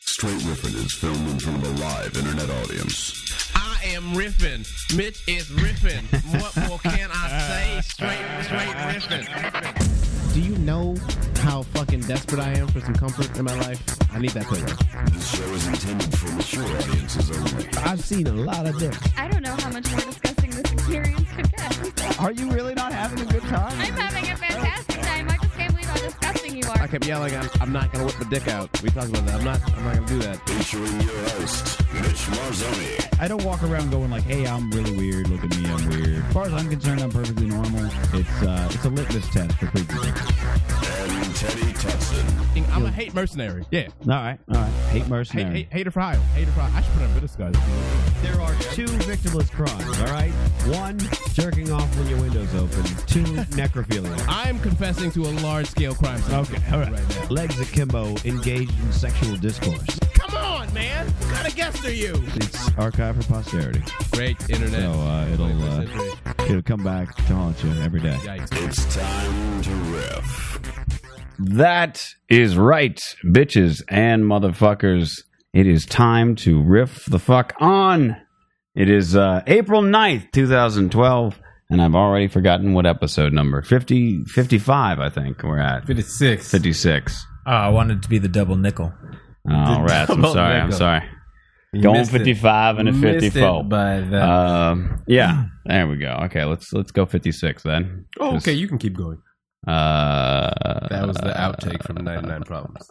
Straight Riffin is filmed in front of a live internet audience. I am riffing. Mitch is riffing. What more can I say? Straight, straight riffing. Do you know how fucking desperate I am for some comfort in my life? I need that pillow. This show is intended for mature audiences only. I've seen a lot of dick. I don't know how much more disgusting this experience could get. Are you really not having a good time? I'm having a fantastic time. I just can't believe how disgusting you I are. kept yelling, I'm, I'm not gonna whip my dick out. We talked about that. I'm not. I'm not gonna do that. Featuring your host, Mitch Marzoni. I don't walk around going like, "Hey, I'm really weird. Look at me, I'm weird." As far as I'm concerned, I'm perfectly normal. It's uh, it's a litmus test for freakiness. And Teddy Tutson. I'm a hate mercenary. Yeah. All right, all right. Hate mercenary. Hate, hate, hater for hire. Hater for hire. I should put on a bit of scars. There are two victimless crimes. All right, one jerking off when your window's open. Two necrophilia. I am confessing to a large scale crime. Okay, all right. Legs akimbo, engaged in sexual discourse. Come on, man. What kind of guest are you? It's archived for posterity, Great internet. so uh, it'll uh, it'll come back to haunt you every day. Yikes. It's time to riff. That is right, bitches and motherfuckers. It is time to riff the fuck on. It is uh, April 9th, 2012, and I've already forgotten what episode number. 50, 55, I think we're at. 56. 56. Oh, I wanted to be the double nickel. Oh, rats. I'm double sorry. I'm nickel. sorry. You Going missed it. 55 and a Missed it 54. by that. Um, yeah, there we go. Okay, let's let's go 56 then. Oh, okay. You can keep going. Uh, That was the outtake from 99 Problems.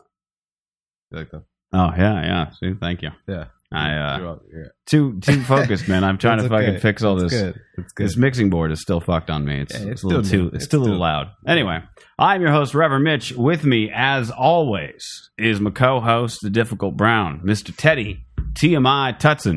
You like that? Oh yeah, yeah. See, thank you. Yeah. I uh, You're all- you're- too too focused, man. I'm trying to It's fucking okay. fix all it's this. Good. It's good. This mixing board is still fucked on me. It's, Yeah, it's it's a little still too. new. It's, It's still a little still- loud. Anyway, I'm your host, Reverend Mitch. With me, as always, is my co-host, the difficult Brown, Mr. Teddy TMI Tutson.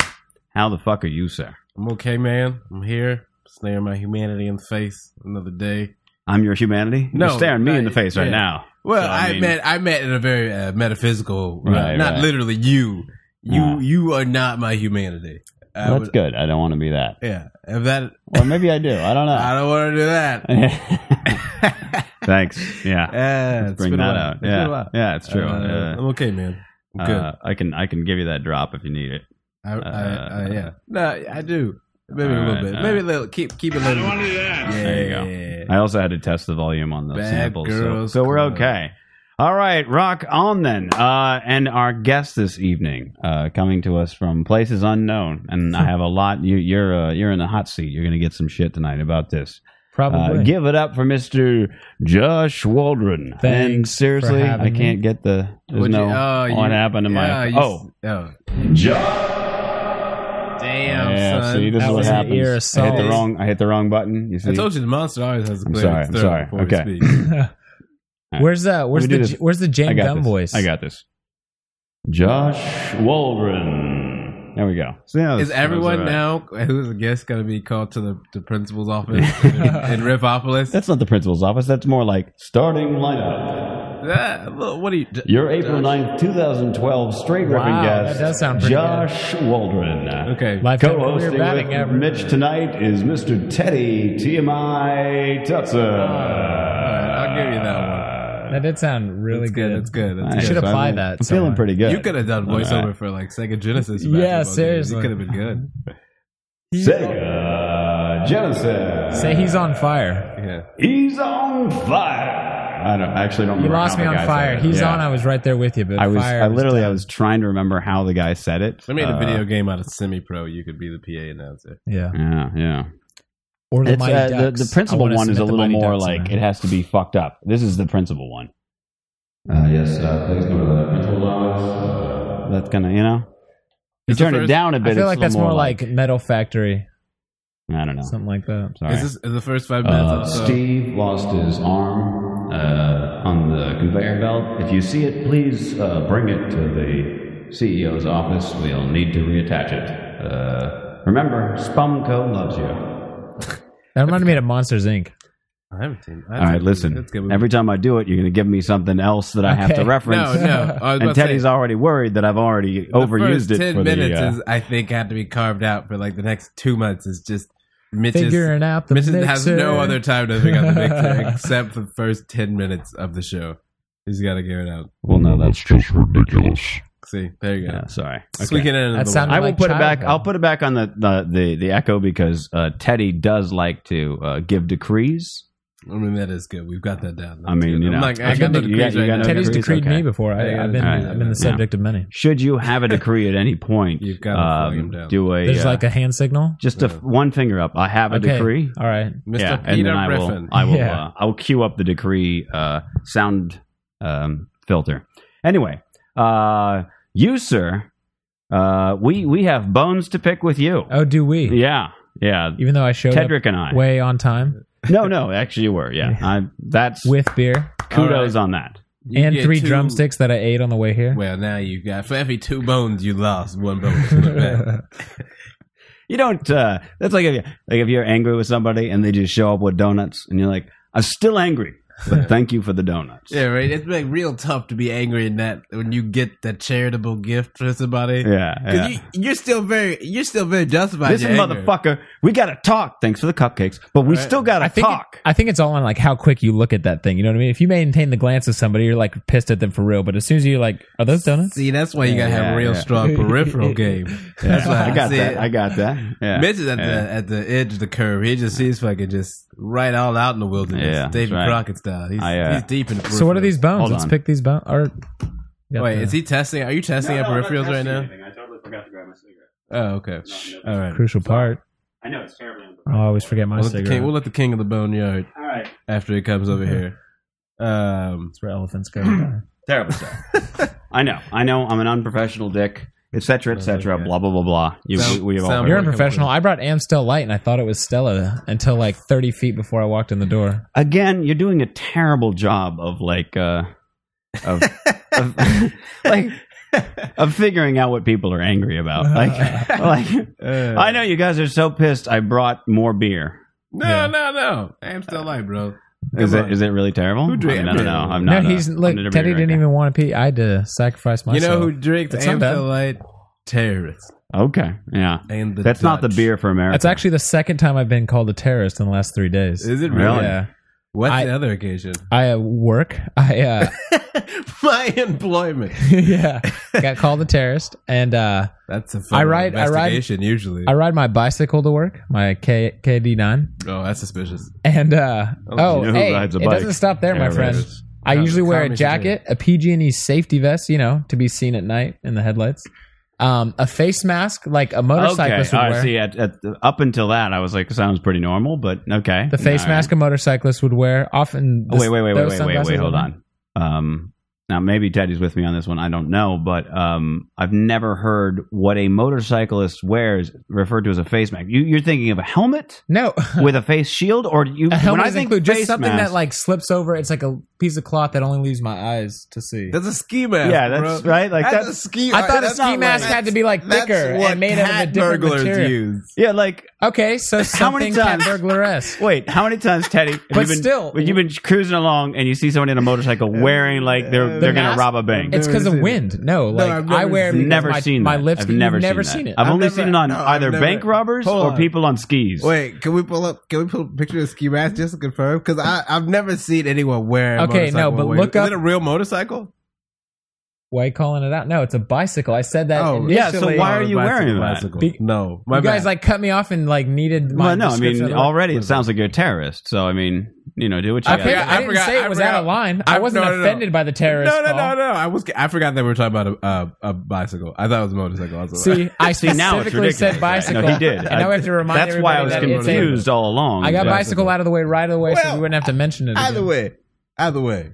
How the fuck are you, sir? I'm okay, man. I'm here. Staring my humanity in the face another day. I'm your humanity. No, You're staring me no, in the face right yeah. now. Well, So, I, mean, met I met in a very uh, metaphysical, Right, not right. literally you. You Yeah. you are not my humanity. I That's would- good. I don't want to be that. Yeah, if that Well, maybe I do. I don't know. I don't want to do that. Thanks. Yeah. Yeah, Let's it's bring been a that while. out. It's been a Yeah. while. Yeah, it's true. Uh, Uh, I'm okay, man. I'm good. uh, I can I can give you that drop if you need it. I, I, uh, I, yeah. No, I do. Maybe a all little right, bit. all Maybe right. a little. Keep keep it little. I want to do that. Yeah. There you go. I also had to test the volume on those Bad samples. So, girls so we're club. okay. All right, rock on then. Uh, and our guest this evening, uh, coming to us from places unknown, and I have a lot. You, you're uh, you're in the hot seat. You're going to get some shit tonight about this. Uh, Probably. give it up for Mister Josh Waldron. Thanks and seriously, for I having me. can't get the. There's Would you- no. oh, you- what happened to yeah, my? you oh. s- oh, oh. Damn, yeah. son. See, this That is what was an ear happens. I hit the assault. wrong. I hit the wrong button. You see? I told you the monster always has a I'm clear sorry, I'm throat sorry. before he Okay. speaks. Where's uh Let Where's me the do J- this. Where's the I Jane got Gunn this. voice? I got this. Josh Waldron. There we go. See, that was- Is that was everyone all right. now who's a guest going to be called to the, the principal's office in, in Ripopolis? That's not the principal's office. That's more like starting lineup. Ah, look, what are you? d- Your April 9th, 2012 straight Wow, ripping that guest. does sound pretty Josh Waldron. Okay, Lifetime career Co-hosting batting with average. Mitch tonight is Mr. Teddy TMI Tutson. I'll give you that one. That did sound really That's good. good. That's good. That's Nice. You good. should apply I'm- that I'm feeling somewhere. pretty good. You could have done All voiceover right. for like Sega Genesis. Yeah, basketball games. seriously. It could have been good. Sega Genesis. Say he's on fire. Yeah. He's on fire. I don't I actually don't. You remember how lost me the on guy fire. said it. He's Yeah. on. I was right there with you, but I was. fire I literally. I was trying to remember how the guy said it. They made a Uh, video game out of Semi Pro. You could be the PA announcer. yeah. Uh, Yeah, yeah. Or the It's, Mighty uh, the, Ducks. the I principal wanna one is a submit the little Mighty more Ducks in like there. it has to be fucked up. This is the principal one. Uh, yes, uh, please go to the principal uh, office. That's gonna, you know, you Is the turn it first- down a bit. I feel it's like a that's little more like Metal Factory, I don't know. something like that. Sorry. Is this is the first five minutes? Uh, also- Steve lost his arm uh, on the conveyor belt. If you see it, please uh, bring it to the CEO's office. We'll need to reattach it. Uh, remember, Spumco loves you. That reminded me of Monsters Inc. I haven't seen. I All haven't right, seen- listen. that's a good movie. Every time I do it, you're going to give me something else that I have to Okay. no, no. I reference. was about And to say, Teddy's already worried that I've already the overused first it Ten for minutes the. Uh, is, I think, had to be carved out for like the next two months. Is just Mitch's. Figuring out the Mitch mixer. has no other time to figure out the mixer except the first ten minutes of the show. He's got to get it out. well, no, that's That's just ridiculous. See, there you go. Yeah, sorry. Squeaking it into That the sounded wall. I will like put it back. childhood. I'll put it back on the the the, the echo because uh, Teddy does like to uh, give decrees. I mean, that is good. We've got that down. I mean, That's good. you I'm know, like, I I got think no you got- degrees you right got now. no Teddy's Agrees, decreed okay. me before. I, Yeah, I've been alright. I've been the Yeah. subject of many. Should you have a decree at any point, um, You've gotta flag him down. do a There's uh, like a hand signal. just a f- one finger up. I have a Okay. decree. All right. Mr. Yeah, and Peter then I will Griffin. I will Yeah. uh, I will queue up the decree uh, sound um, filter. Anyway, uh, you sir, uh, we we have bones to pick with you. Oh, do we? Yeah, yeah. Even though I showed Tedrick and I. up way on time No, no, actually you were. Yeah, Yeah. I, that's with beer kudos on that. You and get three two- drumsticks that I ate on the way here. Well, now you got for every two bones you lost, one bone was put back. You don't. Uh, that's like if you, like if you're angry with somebody and they just show up with donuts and you're like, I'm still angry, but thank you for the donuts. yeah, right. It's like real tough to be angry in that when you get that charitable gift for somebody. yeah. yeah. Because you, you're still very, you're still very justified. in Listen, your anger. motherfucker, we gotta talk. Thanks for the cupcakes, but we Right. still gotta I think it- talk. I think it's all on like how quick you look at that thing. You know what I mean? If you maintain the glance of somebody, you're like pissed at them for real. But as soon as you like, are those donuts? See, that's why you gotta have Yeah, a real yeah. strong peripheral game. That's why I got see that. it. I got that. Yeah. Mitch is at Yeah. the at the edge of the curve. He just he's fucking just right all out in the wilderness, Yeah, that's David right. Crockett style. He's, I, uh, he's deep in the So what are peripherals. these bones? Hold Let's on. pick these bones. Or Wait, is he testing? Are you testing out peripherals right now? I totally forgot to grab my cigarette. Oh, okay. All right. crucial part? I know it's terribly. Oh, I always forget my We'll let, the cigarette. king, we'll let the king of the boneyard All right. after he comes over here. Um, That's where elephants go. to die. Terrible stuff. I know. I know. I'm an unprofessional dick, etc., etc. okay. Blah blah blah blah. You, Sound- we, we have all sound- You're Wait, unprofessional. I brought Amstel Light, and I thought it was Stella until like 30 feet before I walked in the door. again, you're doing a terrible job of like uh of, of like of figuring out what people are angry about. Uh, Like like uh, I know you guys are so pissed I brought more beer. No, Yeah. no, no. I'm still alive, bro. Is Come it on. is it really terrible? Who drank I, mean, I don't beer? know. I'm no, not. he's a, look. I'm not a beer Teddy didn't drinker. even want to pee. I had to sacrifice You myself. know who drinks It's not bad. Amstelite? Terrorists. Okay, yeah. And the That's not the Dutch. beer for America. That's actually the second time I've been called a terrorist in the last three days. Is it Really? really? Yeah. What's I- the other occasion? I uh, work. I uh, My employment. yeah, got called a terrorist, and uh, That's a fun I ride- I ride- investigation usually. I ride my bicycle to work, my K KD nine, oh, that's suspicious. and uh, oh, you know who hey, rides a it bike? doesn't stop there, my friend. Terrorists. I Com- usually wear a commies do. jacket, a PG&E E safety vest, you know, to be seen at night in the headlights, um, a face mask like a motorcyclist okay. would all right, wear. see, at, at, up until that, I was like, sounds pretty normal, but okay. The face All right. mask a motorcyclist would wear. Often, Oh, this- wait, wait, wait, wait, those wait, wait, sunglasses wait. Hold are- on. Um, now maybe Teddy's with me on this one. I don't know, but um, I've never heard what a motorcyclist wears referred to as a face mask. You, you're thinking of a helmet No, with a face shield, or you? a helmet when I doesn't think include just face something mask, that like slips over. It's like a piece of cloth that only leaves my eyes to see. That's a ski mask. Yeah, that's bro. right, like that's, that's- a ski. I thought a that's ski not mask like- had to be like that's thicker what and made out of a cat different burglars material. use. yeah, like Okay, so How many something cat times- burglaresque. wait, how many times, Teddy? Have But you been, still- when you've been cruising along and you see someone in a motorcycle wearing like they're they're gonna mask- rob a bank. It's because never of seen wind. No, like I've I never wear it seen because it. never my, seen my that. lips. I've you've never, seen, that. it. I've, only never- seen it on no, I've either never- bank robbers Hold or on. people on skis. Wait, can we pull up? Can we pull a picture of the ski mask just to confirm? Because I I've never seen anyone wear. A Okay, no, motorcycle but wear- look Is up- it a real motorcycle? Why are you calling it out? No, it's a bicycle. I said that Oh, Uh, initially. yeah, so why are you Bicycle, wearing that? bicycle. Be- no, my you guys bad. like cut me off and like needed my well, no, I description mean of the- already it sounds like you're a terrorist. So I mean, you know, do what you. I, gotta figured- do. I, I didn't forgot- say it I was forgot- out of line. I, I- wasn't no, no, no. offended by the terrorist. no, no, no, call. no. I was I forgot that we were talking about a uh, a bicycle. I thought it was a motorcycle. I was like- See, I See, now it's specifically ridiculous, said right? bicycle. No, he did. And I- now we have to remind That's why I was everybody that it's a- confused all along. I got but- bicycle out of the way right away, so Well, we wouldn't have to mention it. either again. way, either way.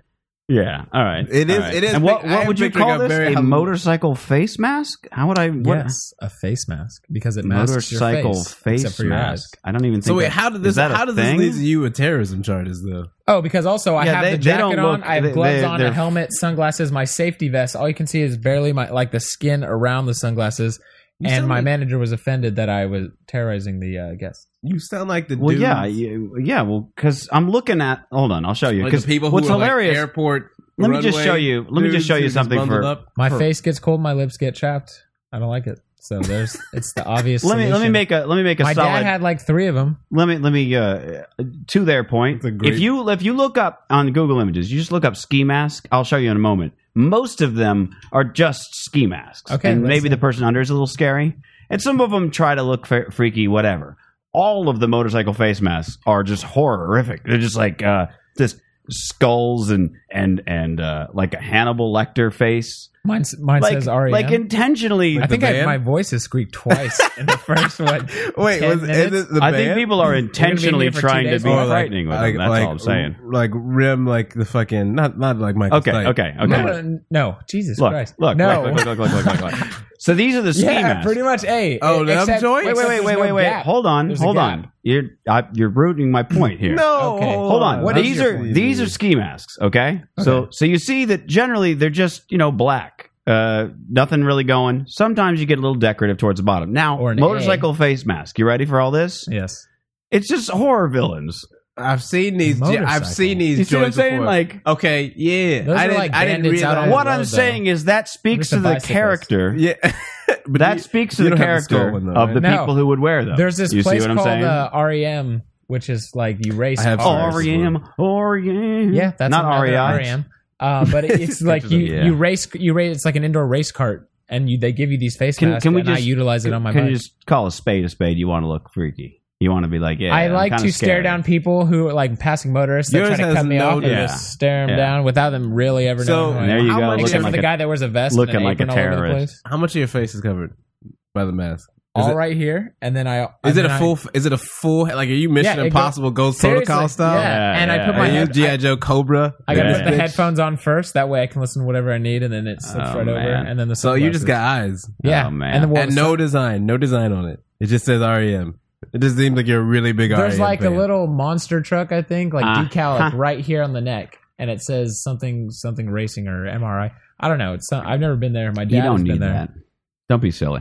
Yeah. All right. It is- All right. it is And what, big- I what am would you picturing call a this? very A hum- motorcycle face mask? How would I? What? Yes, a face mask because it masks your Motorcycle face, face except for your eyes. mask. I don't even think. So wait, that- how did is this? that a How did thing? this lead you with terrorism charges though? Oh, because also I Yeah, have they- the they don't jacket on, look- I have they- gloves they- on, they're- a helmet, sunglasses, my safety vest. All you can see is barely my like the skin around the sunglasses. You and sound my like- manager was offended that I was terrorizing the uh, guests. You sound like the Well, dude. yeah, you- yeah. Well, because I'm looking at. Hold on, I'll show you. Like the Because people who what's were, like, hilarious. airport. let me just runway show you. Let me just dudes show who you just something bundled for. up. My for- face gets cold, my lips get chapped. I don't like it. So there's it's the obvious. Let me let me solution. make a let me make a My solid. dad had like three of them. let me let me uh, to their point. It's a great- If you if you look up on Google Images, you just look up ski mask. I'll show you in a moment. most of them are just ski masks. Okay, and let's maybe see. the person under is a little scary, and some of them try to look fa- freaky, whatever. All of the motorcycle face masks are just horrific. They're just like uh, this skulls and and and uh, like a Hannibal Lecter face, Mine, s- mine like says REM. like intentionally. I think the I, band? my voice has squeaked twice in the first one. Wait, 10 was is minutes? it the I band? think people are intentionally here for two trying to days be before- frightening with them. That's all I'm saying. Like rim, like the fucking not not like Michael. Okay, Stipe. okay, okay. No, no, no, Jesus Look, Christ. look, no. look, look, look, look, look, look, look. So these are the ski yeah, masks. pretty much. Hey, Oh, e- them except- joints? wait, wait, except wait, there's wait, no wait, wait. gap. Hold on, There's a hold gap. on. You're I, you're ruining my point here. No, Okay, Hold on. What these are these are ski masks, okay? So so you see that generally they're just, you know, black. Uh nothing really going. Sometimes you get a little decorative towards the bottom. Now, Or an motorcycle face mask. You ready for all this? Yes. It's just horror villains. I've seen these. Motorcycle. I've seen these. You see what I'm joints saying? before. Like okay, yeah. Those I are didn't. like I didn't bandits realize. out on the what road, I'm though. saying is that speaks Just to the the bicycles. character. Yeah, but that you- speaks to you the don't have a character stolen, though, of right? the No. people who would wear them. There's this you place see what I'm called saying? uh, REM, which is like you race. I have cars. Oh, REM, REM. E Yeah, E that's not E E another REI. REM. Uh, but it- it's like you, Yeah. you race you race it's like an indoor race cart and you they give you these face Can- masks can we and I just- utilize it on my Can bike. you just call a spade a spade? You want to look freaky. You want to be like, yeah. I I'm like kinda to stare scary. down people who are like passing motorists that Yours try to has cut me no- off and Yeah. just stare them Yeah. down without them really ever So- knowing. who I And there am. you How go, much- looking Except for like the a- guy that wears a vest, and looking an like a apron all over the terrorist. place. How much of your face is covered by the mask? Is All it- right here, and then I Is it and a then I- full? Is it a full? Like, are you Mission Yeah, it Impossible Ghost Seriously, Protocol style? Yeah, Yeah, and I yeah, put yeah. my Are you head, GI Joe Cobra? I gotta Yeah. put the Bitch. headphones on first. That way I can listen to whatever I need, and then it slips Oh, right over. man. And then the So you just sunglasses. got eyes yeah, Oh, man. and then we'll and no design, no design on it. It just says REM. It just seems like you're a really big REM. There's like fan. a little monster truck, I think, like Ah, decal like, huh. right here on the neck, and it says something something racing or MRI. I don't know. It's some, I've never been there. My dad You don't has been need there. that. Don't be silly.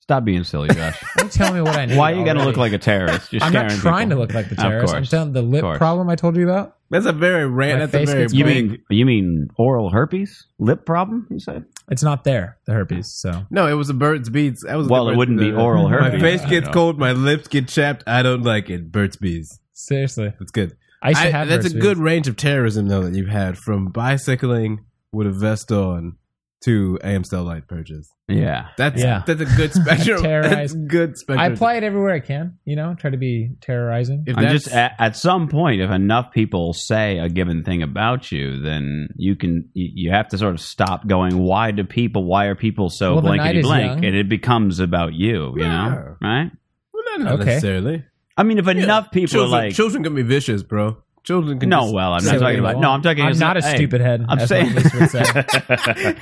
Stop being silly, Josh. Don't tell me what I need. Why are you gonna already. look like a terrorist? You're I'm not scaring trying people. to look like the Of terrorist. I'm course. telling the lip course. problem I told you about. That's a very rant. My That's a face very. gets You big- mean you mean oral herpes, lip problem? You said. It's not there. The herpes. So No, it was a bird's beats. That was Well, the it Burt's wouldn't be Bees. oral My herpes. face I gets know. cold. My lips get chapped. I don't like it. Bird's bees. seriously, That's good. I used to I- have. that's herpes. a good range of terrorism though that you've had from bicycling with a vest on to Amstel light purges. Yeah. That's Yeah. that's a good spectrum. that's Terrorize. good I spectrum. apply it everywhere I can. You know, try to be terrorizing. If I'm that's- just at, at some point, if enough people say a given thing about you, then you can you, you have to sort of stop going. Why do people? Why are people so Well, the night blankety is blank? young. And it becomes about you. You Yeah. know, right? well, not Okay. necessarily. I mean, if enough people children, are like, children can be vicious, bro. Children can no, just- well, I'm not Say what you talking about. want. No, I'm talking. I'm as- not a hey, stupid head. I'm as my saying. niece would say.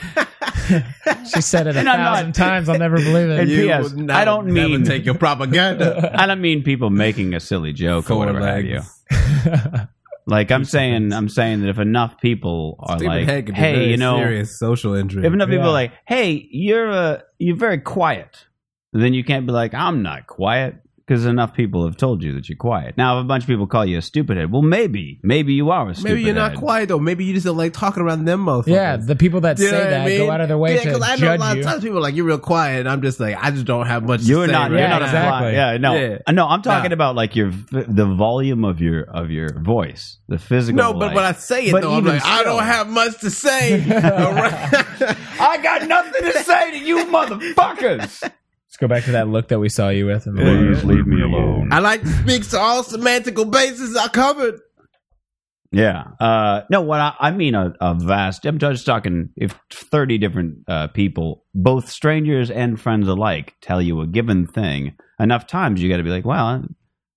she said it a And I'm not- thousand times. I'll never believe it. And You P.S., would I don't never mean- take your propaganda. I don't mean people making a silly joke Four or whatever have legs. you. Like I'm saying, I'm saying that if enough people are Stephen Head like, could be hey, very you know, serious social injury. If enough people Yeah. are like, "Hey, you're uh, you're very quiet," then you can't be like, "I'm not quiet," because enough people have told you that you're quiet. Now, if a bunch of people call you a stupid head, well, maybe, maybe you are a stupid. Maybe you're not head. quiet though. Maybe you just don't like talking around them motherfuckers. Yeah, the people that You say know what I that mean? go out of their way Yeah, to 'cause I know a judge lot you. of times people are like you're real quiet, and I'm just like I just don't have much. You're to not. Say You're Yeah, not exactly. a quiet. Yeah, no, Yeah. Uh, no. I'm talking Nah. about like your v- the volume of your of your voice, the physical. No, but like- when I say it, But though, I'm even like, I still. don't have much to say. I got nothing to say to you, motherfuckers. Let's go back to that look that we saw you with. In the Please leave me alone. I like to speak to all semantical bases I covered. Yeah. Uh, no, what I, I mean, a, a vast. I'm just talking if 30 different uh, people, both strangers and friends alike, tell you a given thing enough times, you got to be like, well,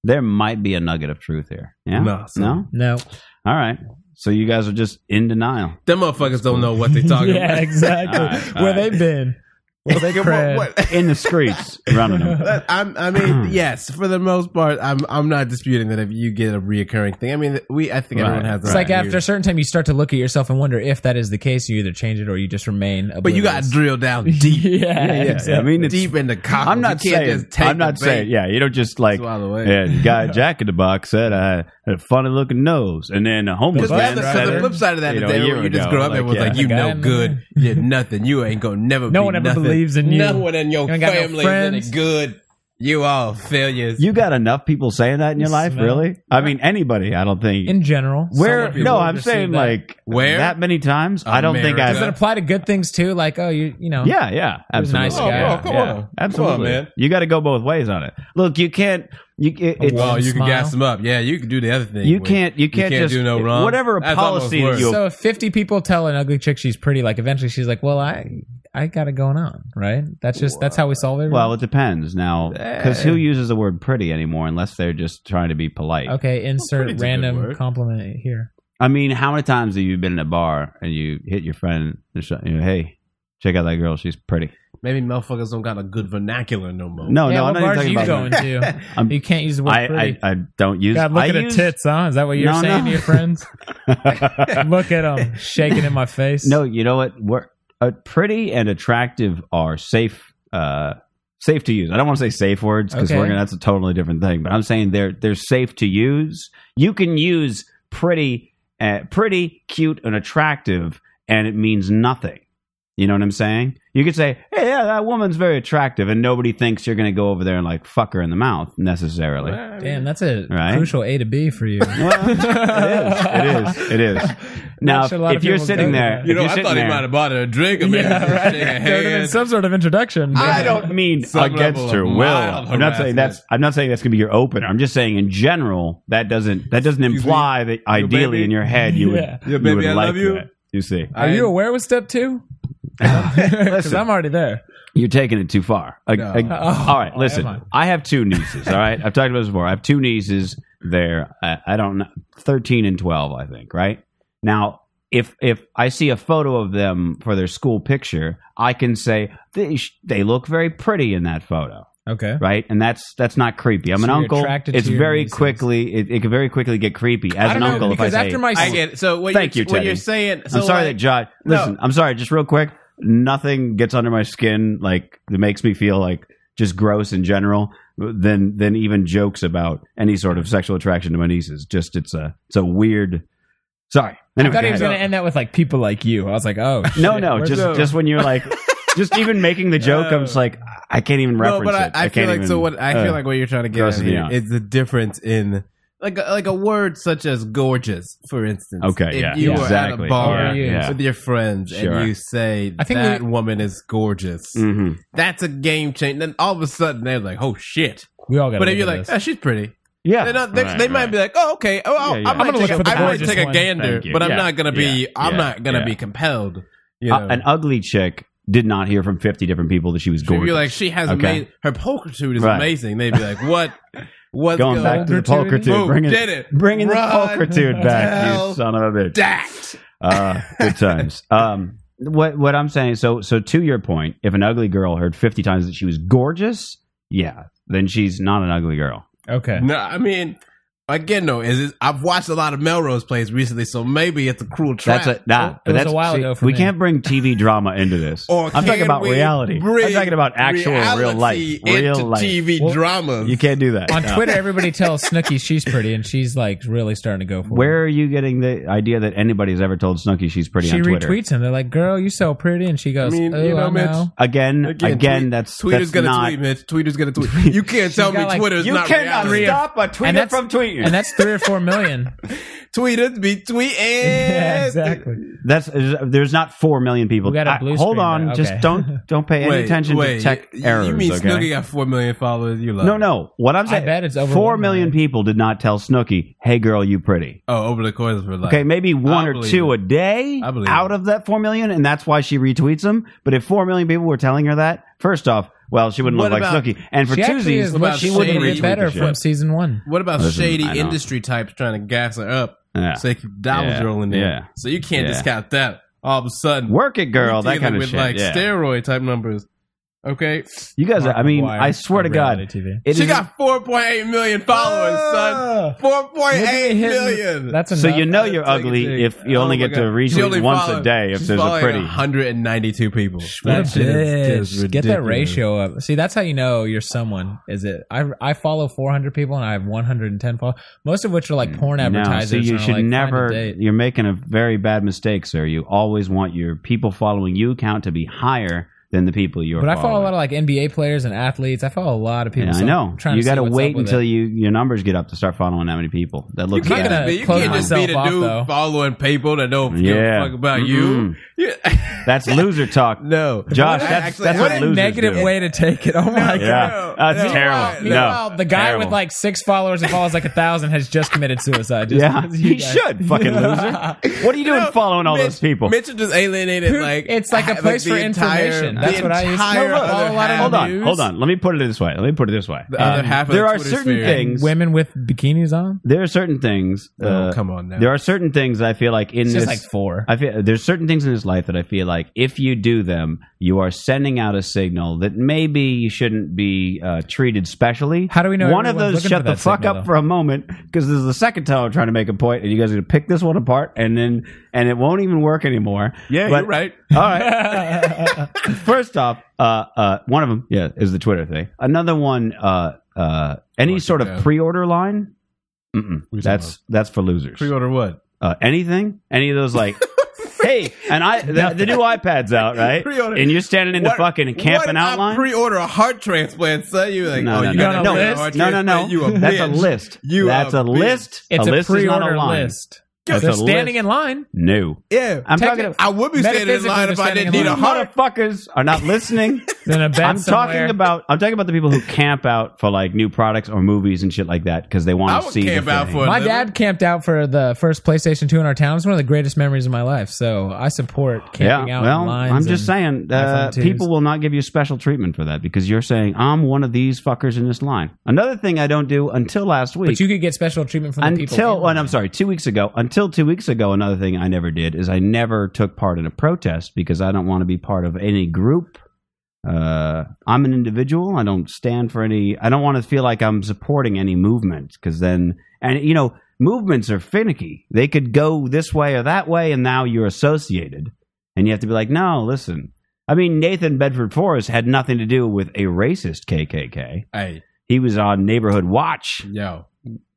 there might be a nugget of truth here. Yeah. No, son. No? no. All right. So you guys are just in denial. Them motherfuckers don't know what they're talking yeah, about. exactly. All right, all Where right. they been? Where they cred? What- what- In the streets, running them. But I'm, I Hmm. mean, yes, for the most part, I'm I'm not disputing that if you get a reoccurring thing, I mean, we I think everyone Right. has. It's that like weird- after a certain time, you start to look at yourself and wonder if that is the case. You either change it or you just remain. Oblivious. but you got to drill down deep, yeah, yeah, exactly. I mean, it's, deep in the cockles. I'm not you can't saying. Just take I'm not the bait. saying. Yeah, you don't just like. Swallow it. Yeah, the guy at Jack in the Box said I had a funny looking nose, and then a Because homeless But the, man other- that's said so the right. flip side of that You is know, that a year you just ago, grow up and like, was like, yeah. you Like, no I'm- good, you're nothing, you ain't gonna never. No be one ever nothing. believes in you. No one in your You ain't got no family is any friends. good. You all failures. You got enough people saying that in your life, Smell. really? I mean, anybody. I don't think. in general. where? someone would be No, willing I'm to see saying that. like Where? that many times. I don't think America. I've. Does it apply to good things too? Like, oh, you you know, Yeah, yeah, was a absolutely. nice guy. Yeah, Oh, come yeah, on. Come on, absolutely, man. Oh, You got to go both ways on it. Look, you can't. You it, it's, well, you Smile. can gas them up. Yeah, you can do the other thing. you where can't you can't, just do no wrong. whatever That's policy almost worse. you So if 50 people tell an ugly chick she's pretty, like eventually she's like, well, I I got it going on, right? That's just that's how we solve it. well, it depends now eh. because who uses the word pretty anymore unless they're just trying to be polite. okay, pretty's insert a good random word. compliment here. I mean, how many times have you been in a bar and you hit your friend and sh- you know, hey, check out that girl, she's pretty. Maybe motherfuckers don't got a good vernacular no more. Oh, No, yeah, no, I'm what not even bars talking you about going that. to? I'm- You can't use the word I, I pretty. I don't use. God, look I at use- her tits, huh? Is that what you're No, saying no. to your friends? look at them shaking in my face. No, you know what? We're, uh, pretty and attractive are safe. Uh, safe to use. I don't want to say safe words because Okay. we're gonna. That's a totally different thing. But I'm saying they're they're safe to use. You can use pretty, uh, pretty, cute, and attractive, and it means nothing. You know what I'm saying? You could say, "Hey, yeah, that woman's very attractive," and nobody thinks you're gonna go over there and like fuck her in the mouth necessarily. Damn, that's a Right? crucial A to B for you. Well, it is. It is. It is. Now, Not if, sure a lot if of you're people sitting go there, there. if You know, you're I sitting thought there, he might have bought her a drink. I mean, yeah, right. shake her There would have been hand. some sort of introduction. I don't mean Some against level her of will. mild I'm not harassment. saying that's. I'm not saying that's gonna be your opener. I'm just saying in general that doesn't that doesn't Excuse imply that ideally baby? in your head you would Yeah. you Your baby, would I like love you? that. You see, Are you aware with step two? Because Listen. I'm already there. you're taking it too far. I- I- No. all right, Oh, listen. am I have two nieces. All right, I've talked about this before. I have two nieces. They're I, I don't know, thirteen and twelve. I think right now. If if I see a photo of them for their school picture, I can say they sh- they look very pretty in that photo. Okay. right? And that's that's not creepy. I'm So an you're uncle. attracted It's to your very nieces. quickly. It, it can very quickly get creepy as I an don't know, uncle. If I because say, after my I I get it. So what Thank you're, you, what Teddy. you're saying? So am sorry like, that John. Listen, I'm sorry. Just real quick, nothing gets under my skin like that makes me feel like just gross in general. Than than even jokes about any sort of sexual attraction to my nieces. Just it's a it's a weird. Sorry. I Anyway, thought go he was ahead. going to end that with like people like you. I was like, oh, shit. no, no, Where's just the- just when you're like, just even making the joke, I'm just like, I can't even no, reference but I, it. I, feel can't like even, so. What I uh, feel like what you're trying to get grosses at me here out. is the difference in like a, like a word such as gorgeous, for instance. Okay, if yeah, you were at exactly. a bar Yeah, yeah. with your friends Sure. and you say I think that we- woman is gorgeous, mhm. that's a game change. Then all of a sudden they're like, oh shit. we all got. But if you're like, oh, she's pretty, Yeah, They're not- they, they might be like, oh, okay. Oh, I'll- Yeah, yeah. I might I'm gonna take, look for a, the I might gorgeous take a one. gander, Thank you. but I'm Yeah, not gonna yeah, be. I'm yeah, not gonna yeah. be compelled. You know? Uh, an ugly chick did not hear from 50 different people that she was She'd gorgeous. be like, she has Okay. amazing. Her pulchritude is Right. amazing. They'd be like, what? What's Going back to the Pulchritude? pulchritude. Boom, Bringing, did it. bringing the Run pulchritude back, you hell son of a bitch. Dact. Uh, good times. Um, what what I'm saying, so so to your point, if an ugly girl heard 50 times that she was gorgeous, yeah, then she's not an ugly girl. okay, No, I mean, again, though, is is- I've watched a lot of Melrose plays recently, so maybe it's a cruel trap. That's a nah, It was that's a while see, ago for We me. can't bring TV drama into this. Or I'm talking can about we reality. I'm bring talking about actual real life, reality real into life. TV Well, dramas. You can't do that. on No. Twitter, everybody tells Snooki she's pretty, and she's like really starting to go for it. Where are you getting the idea that anybody's ever told Snooki she's pretty she on Twitter? retweets him. They're like, "Girl, you're so pretty," and she goes, I mean, "Oh, you know, I Mitch, know." Again, again, tweet- that's Twitter's that's gonna not. tweet, Mitch. Twitter's gonna tweet. You can't tell got, me like- Twitter's You not cannot reality. stop a And tweeter that's- from tweeting. and that's three or four million. Tweeters be tweeting. yeah, exactly. that's there's not four million people. We got a blue I- hold screen on, now, just okay. don't don't pay any Wait, attention wait, to tech you, errors. You mean okay? Snooki got four million followers? You love No, it. no. What I'm saying, bet it's four overwhelming. million people did not tell Snooki, "Hey, girl, you pretty." Oh, over the course of her life. Okay, maybe one or believe two it. a day I believe out it. of that four million, and that's why she retweets them. But if four million people were telling her that, first off, well, she wouldn't What look about- like Snooki, and for She actually Tuesdays, is what about she would shady have retweet been better the shit. from season one. What about Listen, shady I know. industry types trying to gas her up Yeah. so they keep dollars Yeah, rolling in? yeah, So you can't yeah. discount that. All of a sudden, work it, girl, you're that kind dealing of with shit. like yeah. steroid type numbers. Okay, You guys, are, I mean, Mark I swear to on God, reality TV. it she is- Ah! got 4.8 million followers, son. 4.8 million. That's so enough. you know Take you're it, take ugly it. if you only Oh my get to God. She only retweet once a followed- day if she's there's a following pretty. 192 people. What a That shit is bitch. just Get that ridiculous. ratio up. See, that's how you know you're someone. Is it? I I follow 400 people and I have 110 followers, most of which are like porn Mm, No, advertisers. so you and are should like, find a never. date. You're making a very bad mistake, sir. You always want your people following you count to be higher than the people you're. But I follow a following. lot of like NBA players and athletes. I follow a lot of people. Yeah, so I I'm know. trying You to got to see what's wait up with until it. you your numbers get up to start following that many people. That You look. not at can't, that. gonna just be, you close can't just be the myself off, dude though. following people that don't give Yeah. a fuck about Mm-mm. you. Yeah. That's loser talk. no. Josh, What I that's- actually- that's what what I- losers Negative do. way to take it. Oh my god. Yeah, No, that's no. terrible. Meanwhile, no, the guy terrible. with like six followers and follows like a thousand has just committed suicide. Just yeah, because of you he guys. should fucking loser. What are you doing No, following all Mitch- those people? Mitchell just alienated Who- like it's like a ha- place the for entire- information. the That's what I used to- entire No, look, other all a lot of half- hold on, news. hold on. Let me put it this way. Let me put it this way. The other Um, half of there the are Twitter certain sphere. things. Women with bikinis on. There are certain things. Oh, uh, come on now. There are certain things I feel like in It's this just like four. I feel there's certain things in his life that I feel like if you do them, you are sending out a signal that maybe you shouldn't be uh, treated specially. How do we know One of everyone's those looking shut for the that fuck signal, up though? for a moment because this is the second time I'm trying to make a point, and you guys are gonna pick this one apart, and then and it won't even work anymore. Yeah, But- you're right. All right. First off, uh, uh, one of them, yeah, is the Twitter thing. Another one, uh, uh, any Mark sort it of down. pre-order line. Mm-mm. What you talking That's that's for losers Pre-order what? uh, anything, any of those like, hey, and I the, the new iPad's out, right? Pre-order. And you're standing in the What- fucking camping what out I line. Pre-order a heart transplant, son. You like? no, oh, no, you no, got no, a no, heart no, no, no, transplant? You a That's a bitch. list. You That's a a, bitch. list. It's a, list is not pre-order a line. list. That's They're a list. standing in line. No, Yeah, I'm Take talking. it- About, I would be standing in Metaphysically, line if they're I didn't standing in need a line. heart. motherfuckers are not listening. Then a bed I'm somewhere. talking about. I'm talking about the people who camp out for like new products or movies and shit like that because they I want to would see. the camp out thing. for a My living. dad camped out for the first PlayStation 2 in our town. It's one of the greatest memories of my life. So I support camping out well, in lines. I'm just saying, and- uh, iPhone twos. people will not give you special treatment for that because you're saying I'm one of these fuckers in this line. Another thing I don't do until last week. But you could get special treatment from the people. until in well, line. I'm sorry, two weeks ago. Until two weeks ago, another thing I never did is I never took part in a protest because I don't want to be part of any group. Uh, I'm an individual. I don't stand for any. I don't want to feel like I'm supporting any movement because then, and you know, movements are finicky. They could go this way or that way, and now you're associated, and you have to be like, no, listen. I mean, Nathan Bedford Forrest had nothing to do with a racist KKK. Hey, He was on neighborhood watch. yo.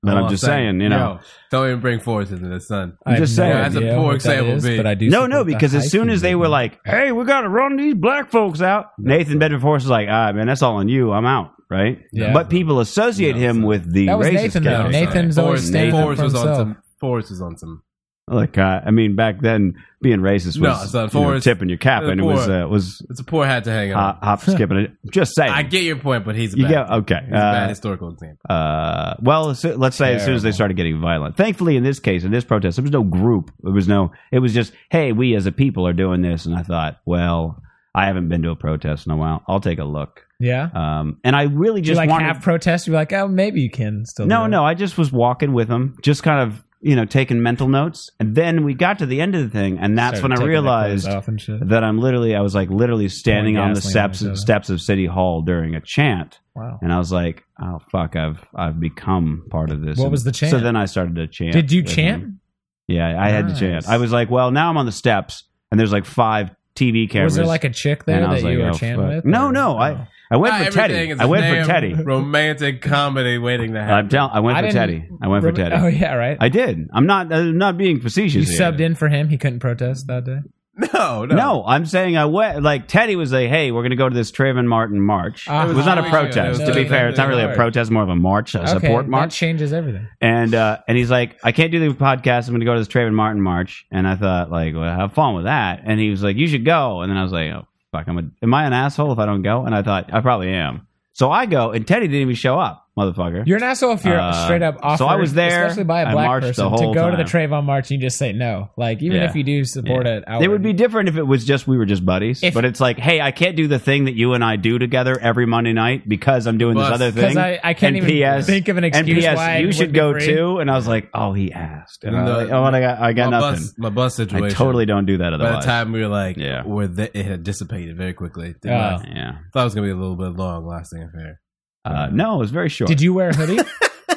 But All I'm just saying, you know. yo, don't even bring force into the sun. I have just no saying. That's a idea poor what that example, is, B. but I do. No, support no, the because as soon hiking as they were movement. like, "Hey, we got to run these black folks out," Nathan Bedford Forrest is like, "All right, man, that's all on you. I'm out." Right? Yeah. But people associate No, him son. with the That was racist Nathan, though. guy. No, Oh, Nathan's sorry. always Forrest- standing up Forrest for was on himself. some. Forrest was on some. Like, uh, I mean, back then being racist was No, son, you know, Forrest- tipping your cap, uh, and it was Forrest- uh, was It's a poor hat to hang on. hop, hop skipping. it. Just saying. I get your point, but he's a Uh, you bad, get okay. he's a bad Uh, historical example. uh, well, as soo- let's say as soon as they started getting violent. Thankfully, in this case, in this protest, there was no group. There was no. It was just, hey, we as a people are doing this, and I thought, well, I haven't been to a protest in a while. I'll take a look. yeah. Um, and I really You just like wanted. half protest. You're like, oh, maybe you can still. no, do it. no, I just was walking with him, just kind of you know taking mental notes, and then we got to the end of the thing, and that's Started when I taking their clothes realized off and shit. that I'm literally, I was like literally standing on the gasoline on steps each other. steps of City Hall during a chant, Wow. and I was like, oh fuck, I've I've become part of this. What And was the chant? So then I started to chant. Did you with chant? him. Yeah, I had to chant. Nice. I was like, well, now I'm on the steps, and there's like five TV cameras. Was there like a chick there and I that was like, you were oh, chanting fuck. with? No, or- no, Oh. I I went Ah, for everything Teddy. is I went damn for Teddy. Romantic comedy waiting to I'm happen. telling. I went I for didn't Teddy. I went for Remember- Teddy. Oh yeah, right. I did. I'm not. I'm not being you facetious. here. subbed in for him. He couldn't protest that day. no, no, No, I'm saying I went. Like Teddy was like, "Hey, we're going to go to this Trayvon Martin march." Ah, it was not a yeah, protest. it to was be a- fair, it's not really a protest, more of a march, a okay, support That march. changes everything. And uh, and he's like, "I can't do the podcast. I'm going to go to this Trayvon Martin march." And I thought, like, well, have fun with that. And he was like, "You should go." And then I was like, "Oh fuck, I'm a, am I an asshole if I don't go?" And I thought, I probably am. So I go, and Teddy didn't even show up, motherfucker. You're an asshole if you're Uh, straight up offered, so I was there. especially by a I black marched the person, to whole go to the time. Trayvon march and you just say no. Like even Yeah. if you do support Yeah. it, outward, It would be different if it was just we were just buddies. If- but it's like, hey, I can't do the thing that you and I do together every Monday night because I'm doing Bus. this other thing. because I, I can't and even PS, think of an and excuse PS, why it you would should be go free. too. And I was like, oh, he asked. And I was No, like, oh, and I got, I my got nothing. Bus, my bus situation. I totally don't do that By otherwise. the time we were like, Yeah. yeah, where the, it had dissipated very quickly. Did Oh. not- yeah. thought it was gonna be a little bit long lasting affair. Uh, no, it was very short. Did you wear a hoodie?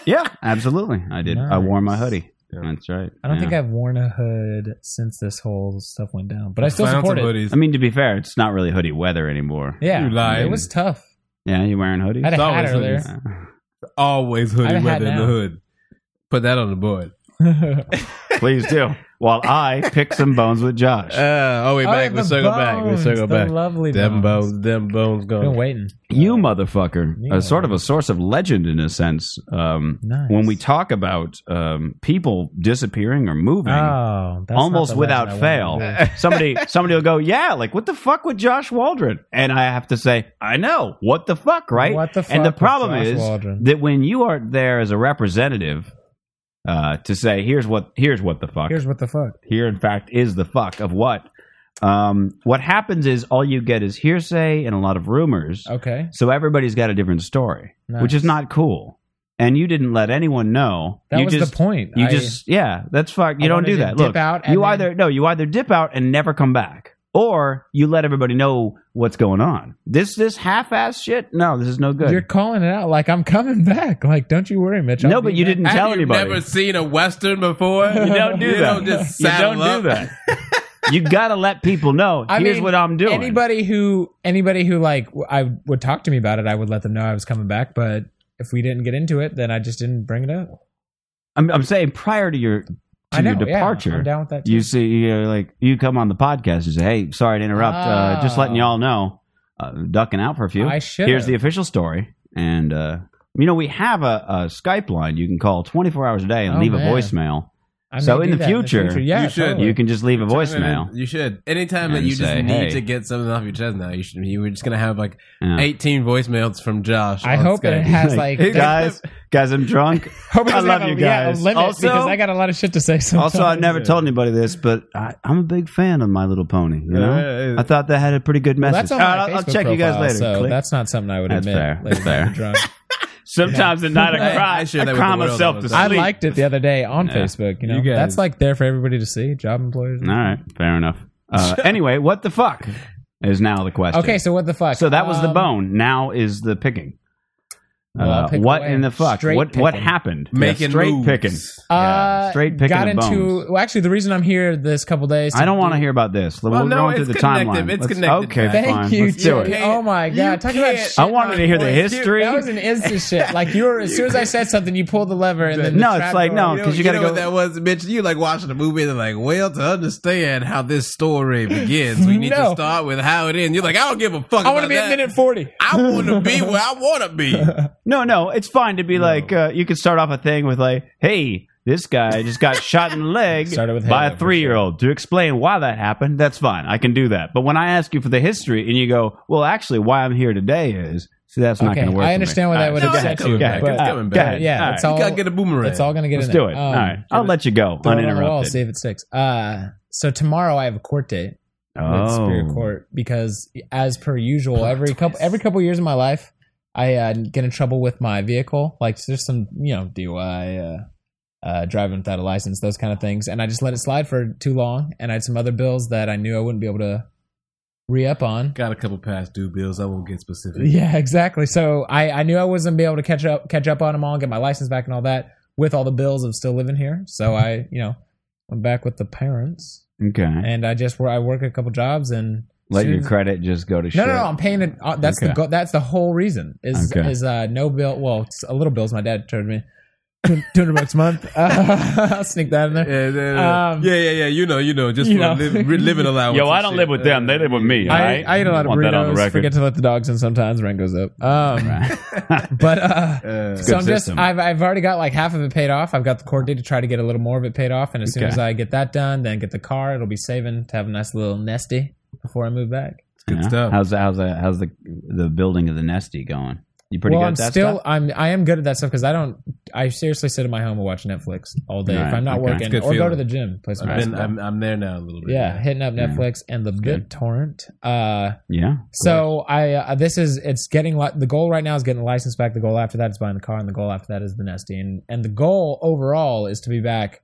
yeah, absolutely. I did. I wore my Nice. hoodie. Yeah. That's right. I don't Yeah. think I've worn a hood since this whole stuff went down, but I still Found support some it. hoodies. I mean, to be fair, it's not really hoodie weather anymore. Yeah, You lying. it was tough. Yeah, you wearing hoodies? I had It's a hat always earlier. hoodies. Always hoodie I'd have had weather in the now. hood. Put that on the board. Please do. While I pick some bones with Josh. Uh, oh, we Oh, back. We the circle back. We bones, circle the back. Lovely Them bones. bones. Them bones Been gone. waiting. you motherfucker you uh, sort of a source of legend in a sense um, Nice. when we talk about um, people disappearing or moving Oh, that's not almost the without legend I fail wanted somebody somebody will go yeah like what the fuck with josh waldron and i have to say i know what the fuck right What the and the fuck with problem Josh is Waldron? that when you are there as a representative uh, to say here's what here's what the fuck Here's what the fuck. here in fact is the fuck of what um, what happens is all you get is hearsay and a lot of rumors Okay. so everybody's got a different story, which is Nice. not cool. And you didn't let anyone know. That you was just, the point. You I- just yeah, that's fuck. You I don't wanted do to that. dip Look, out and you then- either no, you either dip out and never come back, or you let everybody know what's going on. This this half ass shit. No, this is no good. You're calling it out like I'm coming back. Like, don't you worry, Mitch. I'll no, be but you back. didn't Have tell you anybody. Never seen a western before. you don't do You that. don't just you saddle don't do up. that. you gotta let people know. I Here's mean, what I'm doing. Anybody who anybody who like w- I would talk to me about it, I would let them know I was coming back. But if we didn't get into it, then I just didn't bring it up. I'm, I'm saying prior to your to I know, your yeah, departure. I'm down with that. Too. you see, you're like you come on the podcast and say, "Hey, sorry to interrupt. Uh, just letting Oh. y'all know, uh, ducking out for a few. I should. Here's the official story." And uh, you know, we have a, a Skype line you can call 24 hours a day and Oh, leave man. a voicemail. so in the future, yeah, you should. totally. You can just leave a voicemail. You should. Anytime that And you just say, need hey. to get something off your chest now, you should. You were just gonna have like Yeah. 18 voicemails from Josh. I on hope Skype. it has like. Hey, guys, guys, I'm drunk. hope it I doesn't love have you a, yeah, a guys. limit Also- because I got a lot of shit to say. Sometimes. Also, I've never told anybody this, but I, I'm a big fan of My Little Pony. You know, Yeah, yeah. I thought that had a pretty good Well, message. that's on All my right, I'll, I'll Facebook check you guys profile, later. So Click. that's not something I would That's admit. fair. later Fair. I'm drunk. Sometimes at night I Hey, cry. I share I that with cry the world myself all to the sleep. I liked it the other day on Yeah. Facebook. You know, You guys- that's like there for everybody to see. Job employers. All right, fair enough. Uh, anyway, what the fuck is now the question? Okay, so what the fuck? so that was the Um, bone. Now is the picking. Well, Uh, pick what away. in the fuck? Straight what what picking. happened? Making Yeah, straight moves. picking. Yeah, Uh, straight picking got of into bones. well, actually the reason I'm here this couple days. I don't want to to do- hear about this. We're Well, no, going through it's the connected. timeline. It's Let's- connected. Okay, Thank fine. you, Let's do Jake. it. Oh my You god, talk about can't- shit. I wanted to hear the Dude, history. That was an instant shit. Like you were as soon as I said something, you pulled the lever and then the No, it's trap like, door- no. You know, 'cause you you gotta know what go- that was, bitch. You like watching the movie, they're like, well, to understand how this story begins, we need No. to start with how it ends. You're like, I don't give a fuck. I want to be at minute forty. I want to be where I want to be. No, no, it's fine to be like uh, you can start off a thing with like, "Hey, this guy just got shot in the leg Started with by hey, a for sure. three-year-old." To explain why that happened, that's fine. I can do that. But when I ask you for the history and you go, "Well, actually, why I'm here today is," see, that's not Okay, going to work. for I me. understand why All that right, would so No, go it's ahead. upset you, coming Go back. ahead. but- uh, It's coming Go back. ahead. Yeah, All it's right. all. You gotta get a boomerang. Oh, it's all gonna get Let's in do there. it. Um, All right, I'll let you go throw it on the wall, uninterrupted. see if it sticks. Uh, so tomorrow I have a court date. with Oh, Superior Court because, as per usual, every couple every couple years of my life, I uh, get in trouble with my vehicle. Like there's some you know DUI, uh, uh, driving without a license, those kind of things, and I just let it slide for too long. And I had some other bills that I knew I wouldn't be able to re up on. Got a couple past due bills. I won't get specific. Yeah, exactly. So I, I knew I wasn't be able to catch up catch up on them all, get my license back and all that with all the bills of still living here. So Mm-hmm. I you know went back with the parents Okay, and I just wor- I work a couple jobs and let soon your as- credit just go to shit. no, no, no. I'm paying it. Uh, that's Okay. the go- that's the whole reason is Okay. is uh, no bill. Well, it's a little bills. My dad charged me two hundred bucks a month. Uh, I'll sneak that in there. Yeah, yeah, yeah. Um, yeah, yeah, yeah. You know, you know, just You for know. liv- re- living allowance. Yo, and I don't shit. live with them. They live with me. I, I eat a lot of want that on the burritos. record. Forget to let the dogs in sometimes. Rent goes up. Um, But uh, Uh, so I'm just system. I've I've already got like half of it paid off. I've got the court date to try to get a little more of it paid off, and as soon Okay. as I get that done, then get the car. It'll be saving to have a nice little nesty before I move back. good stuff. How's how's the, how's the the building of the nesty going? You pretty well, good I'm at that still stuff? I'm I am good at that stuff because I don't I seriously sit in my home and watch Netflix all day Alright, if I'm not okay. It's working a or good go feeling. to the gym play some I've been, basketball. I'm, I'm there now a little bit. yeah, hitting up Yeah. Netflix and the Mm. good. BitTorrent. Uh, Yeah. so I uh, this is it's getting li- the goal right now is getting the license back. The goal after that is buying the car, and the goal after that is the nesting. And, and the goal overall is to be back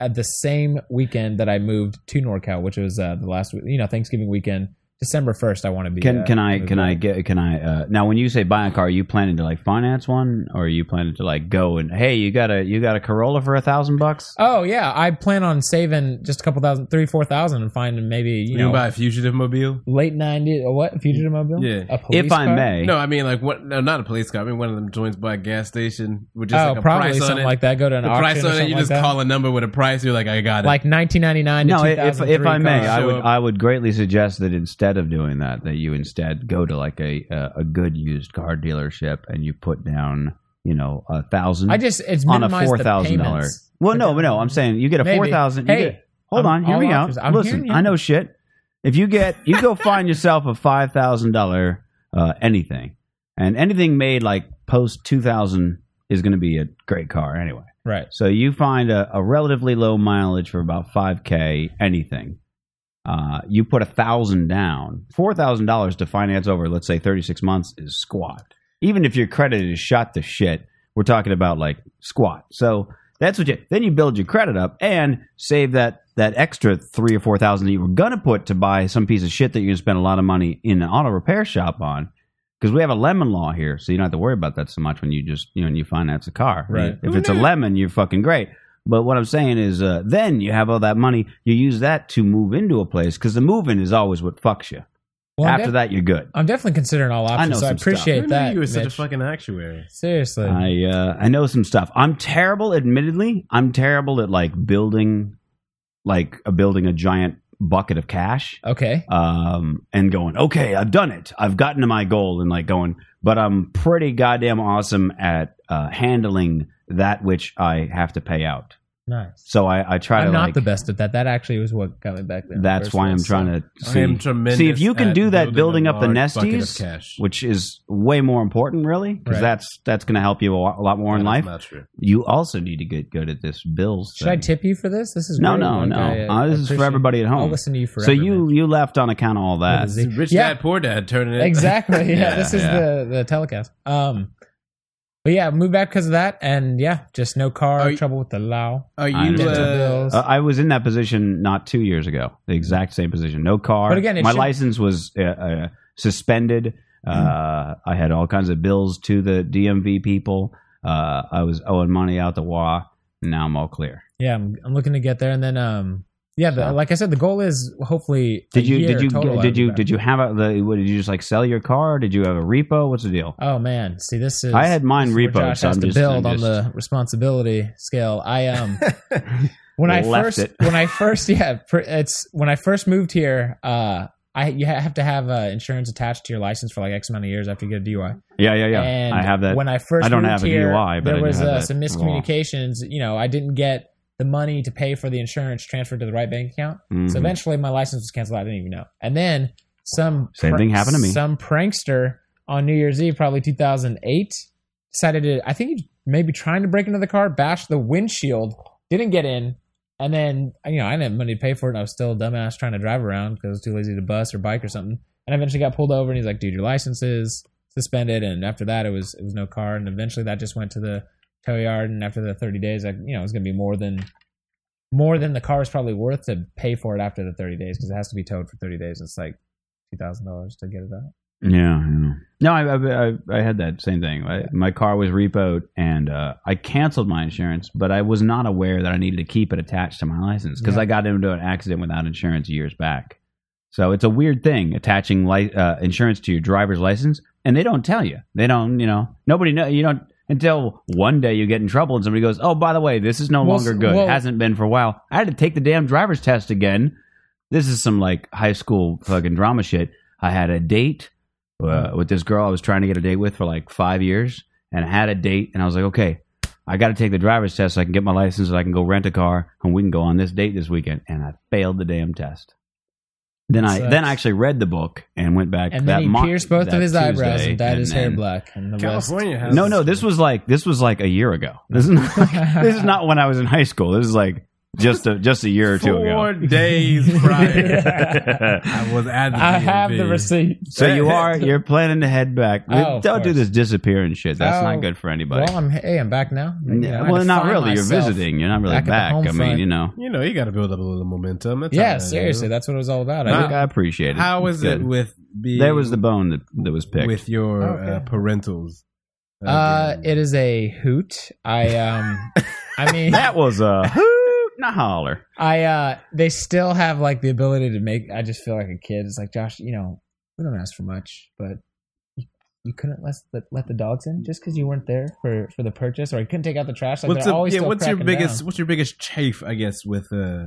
at the same weekend that I moved to NorCal, which was uh, the last week- you know Thanksgiving weekend. December first, I want to be. Can uh, can I moved can I out. get can I uh, now? When you say buy a car, are you planning to like finance one, or are you planning to like go and hey, you got a you got a Corolla for a thousand bucks? Oh yeah, I plan on saving just a couple thousand, three four thousand, and finding maybe you You can know buy a fugitive mobile. late nineties or what fugitive mobile? Yeah. a police If I car? may, No, I mean like what? No, not a police car. I mean one of them joints by a gas station with just oh, like a probably price something on it. like that. Go to an The auction price on or it. something You like just that. call a number with a price. You're like, I got it. like nineteen ninety nine. no. If if I may, I Show would up. I would greatly suggest that instead of doing that, that you instead go to like a uh, a good used car dealership and you put down you know a thousand. I just it's on a minimized four the thousand dollar. payments. Well, no, but no. I'm saying you get a Maybe. four thousand. Hey, hold I'm on. Here all we go. offers. I'm Listen, hearing you. I know shit. If you get, you go find yourself a five thousand dollar uh, anything, and anything made like post two thousand is going to be a great car anyway. Right. So you find a, a relatively low mileage for about five k anything. Uh, you put a thousand down, four thousand dollars to finance over, let's say thirty six months is squat. Even if your credit is shot to shit, we're talking about like squat. So that's what you. Then you build your credit up and save that that extra three or four thousand that you were gonna put to buy some piece of shit that you're gonna spend a lot of money in an auto repair shop on. Because we have a lemon law here, so you don't have to worry about that so much when you just you know when you finance a car. Right. If it's a lemon, you're fucking great. But what I'm saying is, uh, then you have all that money. You use that to move into a place because the moving is always what fucks you. Well, I'm After def- that, you're good. I'm definitely considering all options. know so I some stuff. appreciate Who knew that. you were such a Mitch. fucking actuary. Seriously, I uh, I know some stuff. I'm terrible, admittedly. I'm terrible at like building, like uh, building a giant bucket of cash, okay. um, and going, okay, I've done it. I've gotten to my goal, and like going. But I'm pretty goddamn awesome at uh, handling that which I have to pay out. Nice. So I, I try I'm to not like. the best at that. That actually was what got me back there. That's why I'm trying to see. I am tremendous. See if you can at do that, building up the large bucket of nesties, cash. which is way more important, really, because Right. that's that's going to help you a lot, a lot more in That's life. Not true. You also need to get good at this bills. Should I thing. tip you for this? This is No, great. no, Like, no. I, Uh, this is for appreciate- everybody at home. I'll listen to you forever. so you man. you left on account of all that. Uh, With a Z. Rich Yeah. dad, poor dad, turning it exactly. Yeah, Yeah, this is yeah. the the telecast. Um, but yeah, moved back because of that, and yeah, just no car, Are you- trouble with the law. Are I you? understand. Uh, bills. Uh, I was in that position not two years ago. The exact same position. No car. But again, it my should- license was uh, uh, suspended. Uh, I had all kinds of bills to the DMV people. Uh, I was owing money out the WA. Now I'm all clear. yeah, I'm, I'm looking to get there, and then um, yeah, the, So- like I said, the goal is hopefully. Did you did you did you did you have a the, what, did you just like sell your car? Did you have a repo? What's the deal? Oh man, see this is. I had mine this is where repoed, Josh so has I'm to just- build I'm on the responsibility scale. I um. when I Left first it. when I first yeah pr- it's when I first moved here uh I you have to have uh, insurance attached to your license for like X amount of years after you get a DUI. Yeah, yeah, yeah. And I have that. When I first I don't moved have a here, DUI, but I there do was have uh, that some miscommunications. You know, I didn't get the money to pay for the insurance transferred to the right bank account. So Mhm. eventually, my license was canceled. I didn't even know. And then some Same thing happened to me. Some prankster on New Year's Eve, probably 2008, decided to. I think he maybe trying to break into the car, bashed the windshield, didn't get in, and then you know I didn't have money to pay for it. And I was still a dumbass trying to drive around because I was too lazy to bus or bike or something. And I eventually got pulled over, and he's like, "Dude, your license is suspended." And after that, it was it was no car, and eventually that just went to the tow yard. And after the 30 days, I you know it was gonna be more than more than the car is probably worth to pay for it after the 30 days because it has to be towed for 30 days. It's like two thousand dollars to get it out. Yeah, yeah. No, I, I I I had that same thing. I, my car was repoed, and uh, I canceled my insurance, but I was not aware that I needed to keep it attached to my license because Yeah. I got into an accident without insurance years back. So it's a weird thing attaching li- uh, insurance to your driver's license, and they don't tell you. They don't, you know, nobody know. You don't until one day you get in trouble and somebody goes, "Oh, by the way, this is no Well, longer good. well- it hasn't been for a while." I had to take the damn driver's test again. This is some like high school fucking drama shit. I had a date uh, Mm-hmm. with this girl I was trying to get a date with for like five years, and I had a date, and I was like, okay, I got to take the driver's test so I can get my license, so I can go rent a car, and we can go on this date this weekend. And I failed the damn test. Then I Sucks. then I actually read the book and went back. And that then he mon- pierced both that of his eyebrows Tuesday, and dyed his hair then- black. And the rest- California has No, no, this was like this was like a year ago. This is not like, this is not when I was in high school. This is like just a just a year or two Four ago. days prior, I was at the I have the DMV. receipt. so you are you're planning to head back. Oh, of Don't do course. this disappearance shit. That's Oh, not good for anybody. Well, I'm hey, I'm back now. Maybe I Yeah, had well, to not find really. You're myself. visiting. You're not really back at back. the I home mean, front. you know. You know, you got to build up a little momentum. That's all Yeah, that is. seriously, that's what it was all about. I I think I appreciate it. How It's is good. it with being There was the bone that, that was picked. with your Oh, okay. uh, parentals? uh, Again. it is a hoot. I um, I mean, that was a hoot, not holler. I uh, they still have like the ability to make. I just feel like a kid. It's like Josh, you know, we don't ask for much, but you, you couldn't let the, let the dogs in just because you weren't there for for the purchase, or you couldn't take out the trash. Like what's they're the- always yeah, still what's your cracking biggest down. what's your biggest chafe i guess with uh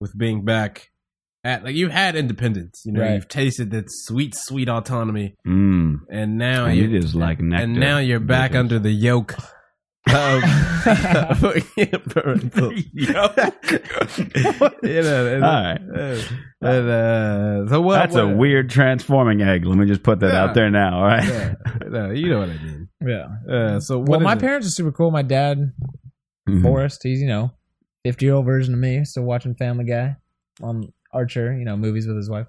with being back at like you've had independence you know Right. you've tasted that sweet sweet autonomy Mm. and now And you it is like nectar. and now you're back bitches. under the yoke of parental. you know, and, All right. uh, and, uh, so what, That's a what- weird transforming egg. Let me just put that Yeah. out there now. All right. yeah, no, you know what i mean Yeah. uh, so what well, is my it? parents are super cool. My dad, Mhm. Forrest, he's you know, fifty year old version of me, still watching Family Guy, on Archer, you know, movies with his wife.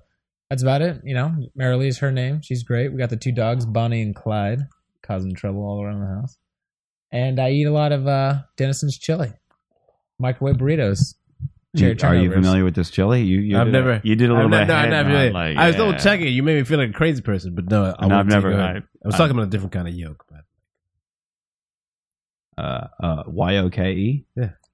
That's about it. You know, Marilee is her name. She's great. We got the two dogs, Bonnie and Clyde, causing trouble all around the house. And I eat a lot of uh, Denison's chili, microwave burritos. You- are Cherry you turnovers. familiar with this chili? You, you I've did never. A, you did a little I've ne- No, bit. of I've head never. nod, really- like, I was double yeah. checking. You made me feel like a crazy person, but no, I No, I've wouldn't never. take a- I, I was talking about a different kind of yolk, but uh, uh, y o k e.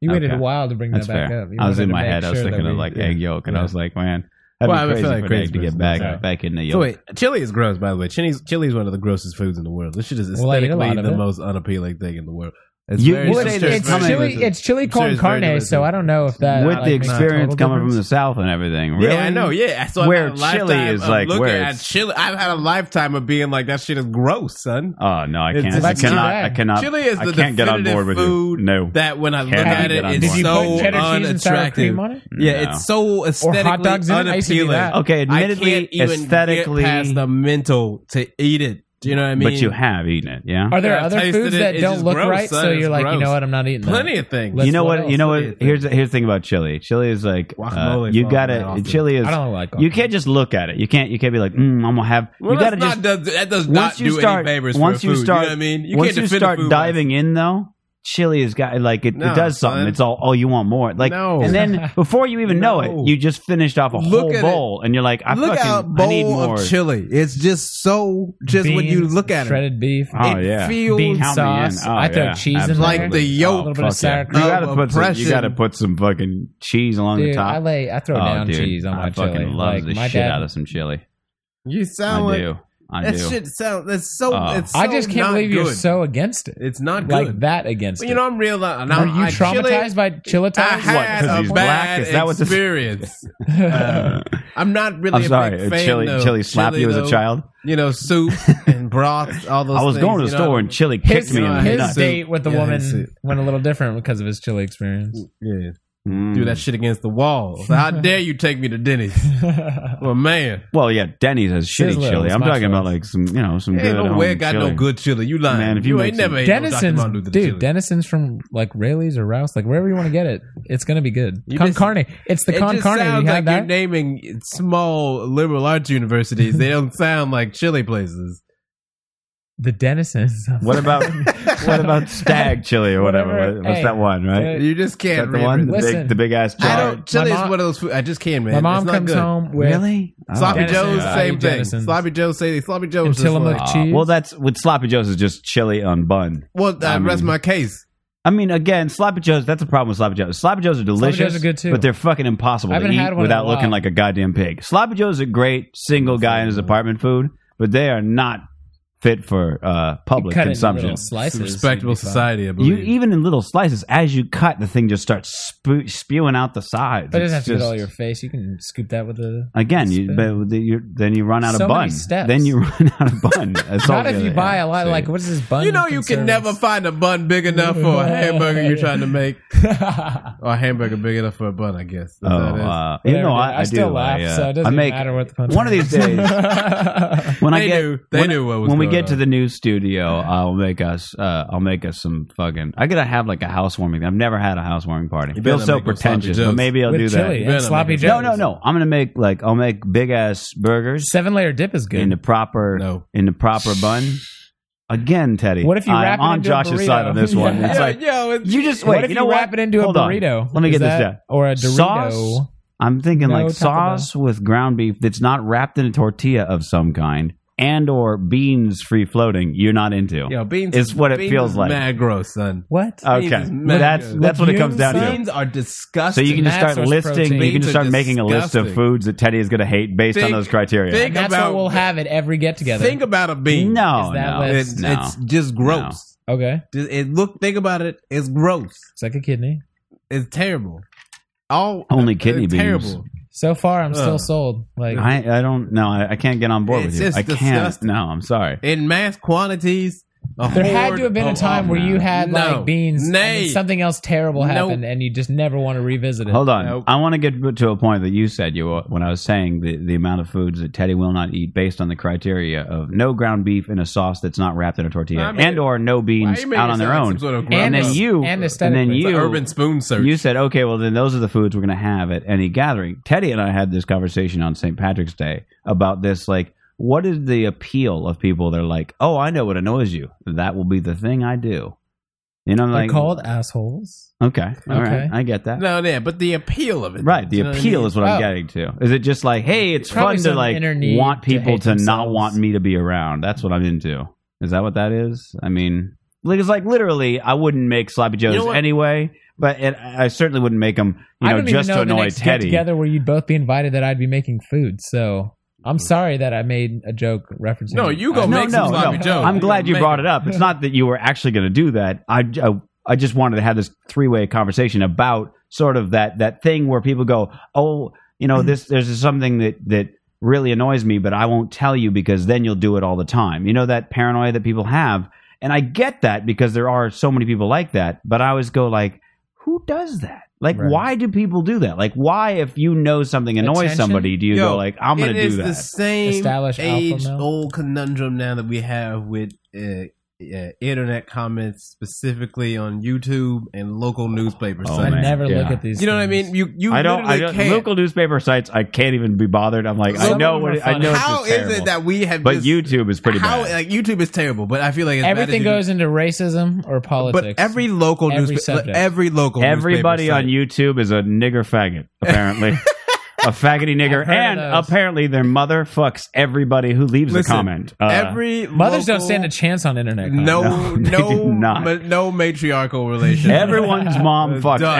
You waited Okay. a while to bring That's that back fair. up. You I was wanted in to my make head. I was sure that thinking of we- like egg yolk, and I yeah. was like, man, that'd Well, I be would crazy feel like for an crazy egg to get person, back sorry. back in the So yolk. wait, chili is gross, by the way. Chili's chili is one of the grossest foods in the world. This shit is Well, I eat a aesthetically lot of the it. most unappealing thing in the world. It's You- very Well, Well, it's, sinister, it's very chili. delicious. It's chili I'm con sure it's very carne. So delicious. I don't know if that With like, the makes a experience total coming difference. from the south and everything, really? uh, Yeah, I know. Yeah, so I've Where had a chili lifetime is, of like, looking where at it's- chili. I've had a lifetime of being like that. Shit is gross, son. Oh no, I It's can't. just I like too cannot. bad. I cannot. Chili is I the can't get on definitive board with food you. No. That when I look Cannot at get it, on it's board. Did you so put cheddar cheese and sour unattractive. cream on it? Yeah, No. it's so aesthetically dogs in it. I used to do unappealing. that. okay. I Admittedly, can't even aesthetically, get past the mental to eat it. Do you know what I mean? but you have eaten it, yeah. Are there Yeah, I other tasted foods it. that It's don't just look gross, right? son. So It's you're like, you gross. know what? I'm not eating that. plenty of things. Let's- you know what what? else? you know What what? do you think? here's here's the thing about chili. Chili is like uh, Guacamole you falls right gotta. off Chili is I don't like. you can't just look at it. You can't. You can't be like, mm, I'm gonna have. Well, you gotta that's just not does, that does once not you do start. any favors once for you food, start, you know what I mean? You once can't you defend a start food diving in though. Chili has got like it, No, it does something. son. It's all oh you want more like No. and then before you even know No. it you just finished off a Look whole at it. bowl and you're like I look fucking out I need bowl more of chili. It's just so just when you Beans, look at it, shredded beef, oh it yeah feels bean count me in. sauce. Oh, I throw yeah. cheese in there. Absolutely. Oh, like the a yolk. little bit of Fuck yeah. sour You cream. gotta of put some, you oppression. gotta put some fucking cheese along Dude, the top. I lay, I throw oh, down dude, cheese on my I fucking chili. love like the my shit dad, out of some chili. you I sound like do. I that do. shit sounds. That's so. Oh. it's I so just can't not believe you're good. so against it. It's not good. like that against But you know, it. I'm real. Now, Are you I- chili- traumatized by chili I ties? had 'cause a he's bad black? Is that what this- experience. Uh, I'm not really. I'm a sorry. big uh, fan Chili, of chili slapped you as a though. child. You know, soup and broth. All those. I was things, going to the you know, store and chili kicked His, me in the his nuts. date with the Yeah, his woman suit. went a little different because of his chili experience. Yeah. Mm. do that shit against the wall. So how dare you take me to Denny's? Well, man, Well, yeah, Denny's has shitty Sizzler chili. was I'm my talking about choice. like some, you know, some good ain't no home way got chili. no good chili. You lying? Man, if you you, make ain't some- never ate Denison's, no Dr. Martin Luther dude. chili. Denison's from like Rayleigh's or Rouse, like wherever you want to get it, it's gonna be good. You con just- carne, it's the it con just carne. You sounds had like that? you're naming small liberal arts universities. they don't sound like chili places. the Denison's. What about what about stag chili or whatever? Whatever. What- What's Hey. that one? Right? Hey. You just Is can't that the remember one? The Listen. big, the big ass I jar. don't. Chili My is mom- one of those. Food, I just can't, man. My mom it's not comes good. home with Really? Oh. Sloppy Dennison's. Joe's, I same eat thing. Dennison's. Sloppy Joe's, same. Sloppy and Joe's. is Tillamook like- Uh, cheese. well, that's with sloppy joes is just chili on bun. Well, I, I mean- rest my case. I mean, again, sloppy joes. That's a problem with sloppy joes. Sloppy joes are delicious, joes are good, too. but they're fucking impossible I to haven't eat had one in a without looking while. like a goddamn pig. Sloppy joes are great single guy in his apartment food, but they are not fit for uh, public cut it into consumption. little slices. Respectable you'd be fine. society, I You believe. even in little slices, as you cut, the thing just starts spew- spewing out the sides. But it doesn't have It's to get all just- your face. You can scoop that with a. Again, you, spin. but the- you, then you run out So of many bun. steps. Then you run out of bun. That's all Not if the you other- buy yeah, a lot. see. Like, what is this bun? You know, you can never find a bun big enough for a hamburger you're trying to make, never. or a hamburger big enough for a bun. I guess. Oh, That's how it is. uh, you know, I, I, still do. laugh, I, uh, so it doesn't I make matter what the punch one of these days is. when I They get knew- they when, knew what was when we get to on. the new studio, I'll make us. Uh, I'll make us some fucking. I gotta have like a housewarming. I've never had a housewarming party. You It feels better so make those sloppy pretentious, but joes. maybe I'll with do chili that. Better and sloppy make it- No, joes. no, no. I'm gonna make like I'll make big ass burgers Seven layer dip is in the good. proper No. in the proper bun. Again, Teddy. What if you I'm wrap it on into a Josh's burrito? side on this one. Yeah. It's like yo, it's- you just wait. what if you you, know wrap it into Hold a on. burrito? Let me Is get this that- down. Or a Dorito. Sauce? I'm thinking No, like Taco sauce with ground beef that's not wrapped in a tortilla of some kind, and or beans free floating. You're not into. yo, beans It's what it beans feels is like. Mad gross, son. What? okay, beans is mad that's good. that's what it comes down Legumes, to. Beans are So disgusting. you can just That's start what's listing. You protein. can Beans just are start making a list of disgusting. foods that Teddy is going to hate based on Think- those criteria. think And that's about- what we'll have at every get together. think about a bean. no, Is that no, what- It's- no. it's just gross. okay, Just- It look, think about it. It's gross. it's like a kidney. It's terrible. All Only uh, kidney it's beans. Terrible. So far, I'm still Ugh. sold. Like I, I don't know. I, I can't get on board It's with you. just I can't. disgusting. No, I'm sorry. in mass quantities. a there had horde to have been a of- time where you had oh, No. like beans, and Nay. then something else terrible Nope. happened, and you just never want to revisit it. Hold on. Nope. I want to get to a point that you said you when I was saying the, the amount of foods that Teddy will not eat based on the criteria of no ground beef in a sauce that's not wrapped in a tortilla I mean, and or no beans you making out on it their sound like own. some sort of and gross- then you and and then aesthetically. It's an you urban spoon search. you said, okay, well, then those are the foods we're going to have at any gathering. Teddy and I had this conversation on St. Patrick's Day about this. Like, what is the appeal of people? They're like, oh, I know what annoys you. That will be the thing I do. You know, I'm They're like, called assholes. okay, all right, Okay. I get that. no, yeah, but the appeal of it, Right, the you know what I appeal mean? is what I'm Oh. getting to. Is it just like, hey, it's fun Probably to some like inner need want to people hate to, not themselves. want me to be around? That's what I'm into. Is that what that is? I mean, like it's like literally, I wouldn't make sloppy joes know what? anyway, anyway, but it, I certainly wouldn't make them, you I know, don't just even to know the annoy next get Teddy. together where you'd both be invited that I'd be making food. So I'm sorry that I made a joke referencing. No, you go I- Don't Mm. no, make some no, sloppy no. joes. I'm You glad don't you make brought them. it up. It's not that you were actually going to do that. I, I, I just wanted to have this three way conversation about sort of that that thing where people go, oh, you know, this there's something that that really annoys me, but I won't tell you because then you'll do it all the time. You know that paranoia that people have, and I get that because there are so many people like that. But I always go like, who does that? Like, Right. why do people do that? Like, why if you know something annoys Attention? somebody, do you Yo, go like, I'm going It to do is that? the same Established alpha male. age oh, old conundrum now that we have with uh, uh, internet comments, specifically on YouTube and local newspaper Oh, I sites. man. never Yeah. look at these. You know what I things. mean? You you I don't. I literally don't can't. local newspaper sites. I can't even be bothered. I'm like, Some I of know them what are it, I funny. know. How it's just is terrible. it that we have? But just, YouTube is pretty how bad. like YouTube is terrible, but I feel like it's bad as Everything YouTube- goes into racism or politics. But every local Every newspaper, subject. every local Everybody on newspaper YouTube is a nigger faggot, apparently. a faggoty nigger, I've heard of and those. apparently their mother fucks everybody who leaves Listen, a comment. Uh, site. every mothers local, don't stand a chance on internet. content. No, no they no do not. ma- no matriarchal relation. everyone's mom It's fucks done,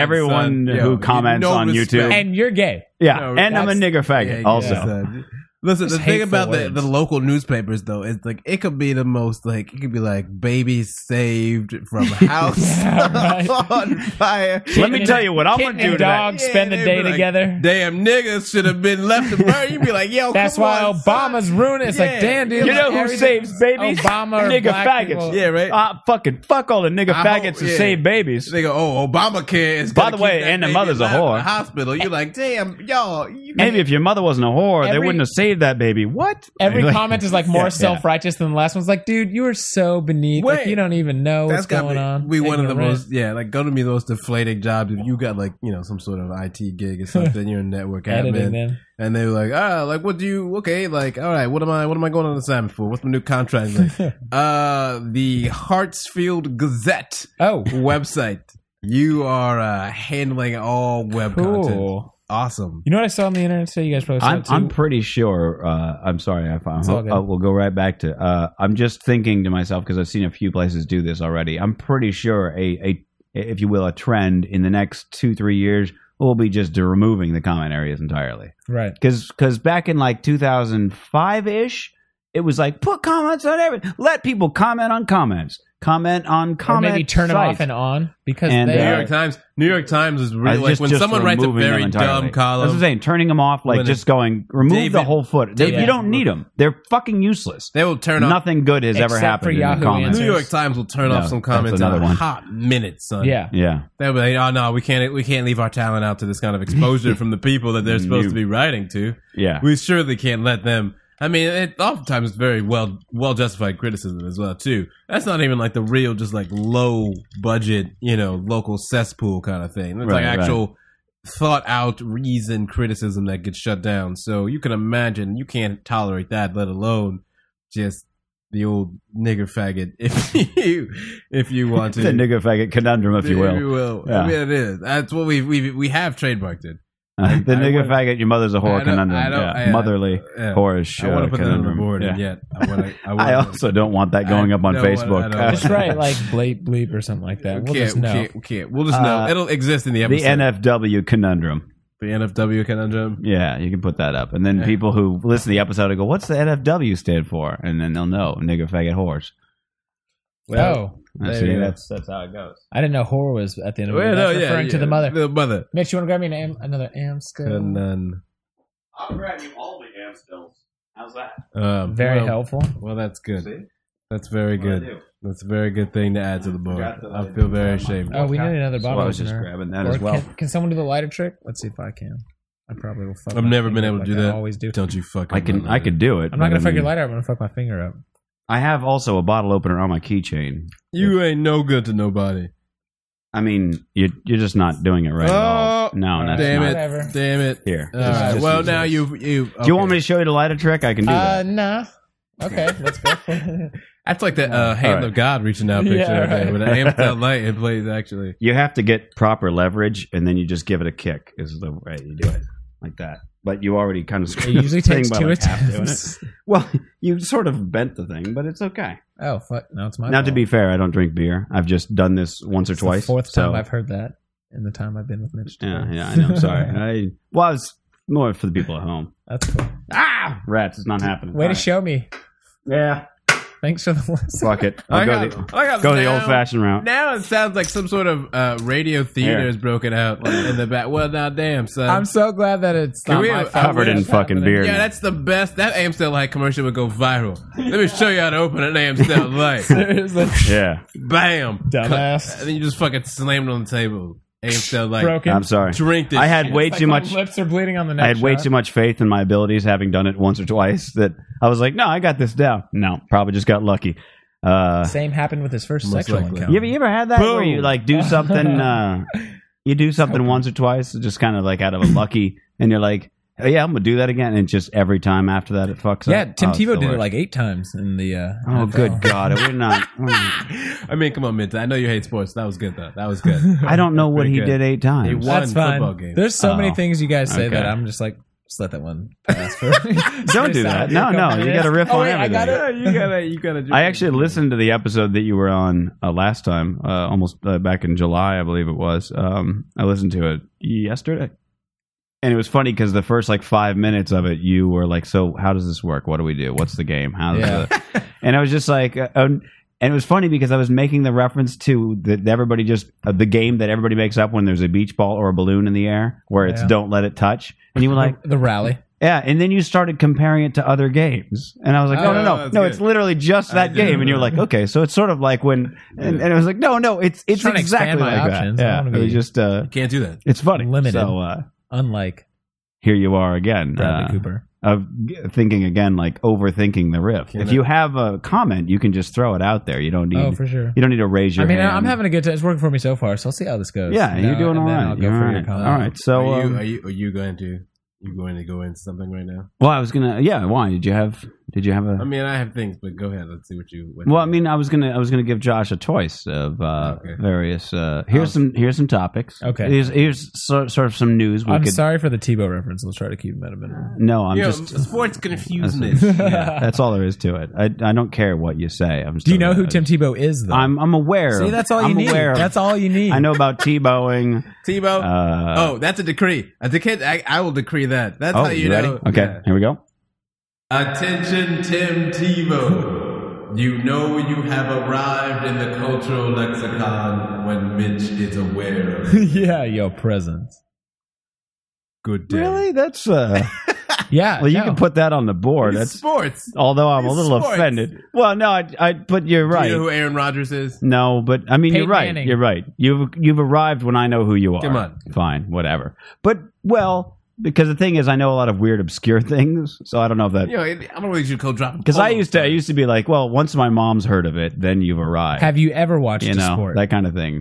son. everyone who Yo, comments no on respect. YouTube. and you're gay. yeah, no, and I'm a that's- nigger Yeah, faggot yeah, also. son. Listen, Just the thing hateful about the, words. the local newspapers though is like it could be the most like it could be like baby saved from house Yeah, right. on fire. Let me tell you what I'm going to Kitten do and today. dog spend the Yeah, they'd day be like, together. Damn niggas should have been left to burn. You'd be like, yo, That's come why on, son. Obama's ruining. It's Yeah. like, damn, dude. You like, know who everything- saves babies? Obama or nigger black faggots. people. Yeah, right. Uh, fucking fuck all the nigger I faggots hope- who yeah. save babies. They go, oh, Obamacare is. By gonna the way, keep that and the baby mother's a alive in whore. the hospital. You're like, damn, y'all. You Maybe if your mother wasn't a whore, they Every- wouldn't have saved that baby. What? Every Like- comment is like more Yeah, self righteous than the last one's like, dude, you are so beneath. Like, Wait. you don't even know what's that's got going to on. be one of the Ignorant. most. Yeah, like going to be the most deflating jobs if you got like you know some sort of IT gig or something. You're a network editing admin, them. and they were like, ah, like what do you? Okay, like all right, what am I? What am I going on assignment for? What's my new contract? Like, uh, the Hartsfield Gazette Oh, website. You are uh, handling all web content. cool. Awesome. You know what I saw on the internet today? You guys probably saw I'm, it too. I'm pretty sure. Uh, I'm sorry. I found. It's all good. Uh, we'll go right back to. Uh, I'm just thinking to myself because I've seen a few places do this already. I'm pretty sure a, a if you will a trend in the next two three years will be just to removing the comment areas entirely. right. Because back in like 2005 ish, it was like put comments on everything. Let people comment on comments. Comment on Or comments. maybe turn them off and on because And, they New uh, are York Times. New York Times is I really like just- when just someone writes a removing them very entirely. dumb That's what I'm column. saying. Turning them off, like When just going, remove the David- whole foot. They- David- you don't need them. They're fucking useless. They will turn off. Nothing good has ever Except for happened in the Yahoo comments. New Answers. York Times will turn No, off some that's comments in another a one. hot minute, son. yeah. Yeah, They'll be like, oh no, we can't we can't leave our talent out to this kind of exposure from the people that they're supposed You- to be writing to. yeah. We surely can't let them I mean, it oftentimes it's very well well justified criticism as well too. That's not even like the real, just like low budget, you know, local cesspool kind of thing. It's like Right, right. actual thought out, reasoned criticism that gets shut down. So you can imagine you can't tolerate that, let alone just the old nigger faggot. If you if you want the to, nigger faggot conundrum, if you If you will. will. Yeah. I mean, it is. That's what we we we have trademarked it. Uh, the I nigger wanna- faggot, your mother's a whore I don't- conundrum. I don't- yeah. I- I- Motherly, yeah. whorish. I want uh, to put that on the conundrum. board, and Yeah. yet I want to. I, I wanna- also don't want that going I up on don't wanna- Facebook. I don't- Just write like bleep bleep or something like that. We We'll can't, just we know. can't. We can't. We'll just know. Uh, It'll exist in the the episode. NFW conundrum. the NFW conundrum. Yeah, you can put that up, and then Yeah. people who listen to the episode will go, "What's the NFW stand for?" And then they'll know nigger faggot whores. Oh, That's, There you see, go. that's that's how it goes. I didn't know horror was at the end of it. That's referring to the mother. The mother. Mitch, you want to grab me an am- another Amstel? Conun- I'll grab you all the Amstels. How's that? Um, Very well, helpful. Well, that's See? good. That's very What'd I good. do? That's a very good thing to add to the board. Forgot that I I feel didn't very have my- ashamed. Oh, we need another So bottle I was just opener. grabbing that Or as well. Can, can someone do the lighter trick? Let's see if I can. I probably will. Fuck I've my never been finger able up to like do that. I always do. Don't you fucking? I can I can do it. I'm not but gonna I fuck your mean, lighter. up, I'm gonna fuck my finger up. I have also a bottle opener on my keychain. You ain't no good to nobody. I mean, you're you're just not doing it right. at all. Oh, No, that's Damn not it! Whatever. Damn it! here. Uh, All right. Just Well, use now this. you you. Do you want me to show you the lighter trick? I can do Uh, that. nah. Okay, let's go. For it. That's like the uh, hand right. of God reaching out picture Yeah, right. there right. with an Amstel light in place. Actually, You have to get proper leverage, and then you just give it a kick. Is the way you do it like that. But you already kind of It screwed usually the thing takes by, two like, half doing it. attempts. Well, you sort of bent the thing, but it's okay. Oh fuck! Now it's my. Now, to fault. be fair, I don't drink beer. I've just done this once or It's the twice. fourth so- time I've heard that in the time I've been with Mitch. Yeah, yeah, I know. Sorry. I well, I was more for the people at home. That's cool. Ah, rats! It's not happening. Way All to right. show me. Yeah, Thanks for the lesson. fuck it. I'll go got- the, I got go the now- old fashioned route. Now it sounds like some sort of uh, radio theater Here. is broken out in the back. Well, now damn son. I'm so glad that it's Can not we my have- fault. Covered in fucking beer. yeah, that's the best. That Amstel Light commercial would go viral. Let me show you how to open an Amstel Light. Seriously. yeah, Bam. Dumbass. And then you just fucking slammed it on the table. Amstel Light. Broken. I'm sorry. Drink this. I had way Like too my much. Lips are bleeding on the neck. I had way shot. too much faith in my abilities, having done it once or twice. That I was like, no, I got this down. No, probably just got lucky. Uh, Same happened with his first Most sexual likely. encounter. you ever you ever had that where Boom. you like do something? Uh, you do something once or twice, just kind of like out of a lucky, and you're like, oh, yeah, I'm gonna do that again, and just every time after that, it fucks Yeah, up. Tim Oh, it's the Tebow did it worst. like eight times in the. Uh, Oh, NFL. good God. We're not. I mean, come on, Minta. I know you hate sports. That was good, though. That was good. I don't know what Pretty he good. did eight He times. won That's football fine. games. There's so many Oh, things you guys say that okay. I'm just like, just let that one pass. For Don't do that. No, no. You got to riff Oh, on wait, I everything. got it. Yeah, you gotta, you gotta. do- I actually listened to the episode that you were on uh, last time, uh, almost uh, back in July, I believe it was. Um, I listened to it yesterday, and it was funny because the first like five minutes of it, you were like, "So how does this work? What do we do? What's the game? How?" Does Yeah. the-" and I was just like, uh, um, and it was funny because I was making the reference to that everybody just uh, the game that everybody makes up when there's a beach ball or a balloon in the air, where it's Yeah. "Don't let it touch," and you were like. the rally. Yeah, and then you started comparing it to other games, and I was like, no, Oh, no, no, no, that's good. it's literally just that do game. And you're like, okay, so it's sort of like when, and, and I was like, no, no, it's it's Trying to expand exactly my like options. I that. wanna Yeah, it was be- just uh, Can't do that. it's funny. Limited. So uh, Unlike here you are again, Bradley uh, Cooper. of g- thinking again, like overthinking the riff. If you have a comment, you can just throw it out there. You don't need, Oh, for sure. you don't need to raise your. I mean, hand. I'm having a good time. It's working for me so far, so I'll see how this goes. Yeah, You you're know, doing and all then right. I'll go You're for all your right. comment. All right. So, are you, um, are you, are you going to, you going to go into something right now? well, I was gonna. Yeah. Why did you have? Did you have a? I mean, I have things, but go ahead. Let's see what you. What Well, I mean, I was gonna I was gonna give Josh a choice of uh, Okay. various. Uh, here's some here's some topics. Um, Okay. Here's here's so, sort of some news we I'm could. sorry for the Tebow reference. I'll try to keep him at a minimum. No, I'm you know, just. uh, sports that's, confuseness. yeah, that's all there is to it. I, I don't care what you say. I'm. Do still you know gonna- who Tim Tebow is, though? I'm I'm aware. see, of- that's all you I'm need. Aware of- That's all you need. I know about T-bowing. Tebow. Uh, oh, that's a decree. A decree. I, I will decree that. That's oh, how you, you ready? know. Okay, Yeah. here we go. Attention, Tim Tebow. You know you have arrived in the cultural lexicon when Mitch is aware of it. yeah, yo, presence. Good day. Really? That's uh. Yeah. well, you no. can put that on the board. It's That's sports. although I'm a it's little sports. offended. Well, no, I I but you're right. Do you know who Aaron Rodgers is? No, but I mean, Peyton you're right. Manning. You're right. You've you've arrived when I know who you are. Come on. fine, whatever. But well, because the thing is, I know a lot of weird, obscure things, so I don't know if that. You know, I don't know if you should call dropping. Because I used to, I used to be like, well, once my mom's heard of it, then you've arrived. Have you ever watched you a know sport? that kind of thing.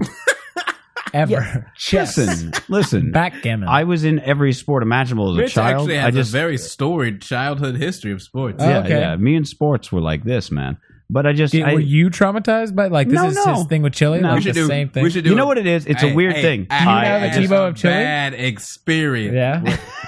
ever. Chess. Listen, listen. Backgammon. I was in every sport imaginable as a Mitch child. actually has I just Uh, a very storied childhood history of sports. Oh, yeah, okay. yeah. Me and sports were like this, man. But I just Did- I, were you traumatized by like this No, is no. his thing with Chile? No. Like We the same thing. We should do. you know what it is? It's a weird thing. I- have a I just- Tebow of Chile? Bad experience.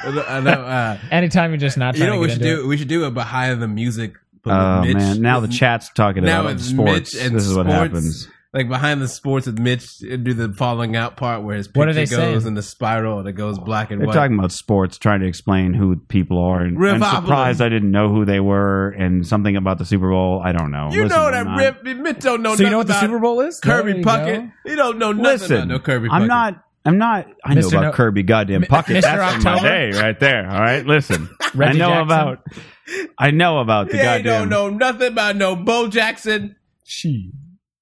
Yeah. I know, uh, Anytime you're just not you trying know what we to should get into do? We should do a behind the music. Oh with Mitch- man! Now the with- chat's talking now about it's sports. Mitch and this is what sports. happens. like behind the sports with Mitch do the falling out part where his picture What are they goes saying? in the spiral and it goes black and Oh, They're white. talking about sports, trying to explain who people are, and I'm Revival. surprised I didn't know who they were, and something about the Super Bowl. I don't know. you Listen, know that I'm- Rip Mitch don't know. it. So nothing you know what the about Super Bowl is? Kirby There you Puckett. go. He don't know nothing Listen, about no Kirby. I'm Puckett. not. I'm not. I know Mr. about No- Kirby goddamn Mi- Puckett. Mr. That's from my October? day right there. All right, listen. I Reggie know Jackson? about. I know about the Yeah, he don't goddamn. know nothing about no Bo Jackson. She.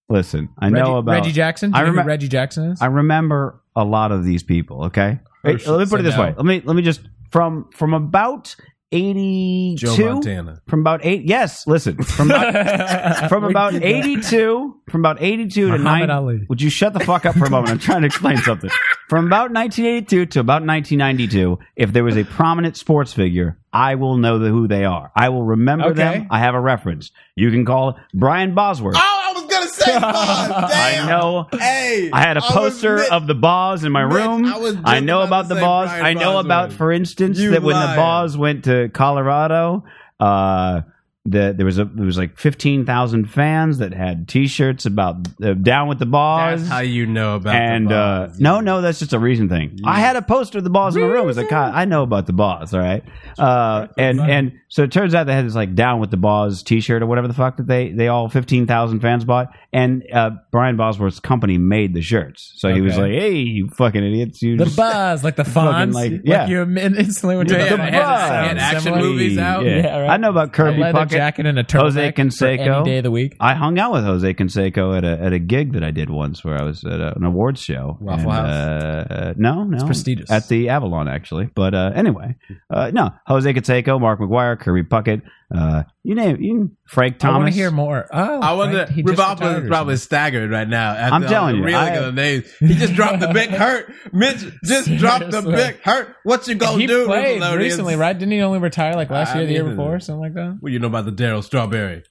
Listen, I know Reggie- about Reggie Jackson. Do I you know who remem- Reggie Jackson is? I remember a lot of these people. Okay, Hey, Herschel, let me put it so this way. no. Let me let me just from from about eighty Joe two Montana. from about eight. Yes, listen from about, from We about did that. eighty two from about eighty two to nine. Muhammad Ali. Would you shut the fuck up for a moment? I'm trying to explain something. From about 1982 to about 1992, if there was a prominent sports figure, I will know the- who they are. I will remember Okay. them. I have a reference. You can call it Brian Bosworth. Oh, I was gonna say. oh, I damn. know Hey, I had a was poster Mitch. of the Boz in my Mitch, room. I was just I, know about about to the say Boz. Brian I know Bosworth. about, for instance, You that when the liar. Boz went to Colorado, uh, the, there was a there was like fifteen thousand fans that had T-shirts about uh, down with the Boz. That's how you know about and the uh, Boz. no, no, that's just a reason thing. I had a poster of the Boz in my room. It's like, God, I know about the Boz, all right. Uh, and and so it turns out they had this like down with the Boz T-shirt or whatever the fuck that they they all fifteen thousand fans bought. And uh, Brian Bosworth's company made the shirts, so he was Okay. like, "Hey, you fucking idiots, you The just- buzz, like the fonz, like- like, yeah. you im- instantly went to Yeah, the, they the had the Buzz. sound sound action similar. movies out. Yeah. Yeah, right. I know about a Kirby leather Puckett. jacket and a Jose turtleneck for Canseco. any day of the week. I hung out with Jose Canseco at a at a gig that I did once, where I was at a, an awards show. Waffle House? Uh, uh, no, no, prestigious. at the Avalon actually. But uh, anyway, uh, no, Jose Canseco, Mark McGuire, Kirby Puckett, uh, you name you, Frank I Thomas. want to hear more. Oh, I wonder. right, he just Revolver retired is or probably something. staggered right now. after I'm all telling the you, real I- good names. He just dropped the big hurt. Mitch just dropped the Seriously. big hurt. What you gonna He do? played Nickelodeons? recently, right? Didn't he only retire like last I year, the year mean, before, something like that? What you know about the Daryl Strawberry?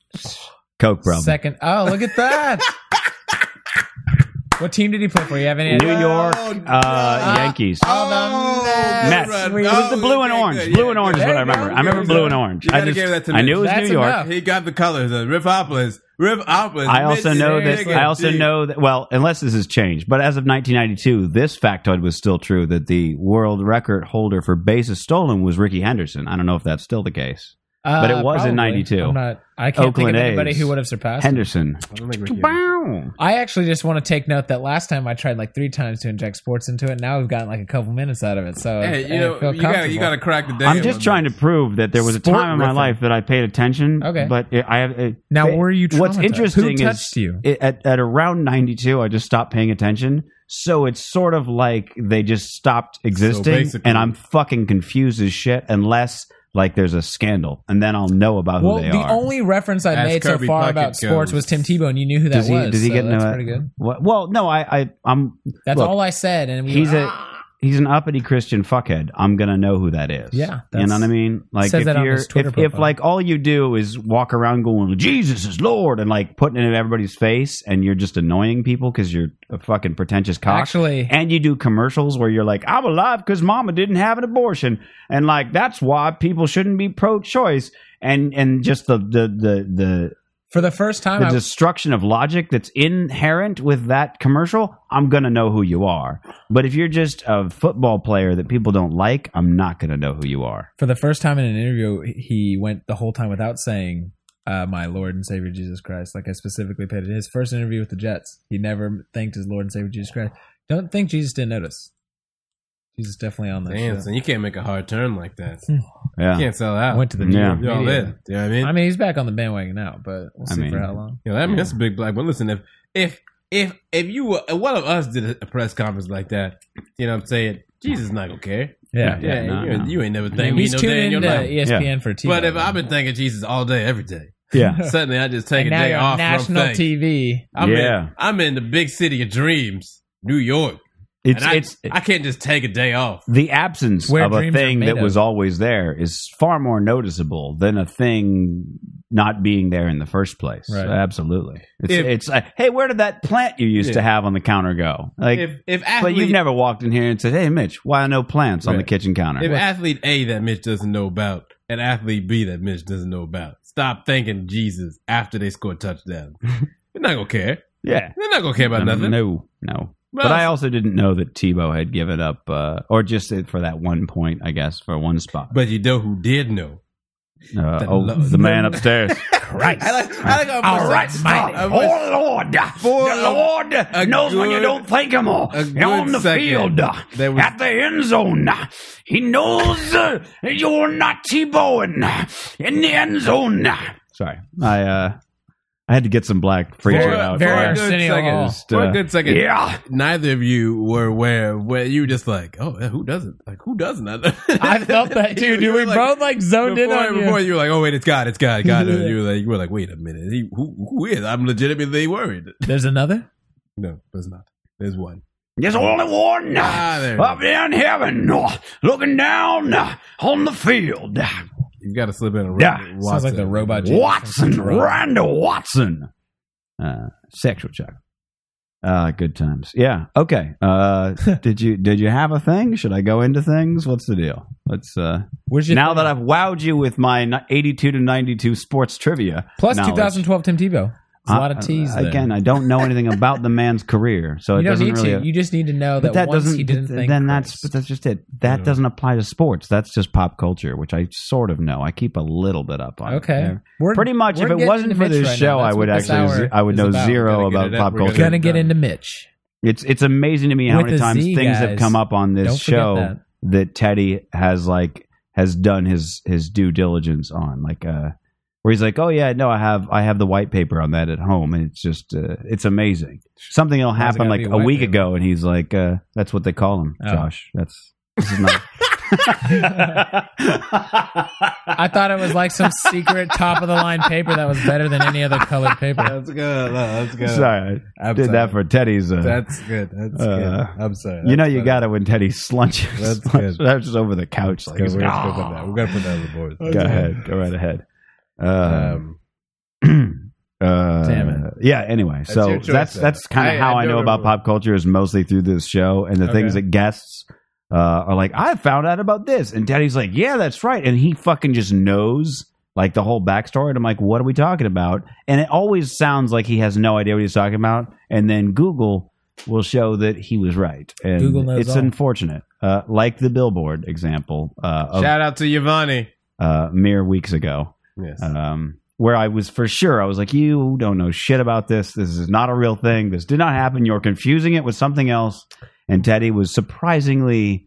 Coke problem. Second. Oh, look at that. what team did he play for? You have any New idea? York uh, God. Yankees. Oh, Mets. Mets. Mets. It was the blue and Okay, orange. good. Blue Yeah, and orange is good. what I remember. go. I remember There you blue and go. orange. You I gotta just give that to I knew it was Mitch. New That's York. enough. He got the colors. The Riffopolis. Riffopolis. I also Mitch know is that seriously. I also big. know that well, unless this has changed, but as of 1992, this factoid was still true that the world record holder for bases stolen was Ricky Henderson. I don't know if that's still the case. Uh, But it was in probably. 92. I'm not, I can't Oakland think of anybody A's. who would have surpassed him. Henderson. I don't think Ricky- Bow. I actually just want to take note that last time I tried like three times to inject sports into it. Now we've gotten like a couple minutes out of it. So Hey, I you know, feel you gotta, you comfortable. gotta crack the day. I'm just trying to prove that there was a Sport time in my reference. life that I paid attention. Okay. But it, I have. It, Now, it- were you What's traumatized? interesting Who is touched you? it- at, at around 92, I just stopped paying attention. So it's sort of like they just stopped existing. basically- and I'm fucking confused as shit unless like there's a scandal. And then I'll know about who Well, they the are. only reference I As made Kirby so far Puckett about sports goes. was Tim Tebow, and you knew who that does he, was. does he so get that's into pretty good? What, well, no, I, I, I'm. That's look, all I said, and we He's went, a he's an uppity Christian fuckhead. I'm gonna know who that is. Yeah, you know that's- what I mean. Like says if that on you're his Twitter if, if profile. like all you do is walk around going Jesus is Lord and like putting it in everybody's face and you're just annoying people because you're a fucking pretentious cock. Actually- and you do commercials where you're like I'm alive because Mama didn't have an abortion and like that's why people shouldn't be pro-choice and and just the the the the for the first time. the Uh, I, destruction of logic that's inherent with that commercial, I'm gonna know who you are. But if you're just a football player that people don't like, I'm not gonna know who you are. for the first time in an interview, he went the whole time without saying uh, "My Lord and Savior Jesus Christ." Like I specifically paid it. His first interview with the Jets, he never thanked his Lord and Savior Jesus Christ. Don't think Jesus didn't notice. Jesus definitely on that. Damn, show. son, you can't make a hard turn like that. Yeah, You can't sell out. I went to the New Yeah. York You're all media. in. You know what I mean? I mean, he's back on the bandwagon now, but we'll I see mean- for how long. Yeah, I mean that's a big black one. Listen, if if if if you were if one of us did a- a press conference like that, you know what I'm saying? Jesus is not gonna care. Yeah. Yeah, no, you, no. you ain't never At thinking you least know tune day in in your to life. ESPN for TV. But if I've been thinking Jesus all day, every day, yeah. suddenly I just take and a now day you're off on national from thinking. TV. I'm Yeah. in, I'm in the big city of dreams, New York. It's and I, it's I can't just take a day off. the absence Where of a dreams are thing made that was of. always there is far more noticeable than a thing not being there in the first place. Right. Absolutely. It's, If- it's like, hey, where did that plant you used to Yeah. have on the counter go? Like, if if but athlete, you've never walked in here and said, hey, Mitch, why no plants on the Right. kitchen counter? if athlete A that Mitch doesn't know about, and athlete B that Mitch doesn't know about, stop thanking Jesus after they score a touchdown. They're not gonna care. yeah. They're not gonna care about Um, nothing. No, no. Well, but I also didn't know that Tebow had given up, uh, or just it for that one point, I guess, for one spot. but you know who did know. Uh, the oh, lo- the man upstairs. Right. I like, I like how All right, Mr. mighty. I wish- Oh Lord, For the Lord knows when you good- don't think him all a good on the second, field uh, there was- at the end zone. He knows uh, you're not T-bowing in the end zone. Sorry, I uh, I had to get some black Very, freezer For- out. very for a good Arsenio second. Hall. Just, For uh, a good second, yeah, neither of you were aware of where you were just like, oh, yeah, who doesn't? Like, who does not I felt that too, dude. We both like zoned before, in on you. before you were like, oh, wait, it's God, it's God, God. And you were like, you were like, wait a minute. He, who, who is? I'm legitimately worried. There's another. No, there's not. There's one. there's only one Ah, there. up there in heaven, uh, looking down uh, on the field. You've got to slip in a Yeah. Robert Sounds like Watson. the robot. Jesus. Watson, Randall Watson. Uh, sexual chuck. Uh, good times. Yeah. Okay. Uh, did you did you have a thing? Should I go into things? What's the deal? Let's. Uh, Where's your now that I've wowed you with my ni- eighty-two to ninety-two sports trivia, plus knowledge, 2012 Tim Tebow. There's a I- lot of T's there. Again, I don't know anything about the man's career, so you it don't doesn't need really. uh, to. You just need to know that, but that once doesn't. he didn't th- think. then that's but Christ. that's just it. That Yeah. doesn't apply to sports. That's just pop culture, which I sort of know. I keep a little bit up on. okay. We're- Pretty much, we're if it getting wasn't into for Mitch this right now. show, I That's would what this actually, hour I would is know about. zero We're gonna about get it pop up. We're culture. gonna get into Mitch. It's it's amazing to me how With many a times Z, things have guys. come up on this Don't forget show that. that. Teddy has like has done his his due diligence on, like uh, where he's like, oh yeah, no, I have I have the white paper on that at home, and it's just uh, it's amazing. Something will it happen gotta like be a white week paper? ago, and he's like, uh, that's what they call him, Oh. Josh. That's this is not. I thought it was like some secret top of the line paper that was better than any other colored paper. That's good. No, that's good. Sorry, I I'm did sorry. that for Teddy's. Uh, That's good. That's Uh, good. I'm sorry. you know That's you funny. got it when Teddy slunches. That's That's good. slouches over the couch. Like, Okay, he's we're like, just gonna put "Ah." that. We're gonna put that on the board. Go ahead. Go right ahead. Uh, Um, uh, Damn it. Yeah. Anyway, so your choice, that's then. that's kind I- of how I I, know don't about know. pop culture is mostly through this show and the things Okay. that guests uh, are like. I found out about this, and Daddy's like, "Yeah, that's right," and he fucking just knows like the whole backstory. And I'm like, "What are we talking about?" And it always sounds like he has no idea what he's talking about, and then Google will show that he was right. And Google knows it's all. unfortunate, uh, like the billboard example uh, of Shout out to Giovanni. uh, mere weeks ago Yes. um, where I was for sure. I was like, "You don't know shit about this. This is not a real thing. This did not happen. You're confusing it with something else." And Teddy was surprisingly,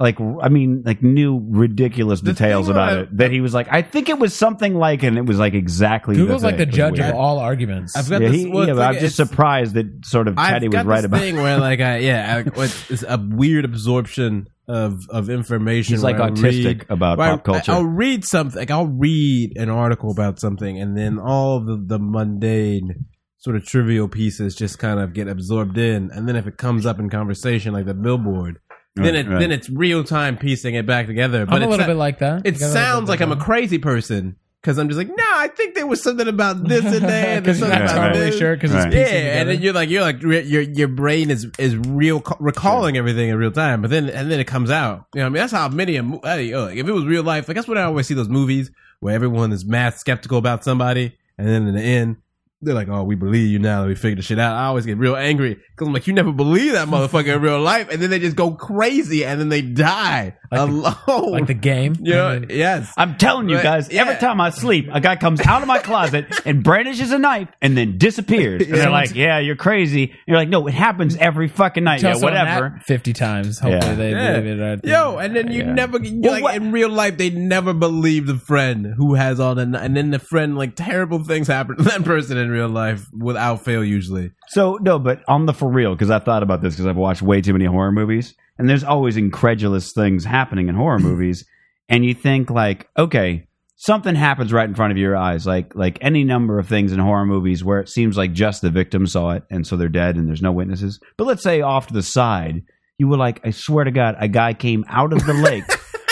like, I mean, like knew ridiculous The details thing about that- it that he was like, "I think it was something like," and it was like exactly. Google's like the thing. It was judge weird. of all arguments. I've got Yeah, this. he- well, yeah, it's but like I'm just it's- surprised that sort of Teddy I've was got right this about. thing where like I yeah, I, it's, it's a weird absorption of of information. He's like where I'll autistic read- about where I- pop culture. I'll read something. Like I'll read an article about something, and then all the the mundane sort of trivial pieces just kind of get absorbed in. And then if it comes up in conversation, like the billboard, then Right, it right. then it's real time piecing it back together. But I'm a it's little not- bit like that. it Got a little sounds bit like I'm a that. crazy person because I'm just like, no, I think there was something about this and that. and 'Cause there's you're something not about Right. totally this. sure because Right. it's Yeah, piecing and then together. you're like, you're like, re- your your brain is is real recalling everything in real time, but then and then it comes out. You know, what I mean, that's how many. a mo- Hey, uh, if it was real life, like that's when I always see those movies where everyone is mad skeptical about somebody, and then in the end. They're like, oh, we believe you now that we figured the shit out. I always get real angry because I'm like, you never believe that motherfucker in real life, and then they just go crazy and then they die Like alone. like the game. You know, And then- yes. I'm telling you Right, guys, every yeah. time I sleep, a guy comes out of my closet and brandishes a knife and then disappears. And they're like, "Yeah, you're crazy." And you're like, "No, it happens every fucking night." tell Yeah, someone that whatever. 50 times. Hopefully Yeah. they Yeah. believe it. Right Yo, and then you Mm, Yeah. never you Well, like what- in real life they never believe the friend who has all the and then the friend like terrible things happen to that person in real life without fail usually. So no, but on the for real, because I've thought about this because I've watched way too many horror movies, and there's always incredulous things happening in horror movies, and you think like, okay, something happens right in front of your eyes, like like any number of things in horror movies where it seems like just the victim saw it, and so they're dead, and there's no witnesses. But let's say off to the side, you were like, I swear to God, a guy came out of the lake.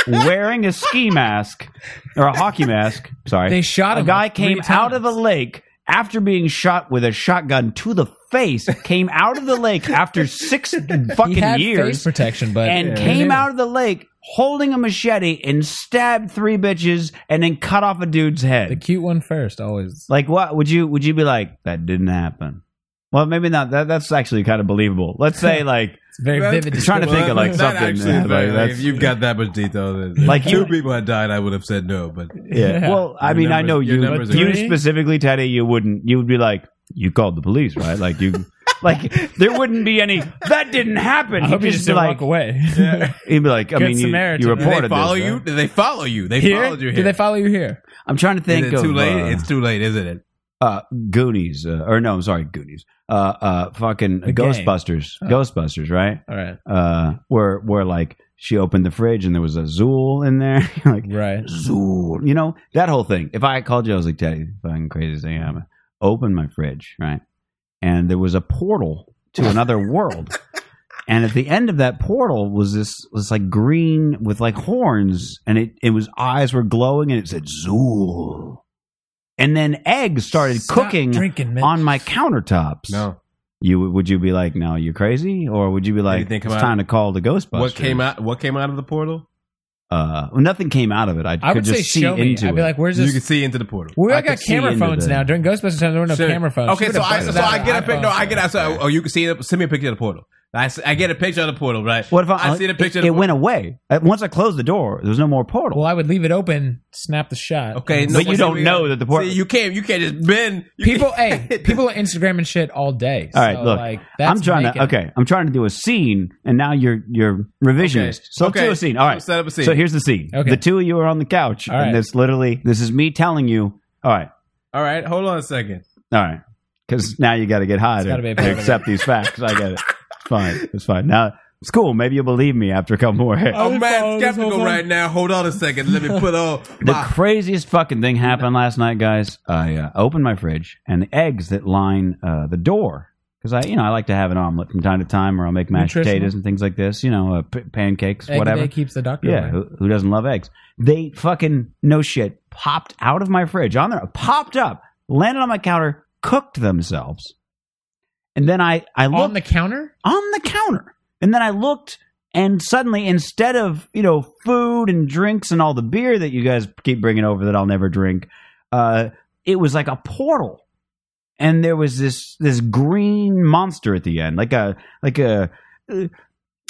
Wearing a ski mask or a hockey mask, sorry, They shot a him guy like three came out of a times. lake after being shot with a shotgun to the face came out of the lake after six He had fucking face years protection, but and came out of the lake holding a machete and stabbed three bitches and then cut off a dude's the head cute one first always. like what would you would you be like that didn't happen well maybe not that, that's actually kind of believable let's say like It's very That's- vivid. I'm trying to Well, think of like that something actually yeah, is like, like- that's- if you've got that much detail, then Like like two you- people had died, I would have said no. But yeah. well i Your mean i numbers- know your you numbers are you right. specifically teddy you wouldn't you would be like you called the police right like you like there wouldn't be any that didn't happen I hope you He'd just be didn't like walk away. He'd be like, I Good mean, you, Samaritan. you Did they did reported they follow this, you? right? Did they follow you? They here? followed you here. Did they follow you here? I'm trying to think Is it of too late? uh, it's too late, isn't it? uh, Goonies, uh, or no, I'm sorry, Goonies. Uh, uh, fucking The game. Ghostbusters, Ghostbusters, right? All right, Uh, where where like she opened the fridge and there was a Zool in there, like right. Zool, you know that whole thing. If I called you, I was like, Teddy, fucking crazy thing happened. Open my fridge, right? And there was a portal to another world. And at the end of that portal was this was like green with like horns, and it it was eyes were glowing, and it said Zool. And then eggs started Stop cooking drinking, man. on my countertops. No. you would you be like, no, you're crazy, or would you be like, think it's about- time to call the Ghostbusters? What came out? What came out of the portal? Uh, well, nothing came out of it. I, I could would just say see show me. into I'd be it. like, "Where's You can this?" see into the portal. We all I got could see camera into phones the- now. During Ghostbusters time, there were no So- camera phones. Okay, She so would've I fucked so us out I of get a iPhones. picture. No, I get a so oh you can see it. Send me a picture of the portal. I, s- I get a picture of the portal. Right. What if I, I see the picture? It, of the it portal. went away Uh, once I closed the door. There was no more portal. Well, I would leave it open, snap the shot. Okay, But you don't know that the portal- See, you can't. You can't just bend. You People, hey, can't- people on Instagram and shit all day. All right, So, look, like, that's I'm trying making- to okay. I'm trying to do a scene, and now you're you're revisionist. So let's Okay. do a scene. All right, Set up a scene. So here's the scene. Okay. The two of you are on the couch, All and right. it's literally this is me telling you. All right, All right, hold on a second. all right, because now you got to get high to, gotta be a to part of accept these facts. I get it. It's fine. It's fine. Now it's cool. Maybe you'll believe me after a couple more hits. I'm follow mad this whole skeptical time. right now. Hold on a second. Let me put on The my craziest fucking thing happened last night, guys. I uh, opened my fridge, and the eggs that line uh, the door, because I, you know, I like to have an omelet from time to time, or I'll make mashed Nutritional. potatoes and things like this. You know, uh, p- pancakes, Egg whatever. Day keeps the doctor. Yeah, Yeah. who, who doesn't love eggs? They fucking no shit popped out of my fridge on there, popped up, landed on my counter, cooked themselves, and then I I looked On the counter? on the counter. And then I looked, and suddenly, instead of you know food and drinks and all the beer that you guys keep bringing over that I'll never drink, uh, it was like a portal, and there was this this green monster at the end, like a like a uh,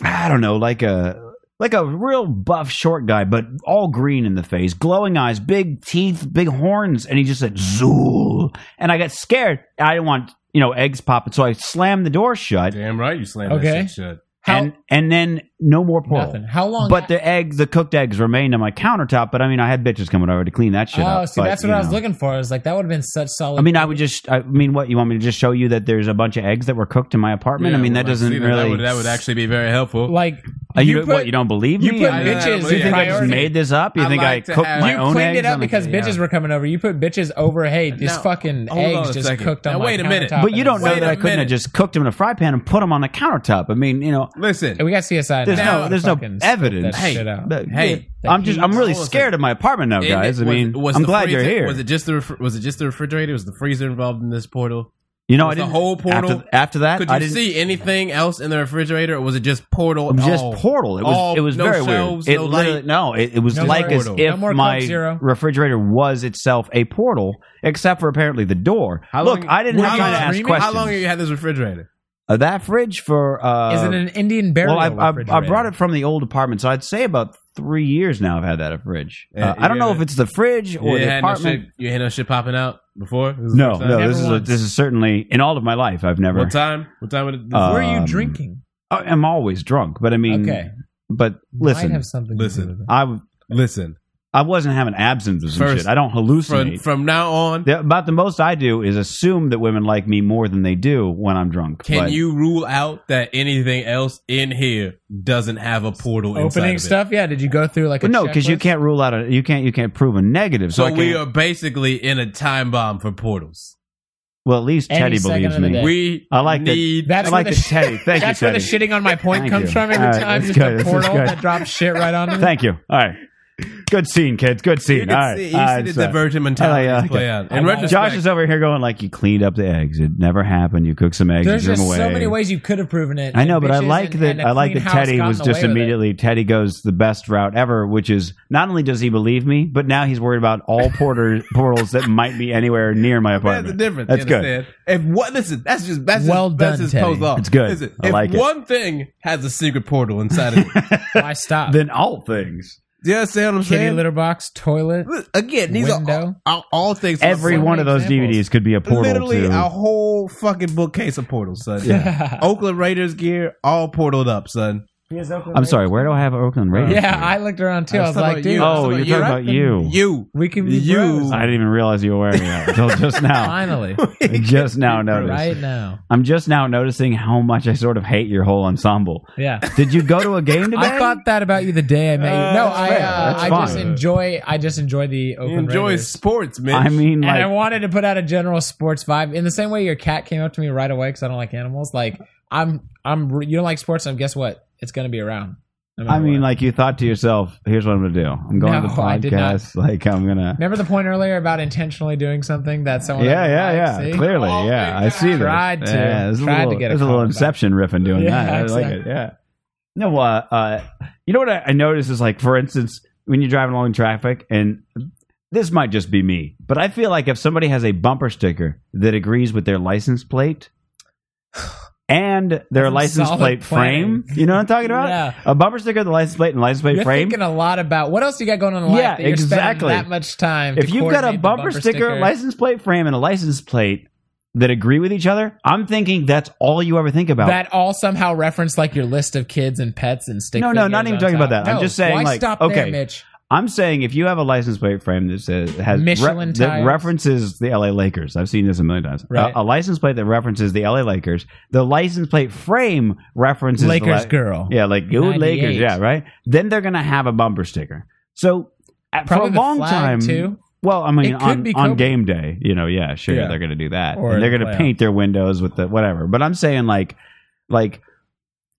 I don't know, like a like a real buff short guy, but all green in the face, glowing eyes, big teeth, big horns, and he just said Zool, and I got scared. I didn't want you know eggs popping, so I slammed the door shut Damn right, you slammed Okay. that shit shut. How, and and then no more portal. nothing. How long? But the eggs, the cooked eggs, remained on my countertop. But I mean, I had bitches coming over to clean that shit oh, up. see, but, that's what you I was know. looking for. I was like, that would have been such solid. I mean, I would just. I mean, what you want me to just show you that there's a bunch of eggs that were cooked in my apartment? I mean, that well, doesn't see, really. That would, that would actually be very helpful. like Are you, you what? put- You don't believe you me? put I- yeah, bitches. but yeah, in you think I priority. just made this up? You I think like I to cooked have- my you own cleaned it eggs? up I'm like, because bitches were coming over. You put bitches over. Hey, this Now, fucking hold on eggs a just second. cooked on Now, my wait a minute. countertop But you and don't know Wait that a I couldn't have minute. just cooked them in a fry pan and put them on the countertop. I mean, you know, Listen, And we got CSI. there's now. no, there's no Fucking spit evidence. That shit out. But- Hey, I'm just, I'm really hold on a scared second. of my apartment now, and guys. I it- was- mean, was I'm the glad you're freezer- here. Was it just the ref- was it just the refrigerator? Was the freezer involved in this portal? You know, I Was the didn't. whole portal- after, after that, Could I you didn't see anything else in the refrigerator, or was it just portal? It was and just all? portal. It was All- it was Oh. no very shelves, weird. It no literally- light. no, it, it was No like more as portal. if No more Coke my Zero. refrigerator was itself a portal, except for apparently the door. How Look, long- I didn't were have you time to ask streaming? questions. How long have you had this refrigerator? Uh, that fridge for uh, Is it an Indian burial? well, I, I, I refrigerator? brought it from the old apartment, so I'd say about three years now. I've had that fridge. Uh, Yeah, I don't know yeah. if it's the fridge or you the had no apartment. shit. You had no shit popping out before. This is the No, first time? no, Never this is a, once. this is certainly in all of my life. I've never. What time? What time? Would it, Uh, Where are um, you drinking? I- I'm always drunk, but I mean, Okay. But listen, Might have something. Listen. To do with it. I w- listen, I wasn't having absence of some First- shit. I don't From hallucinate. from now on, The- about the most I do is assume that women like me more than they do when I'm drunk. can but- you rule out that anything else in here doesn't have a portal inside of Opening it? stuff? Yeah. Did you go through like a But no, because you checklist? can't rule out a you can't you can't prove a negative. So, So I we can't- are basically in a time bomb for portals. well, at least Any Teddy second believes of the day. me. We I like that- need I That's like where the the- Teddy. Thank you, That's where the Teddy. shitting on my point Thank comes you. from every All right, time. that's Just good, a this is portal good. that drops shit right on me. Thank you. All right. Good scene, kids. Good scene. You All can right. see, you All see right, the so- divergent I mentality like, uh, play out. I'm In all- retrospect, Josh is over here going like, "You cleaned up the eggs. It never happened. You cooked some eggs. There's you threw just them away." so many ways you could have proven it. I and know, but I bitches like and- that. and a I like clean that house Teddy got was in the just way with it. immediately. Teddy goes the best route ever, which is not only does he believe me, but now he's worried about all porter portals that might be anywhere near my There's a apartment. difference. That's you good. understand? If what listen, that's just that's Well just, that's done, just Teddy. post law. It's good. Listen, I if like it. one thing has a secret portal inside of it, Why stop? Then all things. do you understand what I'm Kitty saying? litter box, toilet. Look, Again, these Window. are all, all, all things. Every so one many of those examples. DVDs could be a portal literally to. a whole fucking bookcase of portals, son. Oh, Oakland Raiders gear, all portaled up, son. I'm sorry. Where do I have Oakland Raiders? Yeah, from? I looked around too. I I was was talking like, about dude, you. I was Oh, you're talking about you. You, we can be You. bros. I didn't even realize you were wearing that until just now. Finally, I just now noticed. right now. I'm just now noticing how much I sort of hate your whole ensemble. Yeah. Did you go to a game today? I thought that about you the day I met Uh, you. No, that's I fair. uh, That's I just fine. enjoy I just enjoy the You open enjoy Raiders. sports, man. I mean, and I like, wanted to put out a general sports vibe in the same way your cat came up to me right away because I don't like animals. Like I'm I'm re- you don't like sports. And guess what? It's gonna be around. no I matter mean, what. like, you thought to yourself, "Here's what I'm gonna do. I'm going to the No, I did podcast. Like, I'm gonna." remember the point earlier about intentionally doing something that someone Yeah, doesn't like? yeah, See? yeah. Clearly, Oh, yeah. my I see that. Tried to. Yeah, there's Tried a to little, get a there's a little comment back. Inception riffing doing Yeah, that. I like it. exactly. Yeah. No, uh, uh, you know what I, I noticed is like, for instance, when you're driving along traffic, and this might just be me, but I feel like if somebody has a bumper sticker that agrees with their license plate. And their Some license solid plate frame. planning. You know what I'm talking about? Yeah. A bumper sticker, the license plate, and license plate You're frame. thinking a lot about what else you got going on in life Yeah, that you're spending exactly. that much time. if to you've got a coordinate bumper, the sticker, license plate frame, and a license plate that agree with each other, I'm thinking that's all you ever think about. that all somehow reference like your list of kids and pets and stick. No, no, not figures even talking on about top. that. I'm No, just saying, why like, stop okay. there, Mitch. I'm saying if you have a license plate frame that says has Michelin that tires. references the LA Lakers, I've seen this a million times. Right. A, a license plate that references the LA Lakers, the license plate frame references the Lakers La- girl. Yeah, like go 98. Lakers. Yeah, right. Then they're gonna have a bumper sticker. So at- Probably for a the long flag, time, too. well, I mean, It could on, be on Kobe. game day, you know, yeah, sure, Yeah. they're gonna do that, Or and they're in the gonna playoff. paint their windows with the whatever. But I'm saying like, like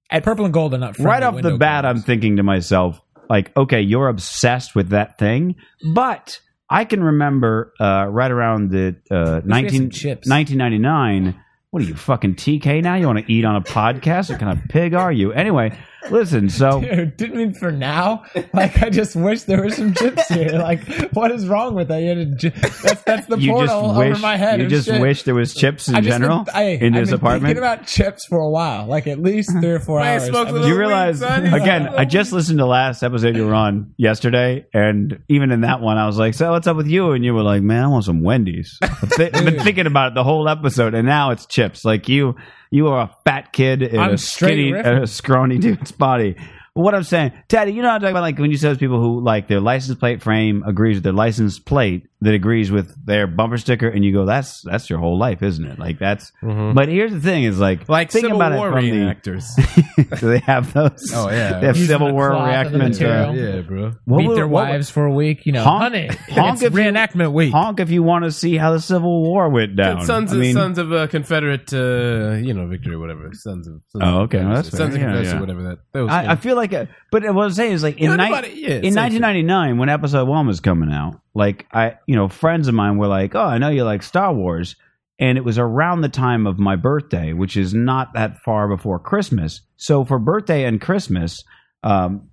At purple and gold are not right off the bat, I'm thinking to myself, like, okay, you're obsessed with that thing, but I can remember uh, right around the uh, we had 19, some chips. 1999. What are you fucking TK now? You want to eat on a podcast? What kind of pig are you? Anyway, listen. So Dude, didn't mean for now. Like I just wish there were some chips here. Like what is wrong with that? You had a j- that's, that's the you portal just over wish my head. you of just shit. wish there was chips in I just general been- I, in I've this been apartment. Thinking about chips for a while, like at least three or four Man, hours. smokes I've a been- little you realize weed, son. He's again? like, I just listened to last episode you were on yesterday, and even in that one, I was like, "So what's up with you?" And you were like, "Man, I want some Wendy's." I've, thi- I've been thinking about it the whole episode, and now it's chips. Like you, you are a fat kid in I'm a straight skinny, riffing. a scrawny dude's body. But what I'm saying, Teddy, you know what I'm talking about? Like when you see those people who like their license plate frame agrees with their license plate that agrees with their bumper sticker, and you go, "That's that's your whole life, isn't it?" Like that's. Mm-hmm. But here's the thing: is like Mm-hmm. like think Civil about War it from the reenactors. do they have those? Oh, yeah. they have Using Civil the War cloth and the reenactment. material. Uh, yeah, bro. what Beat would- their what would- wives for a week, you know. Honk- honey, honk it's if you- reenactment week. honk if you want to see how the Civil War went down. Sons I of mean, sons of uh, Confederate, uh, you know, victory, whatever. Sons of. Sons Oh, of okay. Well, that's Confederacy. sons fair. of Yeah, Confederacy, yeah. whatever that. that was I, I feel like, a, but what I'm saying is like in, Yeah, ni- nobody- yeah, in same 1999 when Episode One was coming out, like I, you know, friends of mine were like, "Oh, I know you like Star Wars," and it was around the time of my birthday, which is not that far before Christmas. So for birthday and Christmas, um,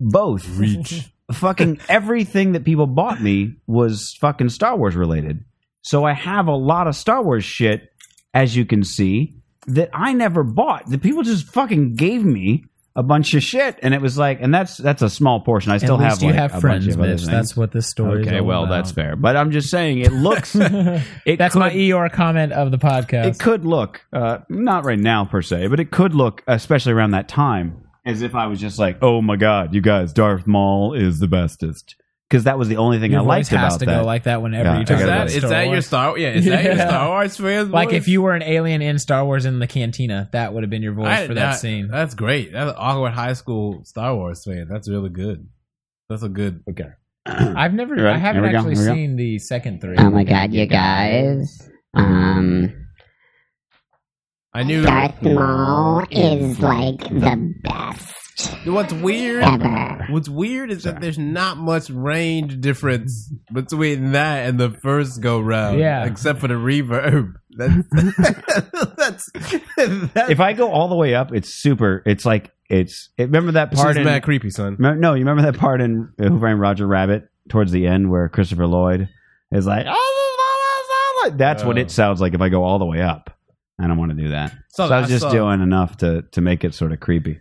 both reach. fucking everything that people bought me was fucking Star Wars related. So I have a lot of Star Wars shit, as you can see, that I never bought. The people just fucking gave me a bunch of shit, and it was like, and that's that's a small portion. I still At have least you like, have a friends, bunch of other Mitch. things. That's what this story is. okay. all Well, about. that's fair, but I'm just saying it looks. it That's could, my Eeyore comment of the podcast. It could look, uh, not right now per se, but it could look, especially around that time, as if I was just like, oh my God, you guys, Darth Maul is the bestest. because that was the only thing Your I voice liked has about to that. go like that whenever Yeah, you I talk gotta go. about Star is that your Wars. Star? Yeah, is that your Yeah. Star Wars fan? Like voice? if you were an alien in Star Wars in the cantina, that would have been your voice I- for that, scene. That's great. That's an awkward high school Star Wars fan. That's really good. That's a good. Okay. I've never, Right, I here haven't we go, actually here we go. seen the second three. Oh my god, you guys. Um, I knew. Darth Maul is like the best What's weird? ever. What's weird is that there's not much range difference between that and the first go round. Yeah. Except for the reverb. That's. that's, that's if I go all the way up, it's super. It's like it's. It, remember that it's part? just In, mad creepy, son. remember- no, you remember that part in Who Framed Roger Rabbit towards the end where Christopher Lloyd is like, that's what Oh. it sounds like if I go all the way up. I don't want to do that. So, I was just saw- doing enough to to make it sort of creepy.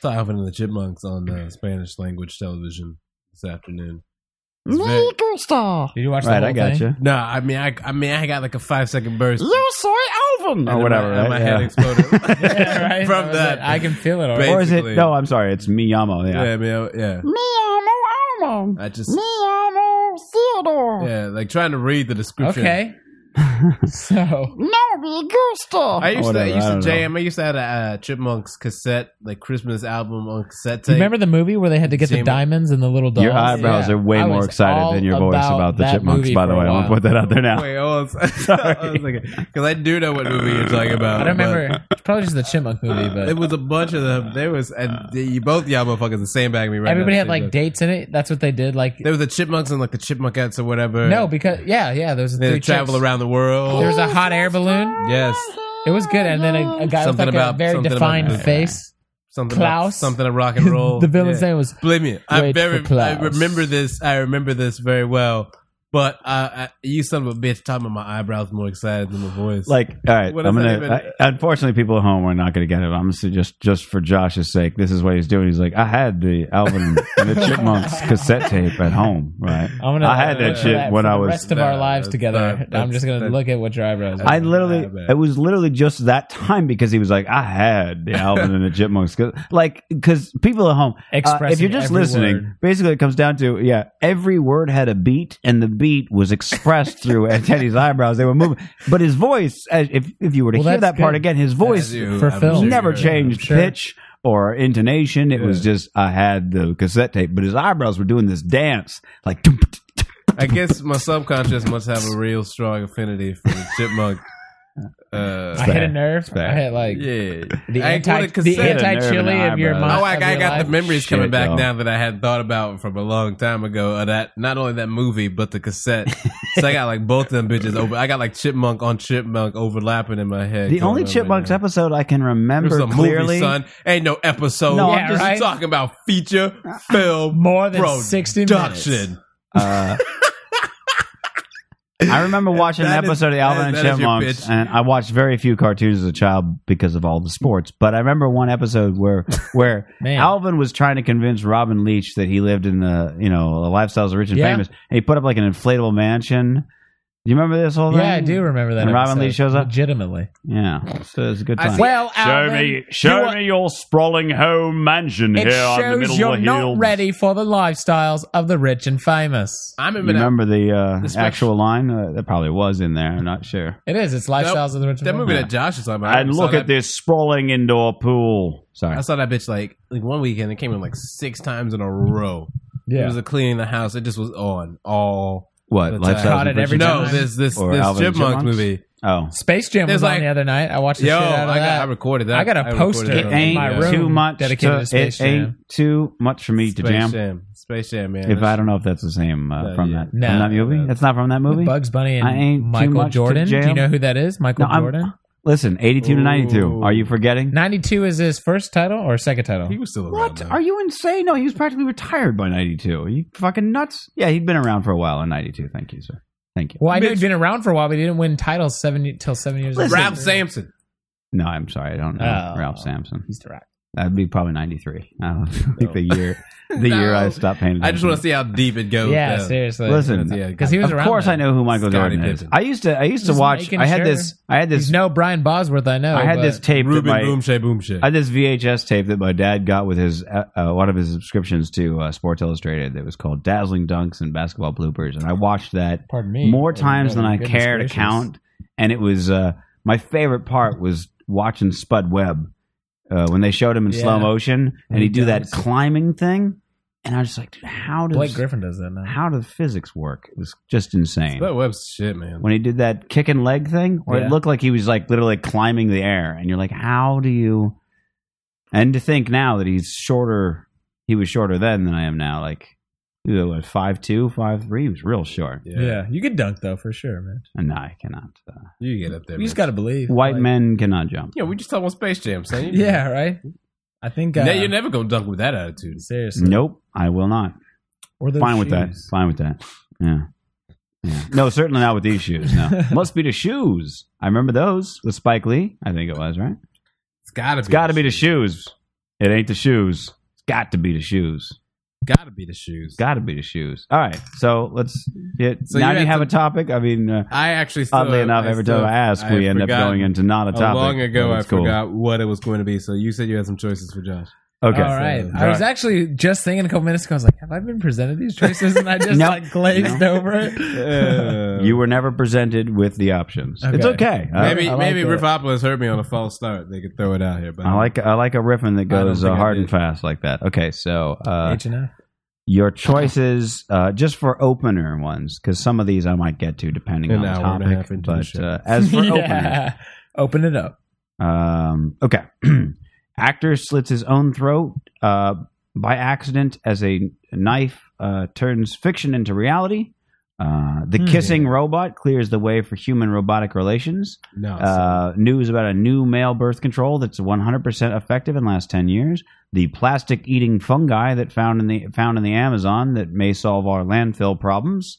saw Alvin and the Chipmunks on uh, Spanish language television this afternoon. It's very- Did you watch Right, the I whole got thing? you. No, I mean, I, I mean, I got like a five second burst. soy And Alvin, or whatever. My, and my right? head Yeah. exploded Yeah, right? from was that. like, I can feel it already. Ba- or is it? basically- No, I'm sorry. It's Miyamo. yeah, Yeah. I mean, I- yeah. I just me, Theodore. Yeah, like trying to read the description. Okay. so I Oh, used to, I Whatever, I used to don't know. jam. I used to have a uh, Chipmunks cassette, like Christmas album on cassette tape. remember the movie where they had to get the Jamie- diamonds and the little dolls? Your eyebrows Yeah. are way I more was all excited than your voice about the that chipmunks. movie By the for a way, I'm while. gonna put that out there now. Wait, hold on. Sorry. because I do know what movie you're talking about. I don't but- remember. It's probably just the chipmunk movie, but It was a bunch of them. There was, and the- you both y'all motherfuckers are sandbagging me right Uh. everybody now. had like dates in it. That's what they did. Like There was the chipmunks and like the chipmunkettes or whatever. no, because yeah, yeah. There was they three travel chicks. around the world. There was a hot air balloon. yes, It was good, and then a, a guy Something with like about- a very something defined about- face. something About, Klaus. something of rock and roll. the villain's Yeah. name was Believe me, I Wait very for Klaus. I remember this. I remember this very well. But uh, I, you son of a bitch, talking about my eyebrows more excited than my voice. Like, all right, What I'm does that gonna. even- I- unfortunately, people at home are not gonna get it. I'm just just just for Josh's sake. This is what he's doing. He's like, I had the Alvin and the Chipmunks cassette tape at home. Right. I'm gonna, I had that for shit for when I the was- Rest of our Nah, that's lives not- together. I'm that's- just gonna that's- look at what your eyebrows. are. I literally, bad. it was literally just that time because he was like, I had the Alvin and the Chipmunks, 'Cause- like, because people at home, uh, if you're Expressing just every listening, word. basically it comes down to, yeah, every word had a beat, and the beat was expressed through Teddy's eyebrows. They were moving, but his voice, as if if you were to Well, hear that's that part good. again, his voice As you- for I'm film. sure never you're- changed Sure. pitch or intonation. It was Yeah. just I had the cassette tape, but his eyebrows were doing this dance, like. "Dum, dum, dum." I guess my subconscious must have a real strong affinity for the chipmunk. Uh, I hit a nerve. I bad. hit like yeah, the I anti wanted the cassette. anti chili Hit a of your nerve in mind. the Oh, I, I got the memories Shit, coming back yo. now that I had thought about from a long time ago. Of that not only that movie, but the cassette. so I got like both them bitches over. I got like chipmunk on chipmunk overlapping in my head. The only going on right Chipmunks now. episode I can It was remember a clearly. movie, son. Ain't no episode. No, No, I'm I'm just- just talking about feature film Uh, more than sixty minutes. production. Uh, I remember watching That an is- episode of that- Alvin that and is your Chipmunks, bitch. and I watched very few cartoons as a child because of all the sports. But I remember one episode where where Man. Alvin was trying to convince Robin Leach that he lived in the you know the lifestyles of rich and Yeah. famous, and he put up like an inflatable mansion. Do you remember this whole thing? Yeah, I do remember that. And Robin episode, Lee shows up? legitimately. Yeah, so it was a good I time. see- Well, Alvin, you are- your sprawling home mansion It shows you're not ready for the lifestyles of the rich and famous. I'm in You remember the uh, special- actual line? Uh, that probably was in there. I'm not sure. It is. It's lifestyles of the rich and that famous. movie that Josh is talking about. I and saw look that at this sprawling indoor pool. Sorry. I saw that bitch like like one weekend. It came in like six times in a row. It Yeah. was a cleaning the house. It just was on all. what? That's Life right. Caught size it uh, every No, time. this this Or this Alvin and chipmunk Chipmunks? movie. Oh. Space Jam There's was like- on the other night. I watched the Yo, shit out of I got I that. recorded that. I got a recorded poster that. in It Ain't my room too much. dedicated to To, Space it ain't too much for me to Space jam. Jam. Space Jam, man. If I don't know if that's the same uh, Uh, from yeah. that No. from that movie. No. That's not from that movie. Bugs Bunny I ain't and too Michael much to Jordan. Do you jam. know who that is? Michael No, I'm- Jordan. Listen, 82 to 92. Ooh. Are you forgetting? 92 is his first title or second title? he was still around. What? though. Are you insane? No, he was practically retired by 92. Are you fucking nuts? Yeah, he'd been around for a while in 92. Thank you, sir. Thank you. Well, I know he'd been around for a while, but he didn't win titles seven till seven years. Listen. later. Ralph Sampson? No, I'm sorry. I don't know. Oh. Ralph Sampson. He's the rock. That'd be probably ninety three. I don't think the year the No. year I stopped paying. I just want to see how deep it goes. yeah, down. seriously. Listen, Oh, Yeah, because he was of around. course then. I know who Michael Scottie Jordan is. Pippen. I used to I used Just to watch. making I had sure. this. I had this. No, Brian Bosworth, I know. I had but- this tape. that uh, Ruben my, Boom Shay Boom Shay. I had this VHS tape that my dad got with his uh, uh, one of his subscriptions to uh, Sports Illustrated that was called "Dazzling Dunks and Basketball Bloopers," and I watched that Pardon me. more Oh, times than I goodness care to gracious. count. And it was uh, my favorite part was watching Spud Webb uh, when they showed him in Yeah. slow motion, and he'd do that does. climbing thing, and I was just like, dude, how does Blake Griffin does that now. how does physics work? It was just insane. that web's shit, man. When he did that kick and leg thing, where Yeah. it looked like he was like literally climbing the air, and you're like, how do you? And to think now that he's shorter, he was shorter then than I am now. Like, he was what, five two, five three. He was real short. Yeah. you could dunk though for sure, man. And no, I cannot. Uh, you get up there. You just man. got to believe. white like- men cannot jump. Yeah, we just talked about Space Jam, son. You- Yeah, right. I think. Uh, Now you're never gonna dunk with that attitude. seriously. Nope, I will not. Or those Mm, Fine with that. shoes. Fine with that. Yeah. Yeah. No, certainly not with these shoes. No, must be the shoes. I remember those with Spike Lee. I think it was right. It's gotta. It's got to be the shoes. It ain't the shoes. It's got to be the shoes. Gotta be the shoes. Got to be the shoes. All right, so let's. Get, So now you do you had have a topic? I mean, uh, I actually still, oddly enough, I every still- time I ask, I we end up forgot going into not a how topic. Long ago, I That's cool. forgot what it was going to be. So you said you had some choices for Josh. Okay, All right. so- I was actually just thinking a couple minutes ago. I was like, "Have I been presented these choices?" And I just No. like glazed over it. Uh, you were never presented with the options. It's Okay. okay. I- maybe I like maybe it. Riffopolis heard me on a false start. They could throw it out here, but I like I like a riffing that I don't goes think uh, I hard did. and fast like that. Okay, so uh, H and F. your choices uh, just for opener ones because some of these I might get to depending An on the hour and a topic. half into the but show. uh, as for opener, Yeah. Open it up. Um, okay. Actor slits his own throat uh, by accident as a knife uh, turns fiction into reality. Uh, the Hmm. kissing robot clears the way for human robotic relations. no. Uh, news about a new male birth control that's 100% effective in last 10 years. The plastic eating fungi that found in the found in the Amazon that may solve our landfill problems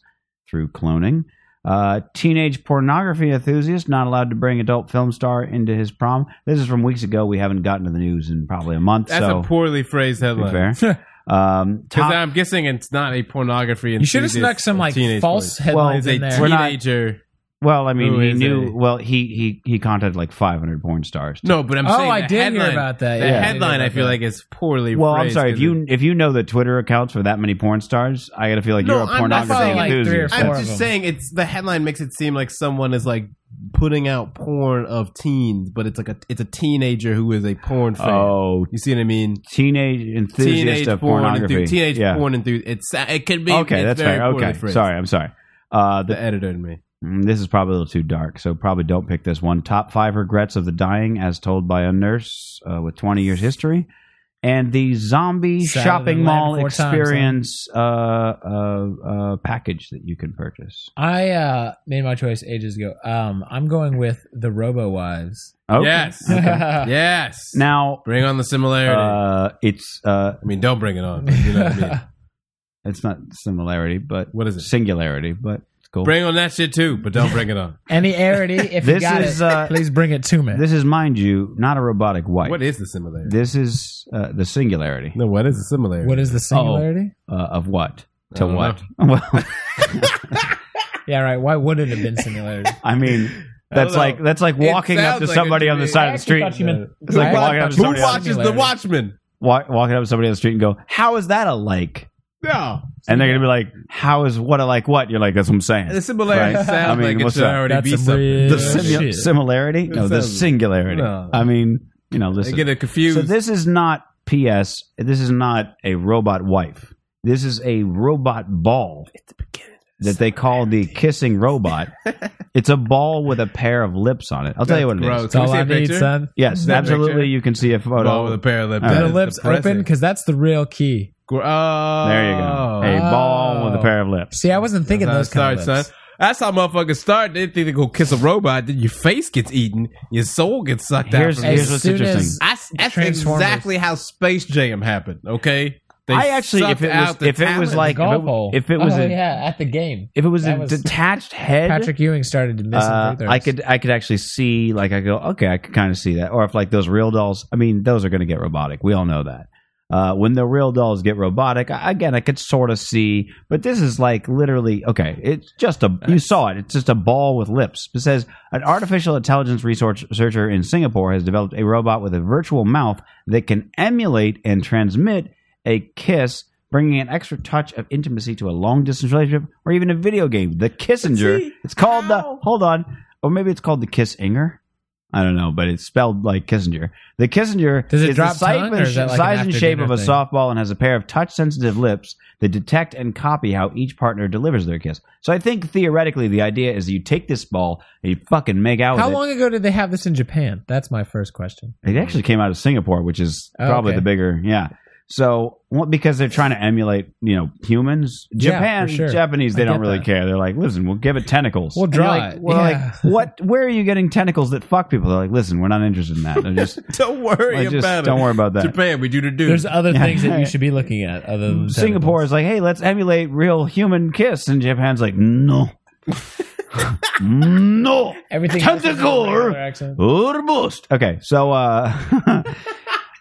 through cloning. Uh, teenage pornography enthusiast not allowed to bring adult film star into his prom. This is from weeks ago. We haven't gotten to the news in probably a month. that's so a poorly phrased to be headline. fair. um, Because top- I'm guessing it's not a pornography. You should have snuck some like false headlines Well, in a there. we're not- teenager. well, I mean, Who he is knew. it? Well, he he he contacted like 500 porn stars. No, but I'm oh, saying I the did headline, hear about that. The Yeah, I did headline, hear I about feel that. like, is poorly. Well, I'm phrased sorry if 'cause it- you if you know the Twitter accounts for that many porn stars, I gotta feel like No, you're a I'm not- I pornography follow, like, three or enthusiast. four. That's- I'm of just them. saying it's the headline makes it seem like someone is like putting out porn of teens, but it's like a it's a teenager who is a porn fan. Oh, You see what I mean? teenage enthusiast Teenage of porn, pornography. enthu- teenage yeah. porn enthusiast. It's it could be Okay, it's that's very fair. poorly Okay, phrased. sorry, I'm sorry. Uh, the, the editor in me. mm, this is probably a little too dark, so probably don't pick this one. Top five regrets of the dying, as told by a nurse uh, with 20 years history, and the zombie Salad shopping and land mall four times, huh? experience uh, uh, uh, package that you can purchase. I uh, made my choice ages ago. Um, I'm going with the Robo Wives. Okay. Yes, Okay. yes. Ah. Now, bring on the similarity. uh, it's uh, I mean, don't bring it on. but You know what I mean? it's not similarity, but What is it? singularity, but it's cool. Bring on that shit too, but don't bring it on. Any arity, if you This got is, it, uh, please bring it to me. this is, mind you, not a robotic wife. What is the similarity? this is uh, the singularity no, what is the similarity? what is Oh. the singularity? uh, of what I to don't what? Well, Yeah, right. Why would it have been singularity? I mean, that's know. like that's like It walking up sounds to like somebody it on to the me. side of the street, It's like I walking actually up to thought Who somebody else. watches the Similarity. Watchmen? walk, walking up to somebody on the street and go, "How is that alike?" No, And they're gonna be like, "How is what alike what?" You're like, "That's what I'm saying." the similarity Right. sounds I mean, like it what's should that? already That's be some something. real the Yeah, simu- shit. similarity? No, the sounds- singularity. No. I mean, you know, I listen. get it confused. So this is not PS. This is not a robot wife. This is a robot ball that they call the kissing robot. it's a ball with a pair of lips on it. I'll tell you what it is. gross. That's Can we all see a I need, picture? son. Yes, That absolutely. picture? You can see a photo. ball with a pair of lips. All right. That the is lips open depressing. because that's the real key. Gr- Oh, there you go. A ball Oh. with a pair of lips. See, I wasn't thinking That's those how it kind of starts, lips. son. That's how motherfuckers start. They think they go kiss a robot, then your face gets eaten, your soul gets sucked Here's- out. From here's you. what's soon interesting. as that's that's Transformers. exactly how Space Jam happened. Okay, They I actually, sucked if it was, out the if it was talent. like, if golf it, hole. if it was, oh, a, yeah, at the game, if it was a That was- detached head, Patrick Ewing started missing uh, free throws. I could, I could actually see, like, I go, okay, I could kind of see that. Or if like those real dolls, I mean, those are going to get robotic. We all know that. Uh, when the real dolls get robotic, I, again, I could sort of see, but this is like literally, okay, it's just a, you saw it, it's just a ball with lips. It says an artificial intelligence research- researcher in Singapore has developed a robot with a virtual mouth that can emulate and transmit a kiss, bringing an extra touch of intimacy to a long distance relationship or even a video game. The Kissinger. it's called the, hold on, or maybe it's called the Kissinger. I don't know, but it's spelled like Kissinger. The Kissinger Does it is drop the size, tongue, or is that like an size and after shape dinner of a thing? softball and has a pair of touch sensitive lips that detect and copy how each partner delivers their kiss. So I think theoretically the idea is you take this ball and you fucking make out How with long ago did they have this in Japan? That's my first question. it. It actually came out of Singapore, which is Oh, probably okay. the bigger, yeah. So well, because they're trying to emulate, you know, humans, Yeah, Japan, for sure. Japanese, they I don't get really that. care. They're like, listen, we'll give it tentacles. We'll And you're draw like, it, We're yeah. like, what? Where are you getting tentacles that fuck people? They're like, listen, we're not interested in that. They're just don't worry Like, just about it. don't worry about that. Japan, we do the do. There's other Yeah. things that you should be looking at other than Singapore is like, hey, let's emulate real human kiss, and Japan's like, no, no, everything. Tentacle! almost. Okay, so uh, uh,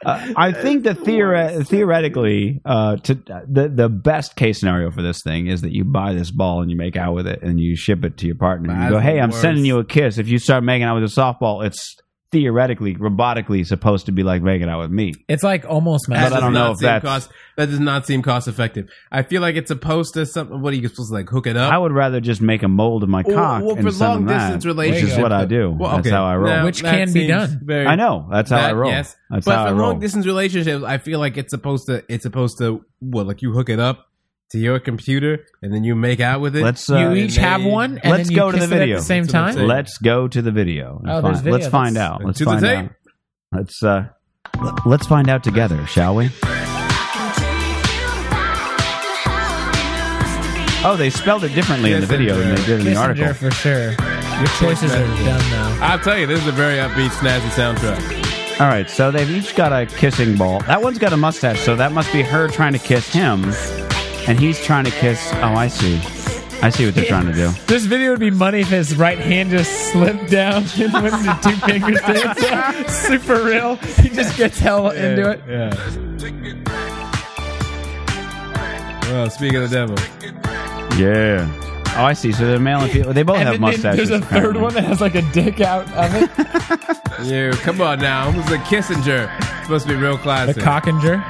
I think that theore- theoretically, uh, to, the the best case scenario for this thing is that you buy this ball and you make out with it, and you ship it to your partner. and you That's go, hey, the I'm worst. sending you a kiss. If you start making out with a softball, it's theoretically, robotically supposed to be like making out with me. It's like almost That But I magic. does don't know not if seem that's- cost, that does not seem cost effective. I feel like it's supposed to something. What are you supposed to like hook it up? I would rather just make a mold of my Well, cock well, and for long send them distance that, which is relationship- what I do. Well, That's okay. how I roll. Now, Which that can be seems done. very- I know. That's how I That- roll. yes. That's but how I for roll. long distance relationships, I feel like it's supposed to. It's supposed to. What like you hook it up to your computer and then you make out with it. Let's uh, You each have one, and Let's then you go to kiss the it video. at the same That's what I'm time. saying. let's go to the video. and Oh, find- there's video. Let's find That's- out. Let's To the find tape. out. Let's uh, l- let's find out together, shall we? Oh, they spelled it differently in the video than they did in the article. Kissinger for sure. Your choices are done now. I'll tell you, this is a very upbeat, snazzy soundtrack. All right, so they've each got a kissing ball. That one's got a mustache, so that must be her trying to kiss him, and he's trying to kiss. Oh, I see. I see what they're trying to do. This video would be money if his right hand just slipped down and went into two fingers. It's super real. He just gets hella into it. Yeah. Well, speaking Oh, of the devil, Yeah. Oh, I see. So they're male and female. They both And have then they- mustaches. there's a third apparently. one that has like a dick out of it. you come on now. Who's the Kissinger? supposed to be real the classic. cockinger.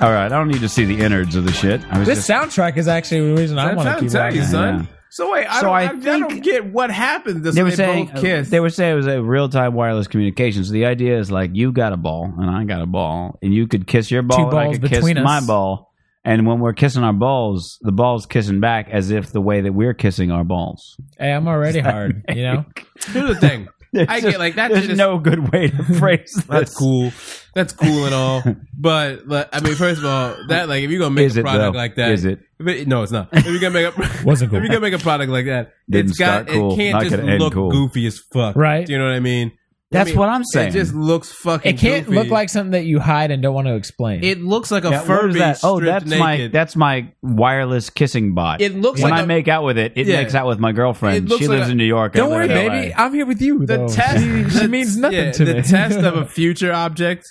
All right. I don't need to see the innards of the shit. I was This just. soundtrack is actually the reason I I'm want to trying to keep tell you, watching. son. Yeah. So wait, I, So don't, I, I I don't think- get what happened. This They they, were saying uh, both kissed. they were saying it was a real time wireless communication. So the idea is like you got a ball and I got a ball, and you could kiss your ball, Two and I balls could kiss between us. my ball. And when we're kissing our balls, the ball's kissing back as if the way that we're kissing our balls. Hey, I'm already hard, you know? Here's the thing. There's I get like that. There's shit is- no good way to phrase this. That's cool. That's cool and all. But like, I mean, first of all, that like if you're gonna make Is a it, product though? like that, Is it? if it- No, it's not. If you're gonna make a Wasn't cool. If you're gonna make a product like that, Didn't it's got start cool, it can't not just gonna end look cool. goofy as fuck, Right. Do you know what I mean? That's I mean, what I'm saying. It just looks fucking. It can't goofy. look like something that you hide and don't want to explain. It looks like a Yeah, what is Furby that? Oh, stripped that's my naked. that's my wireless kissing bot. It looks when like I a- make out with it, it Yeah. makes out with my girlfriend. It looks She like lives a- in New York. I don't live worry, in LA. baby. I'm here with you. the though. test she the- means nothing yeah, to the me. test of a future object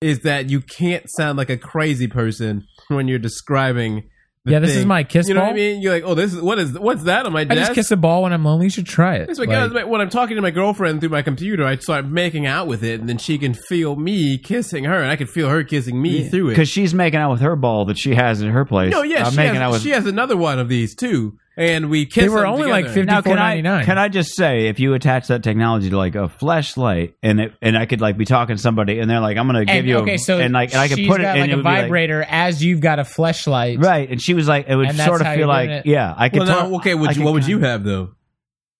is that you can't sound like a crazy person when you're describing. The Yeah, this thing. is my kiss You know what I ball. mean? You're like, oh, this is what is what's that on my I desk? just kiss a ball when I'm lonely. You should try it. It's like, Like, yeah, it's like when I'm talking to my girlfriend through my computer, I start making out with it, and then she can feel me kissing her, and I can feel her kissing me through Because it. she's making out with her ball that she has at her place. No, yeah, I'm she making has, out with. she has another one of these too, and we kiss. They were them only together. like 50 now, can I, $54.99. can I just say, if you attach that technology to like a flashlight, and it, and I could like be talking to somebody, and they're like, "I'm gonna give and, you," a, okay, so and like, and I could she's put it got and like it a would be, like- vibrator as you've got a fleshlight. right? And she was like, "It would And that's sort of how feel you're like, doing it. yeah, I could." Well, talk, now, okay, would I you, could what would kinda- you have though?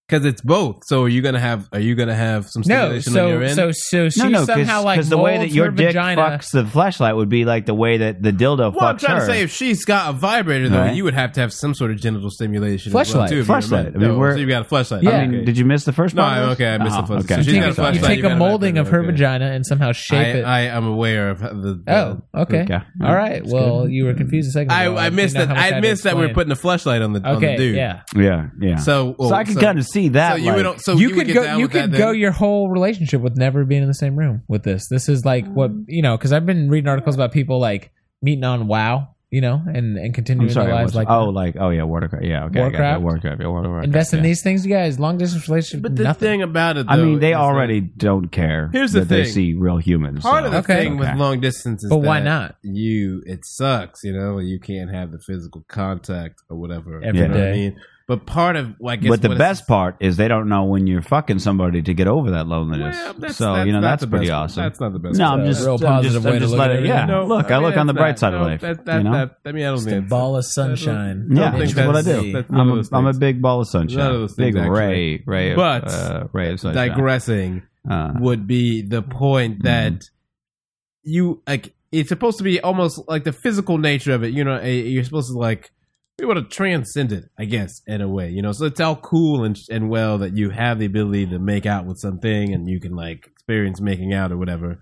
because it's both. So are you gonna have are you gonna have some No, stimulation on your so end? so so she somehow like the way that molds your her dick vagina. fucks the flashlight would be like the way that the dildo well, I'm fucks trying her. to say if she's got a vibrator though, Right. you would have to have some sort of genital stimulation. as well, Fleshlight, too, if you're a fleshlight. man. I mean, No, we're- so you got a flashlight. Yeah. I mean, did you miss the first No, part? of I- this? okay, I missed Oh, the first- Okay. so she's You got a take, you flashlight, take you gotta a wrap molding it of her around, okay. vagina and somehow shape it. I, I am aware of the. the oh, okay. okay. All right. Well, you were confused a second I, ago. I didn't missed know that. how much I had to missed that we're explain. putting a flashlight on the on Okay. the dude. Yeah. yeah, yeah. So, well, so I could kind of see that. So Oh, you like, would so you, would could get go. down You with that could go then? your whole relationship with never being in the same room with this. This is like what you know because I've been reading articles about people like meeting on WoW, you know, and and I'm continuing sorry. their lives what's- like oh, like oh yeah, Warcraft. Yeah, okay. I got that. Warcraft? Warcraft. Yeah, Warcraft. invest in yeah. these things, you guys. Long distance relationship, But the nothing. thing about it, I though, mean, they is that already don't care. Here's the that They thing. see real humans. Part of so- the Okay. thing with Okay. long distance is But why that not? You, it sucks, you know, you can't have the physical contact or whatever Every you know what I day. mean? But part of, well, I guess, But the what best it's, part is they don't know when you're fucking somebody to get over that loneliness. Well, that's- so that's you know not that's the pretty best- awesome. That's not the best. no, part. I'm just real I'm just, positive I'm way to just look letting- at it. Yeah, No, look, I, mean, look on the that's bright not- side of no, life. That, that, you know? that, I mean, I don't Just a think ball of that's- I don't- sunshine. I don't yeah, think that's what I do. that's one I'm of a, those I'm a things. big ball of sunshine, None of those big things, actually. ray, ray, of, But, uh, ray of sunshine. Digressing Uh, would be the Mm-hmm. point that you like. It's supposed to be almost like the physical nature of it. You know, eh, you're supposed to like be able to transcend it, I guess, in a way. You know, so it's all cool and and well that you have the ability to make out with something and you can like experience making out or whatever.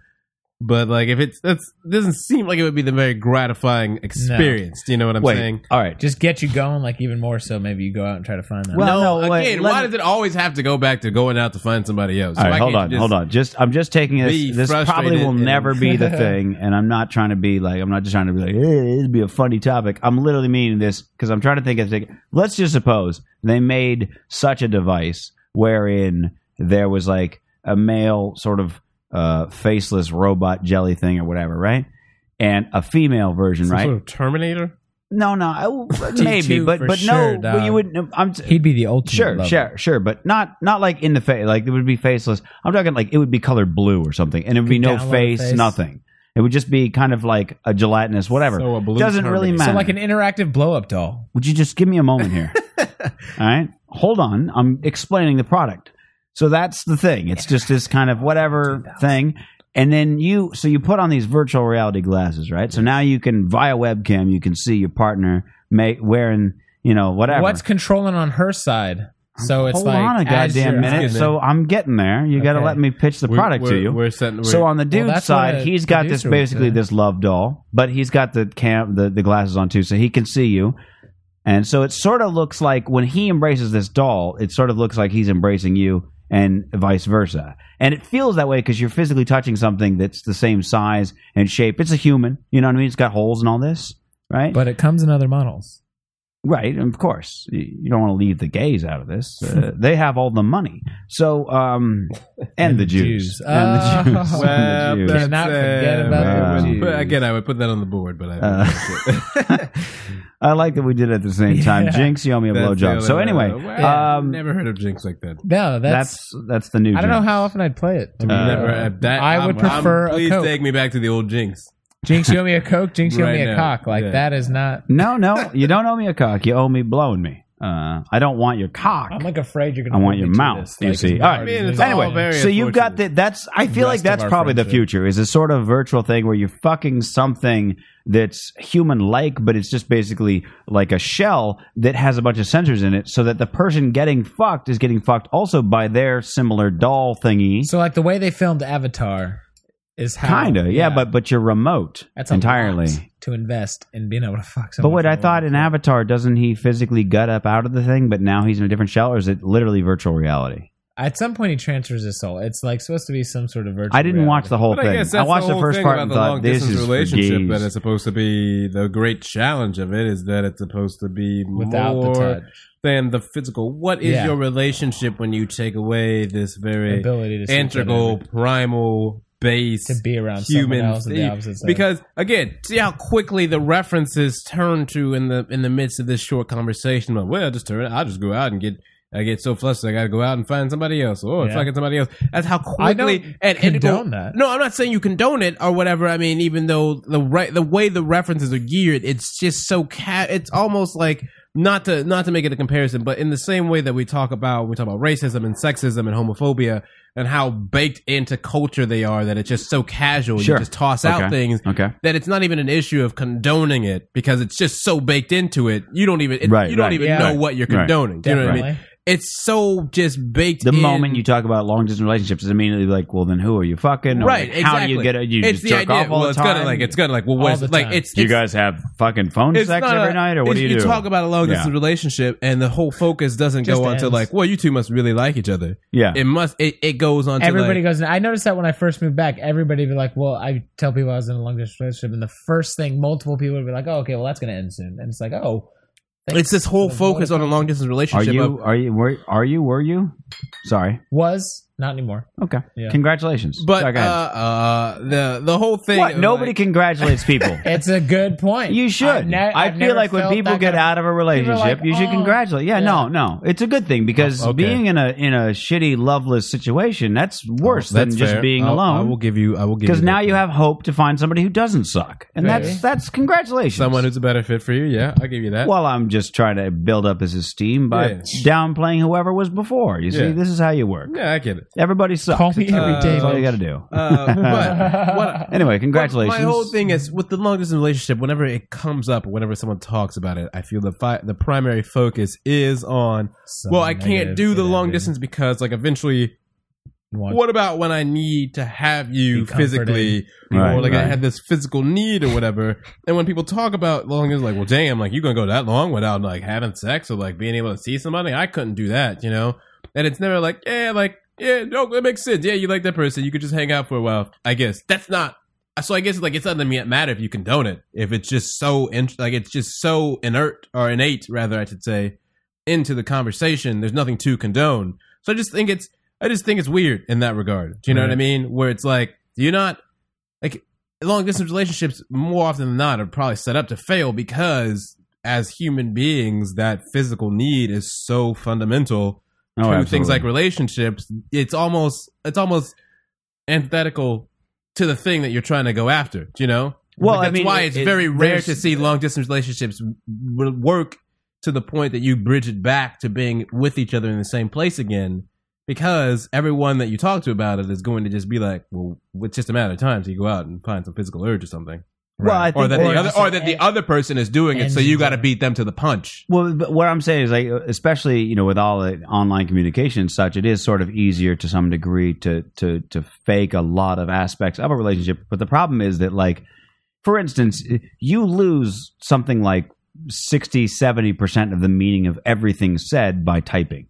But like, if it's that's doesn't seem like it would be the very gratifying experience. Do you know what I'm wait, saying? all right. Just get you going, like even more so. Maybe you go out and try to find that. Well, No, no, wait, again, let why me- does it always have to go back to going out to find somebody else? All right, Why hold can't on, you just- hold on. Just I'm just taking be this. This probably frustrated will and- never be the thing, and I'm not trying to be like I'm not just trying to be like eh, it'd be a funny topic. I'm literally meaning this because I'm trying to think of like let's just suppose they made such a device wherein there was like a male sort of uh, faceless robot jelly thing or whatever, right? And a female version, Some right? sort of Terminator. no, no, I, maybe, T2 but for but sure, no, but dog. you wouldn't. I'm t- he'd be the ultimate. Sure, lover. sure, sure, but not not like in the face. Like it would be faceless. I'm talking like it would be colored blue or something, and it would be Could no download face, face. nothing. It would just be kind of like a gelatinous whatever. So a blue Doesn't really Terminator. matter. So like an interactive blow up doll. would you just give me a moment here? All right, hold on. I'm explaining the product. So that's the thing. It's just this kind of whatever thing. And then you, so you put on these virtual reality glasses, right? So now you can via webcam, you can see your partner make wearing, you know, whatever. What's controlling on her side? So it's Hold like on a as goddamn you're- minute. So I'm getting there. You got to Okay. let me pitch the We're- product we're- to you. We're setting. so on the dude's that's side, what a he's got this producer would basically do. this love doll, but he's got the cam the, the glasses on too, so he can see you. And so it sort of looks like when he embraces this doll, it sort of looks like he's embracing you and vice versa. And it feels that way because you're physically touching something that's the same size and shape. It's a human, you know what I mean? It's got holes and all this, right? but it comes in other models. Right, and of course, you you don't want to leave the gays out of this. Uh, they have all the money, so um, and, the Jews, Jews. and Oh. the Jews, Well, and the Jews. that's- Cannot forget about the uh, I would Jews. put- again, I would put that on the board, but I. Uh, I like that we did it at the same time. Yeah. Jinx, you owe me a That's the blowjob. other- So anyway, Wow, um, never heard of Jinx like that. No, that's, that's that's the new. I don't know Jinx. how often I'd play it. I, mean, Uh, Never, uh, uh, that I would I'm- I'm- prefer a please Coke. take me back to the old Jinx. Jinx, you owe me a coke. Jinx, you owe me Right a now. cock. Like Yeah. that is not. No, no, you don't owe me a cock. You owe me blowing me. Uh, I don't want your cock. I'm like afraid you're gonna. I want hold your me to mouth, this, you like, see. it's All right. hard I mean, to it's do. all anyway, very so you've got unfortunate. that. That's I feel like Rest of that's our probably the friendship. future. Is a sort of virtual thing where you're fucking something that's human-like, but it's just basically like a shell that has a bunch of sensors in it, so that the person getting fucked is getting fucked also by their similar doll thingy. So like the way they filmed Avatar is how Kinda, yeah, but but you're remote that's a entirely. lot to invest in being able to fuck. But someone wait, for I a thought while. in Avatar, doesn't he physically gut up out of the thing? But now he's in a different shell, or is it literally virtual reality? at some point he transfers his soul. It's like supposed to be some sort of virtual. I didn't reality. watch the whole But I thing. guess I, that's watched the, the, whole first thing part about and the thought, long "This distance is for relationship gays." that is supposed to be the great challenge of it is that it's supposed to be without more the touch than the physical. What is Yeah. your relationship when you take away this very ability to see integral, each primal, base other, to be around human someone else of the thing. opposite sex. because again see how quickly the references turn to in the in the midst of this short conversation of well just turn i just go out and get i get so flustered i gotta go out and find somebody else or Yeah. fucking somebody else that's how I don't quickly and and it go- condone that. no i'm not saying you condone it or whatever i mean even though the right the way the references are geared it's just so cat it's almost like not to not to make it a comparison, but in the same way that we talk about we talk about racism and sexism and homophobia and how baked into culture they are that it's just so casual Sure. you just toss Okay. out things Okay. that it's not even an issue of condoning it because it's just so baked into it you don't even it, Right, you don't right. even Yeah. know what you're Right. condoning. Do you know what I mean? Definitely. It's so just baked. The in- moment you talk about long distance relationships, it's immediately like, well, then who are you fucking? Or, right, like, exactly. How do you get it? You it's just jerk off all well, the it's time. gonna like it's gonna like well, what's the like time. it's do you it's- guys have fucking phone It's sex not every a- night, or what do it's- you do? talk about a long distance Yeah. relationship, and the whole focus doesn't Just go on to ends. like, well, you two must really like each other. yeah. It must. It, it goes on. To Everybody like, goes. I noticed that when I first moved back, everybody would be like, "Well, I tell people I was in a long distance relationship," and the first thing multiple people would be like, "Oh, okay, well that's going to end soon," and it's like, "Oh, thanks." It's this whole focus on a long distance Are relationship. you? of- Are you? Were, are you? Were you? Sorry. was not anymore." Okay. Yeah. Congratulations. but Sorry, uh, go ahead. uh, the the whole thing. what? of, Nobody like, congratulates people. It's a good point. You should. I've ne- I I've feel never like when felt people that get kind of- out of a relationship, like, you should "Oh." congratulate. Yeah, Yeah. no, no, it's a good thing because Oh, okay. being in a in a shitty, loveless situation that's Oh, worse Oh, that's than just fair. being I'll- I will alone. give you. I will give Because you now that. you have hope to find somebody who doesn't suck, and that's Right. that's congratulations. someone who's a better fit for you. Yeah, I'll give you that. well, I'm just trying to build up his esteem by Yeah. downplaying whoever was before. You see, Yeah. this is how you work. yeah, I get it. Everybody sucks. Call me It's- every that's day, all you man. got to do. Uh, but what, Anyway, congratulations. My whole thing is with the long distance relationship. Whenever it comes up, or whenever someone talks about it, I feel the fi- the primary focus is on. So well, I can't negative do the and long then distance because, like, eventually, you want- what about when I need to have you Be comforting. physically, Right, or like I right. have this physical need or whatever? and when people talk about long distance, like, well, damn, like you gonna go that long without like having sex or like being able to see somebody? I couldn't do that, you know. And it's never like, yeah, like, yeah, no, it makes sense. Yeah, you like that person, you could just hang out for a while. I guess that's not. So I guess like it doesn't ma- matter if you condone it if it's just so in- like it's just so inert or innate rather I should say into the conversation. There's nothing to condone. So I just think it's I just think it's weird in that regard. Do you know what I mean? Where it's like, do you not like long distance relationships more often than not are probably set up to fail because as human beings that physical need is so fundamental Oh, to absolutely. things like relationships. It's almost it's almost antithetical to the thing that you're trying to go after. Do you know? Well, Like, I that's mean, why it's it- very rare there's- to see long distance relationships w- work to the point that you bridge it back to being with each other in the same place again. Because everyone that you talk to about it is going to just be like, well, it's just a matter of time till you go out and find some physical urge or something, Well, I or think- that or the other, just or an that the en- other person is doing it, so engine you got to burn. beat them to the punch. Well, but what I'm saying is, like, especially you know, with all the online communication and such, it is sort of easier to some degree to to to fake a lot of aspects of a relationship. But the problem is that, like, for instance, you lose something like 60, 70 percent of the meaning of everything said by typing.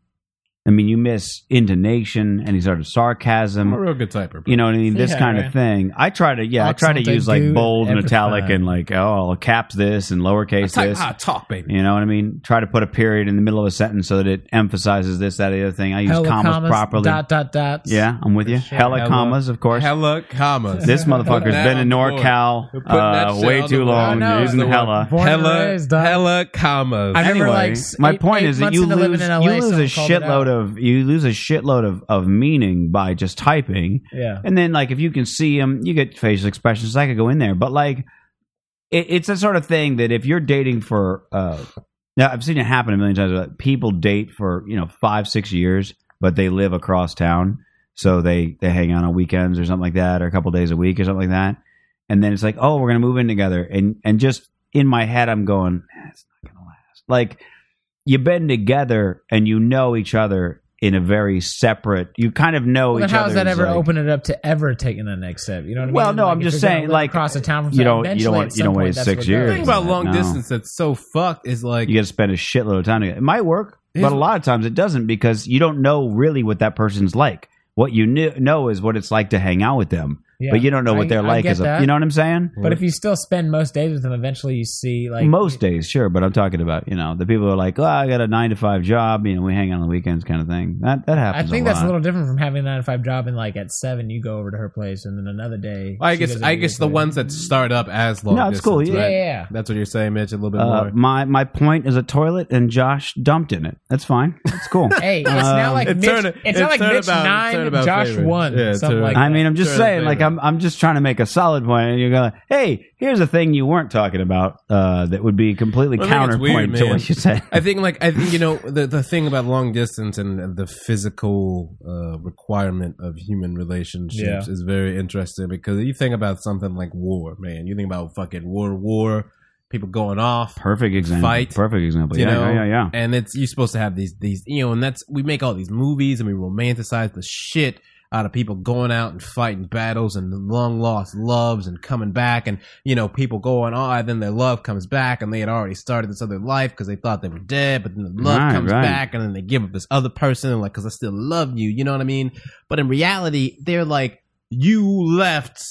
I mean, you miss intonation, any sort of sarcasm. I'm a real good typer. bro. You know what I mean? This Oh, Yeah, kind of right. thing. I try to, yeah, I try to Accent I use like do bold, and every italic, time. ah, and like, oh, I'll cap this and lowercase type this. how I talk, baby. You know what I mean? Try to put a period in the middle of a sentence so that it emphasizes this, that, or the other thing. I use hella commas, properly. Dot dot dots. yeah, I'm with you. Sure. Hella Hella- commas, of course. Hella commas. This motherfucker's Now been in I'm bored. NorCal We're putting that uh, shit way on too the board. long I know. using The one- hella. Born and hella, raised, dog. hella commas. I remember, Anyway, like, s- my eight- point eight is that months you into living lose, in LA, you lose a someone called it out. shitload of you lose a shitload of, of meaning by just typing. Yeah. And then, like, if you can see them, you get facial expressions. I could go in there, but like, it, it's that sort of thing that if you're dating for, uh, now I've seen it happen a million times. But people date for you know five, six years, but they live across town, so they they hang out on weekends or something like that, or a couple days a week or something like that. And then it's like, oh, we're gonna move in together, and and just in my head, I'm going, "Eh, it's not gonna last. Like, you've been together and you know each other in a very separate. You kind of know Well, then each how other. does that as, ever like- open it up to ever taking the next step? You know what I mean? Well, no, I'm if just you're gonna saying, live like, across the town from you don't- someone, you don't eventually, want- at you don't some wait point, that's six what The years. thing goes. about No. long distance that's so fucked is like you got to spend a shitload of time together. It might work, but Here's- a lot of times it doesn't because you don't know really what that person's like. What you kn- know is what it's like to hang out with them, Yeah. but you don't know what I- they're I like get as a. that. You know what I'm saying? But if you still spend most days with them, eventually you see like Most days, sure, but I'm talking about you know the people who are like, oh, I got a nine to five job. You know, we hang out on the weekends, kind of thing. That that I happens. think that's a lot. little different from having a nine to five job and like at seven you go over to her place and then another day. I she guess goes I over guess your the place. ones that start up as long. No, it's cool. distance, Yeah, right? yeah, yeah. That's what you're saying, Mitch. A little bit Uh, more. my my point is a toilet, and Josh dumped in it. That's fine. That's cool. Hey, it's now like It Um, Mitch, turned- it's it not like turned Mitch about- turned nine, about Josh favor. one, Yeah, it something turned- like I that. mean, I'm just Sure, saying, like, later. I'm, I'm just trying to make a solid point, and you're going, hey, here's a thing you weren't talking about uh, that would be completely I think it's counterpoint weird, to man. what you said. I think like I think you know the the thing about long distance and the physical uh, requirement of human relationships Yeah. is very interesting because you think about something like war, man. You think about fucking war, war, people going off, Perfect example. Fight. Perfect example. you yeah, know, yeah, yeah, yeah. and it's you're supposed to have these these you know, and that's we make all these movies and we romanticize the shit out of people going out and fighting battles and long lost loves and coming back and you know people going on and then their love comes back and they had already started this other life because they thought they were dead but then the love Right, comes right. back and then they give up this other person and like because i still love you you know what i mean but in reality they're like you left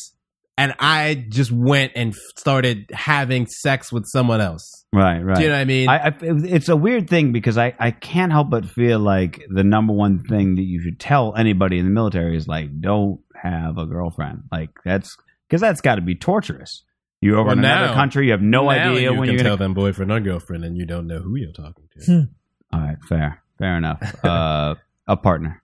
and i just went and f- started having sex with someone else Right, right. do you know what i mean I, I, it's a weird thing because I, I can't help but feel like the number one thing that you should tell anybody in the military is like don't have a girlfriend like that's because that's got to be torturous you're over Well, in another now- country you have no Now idea you when can you're tell gonna Hmm. them boyfriend or girlfriend, and you don't know who you're talking to. all right fair fair enough uh, a partner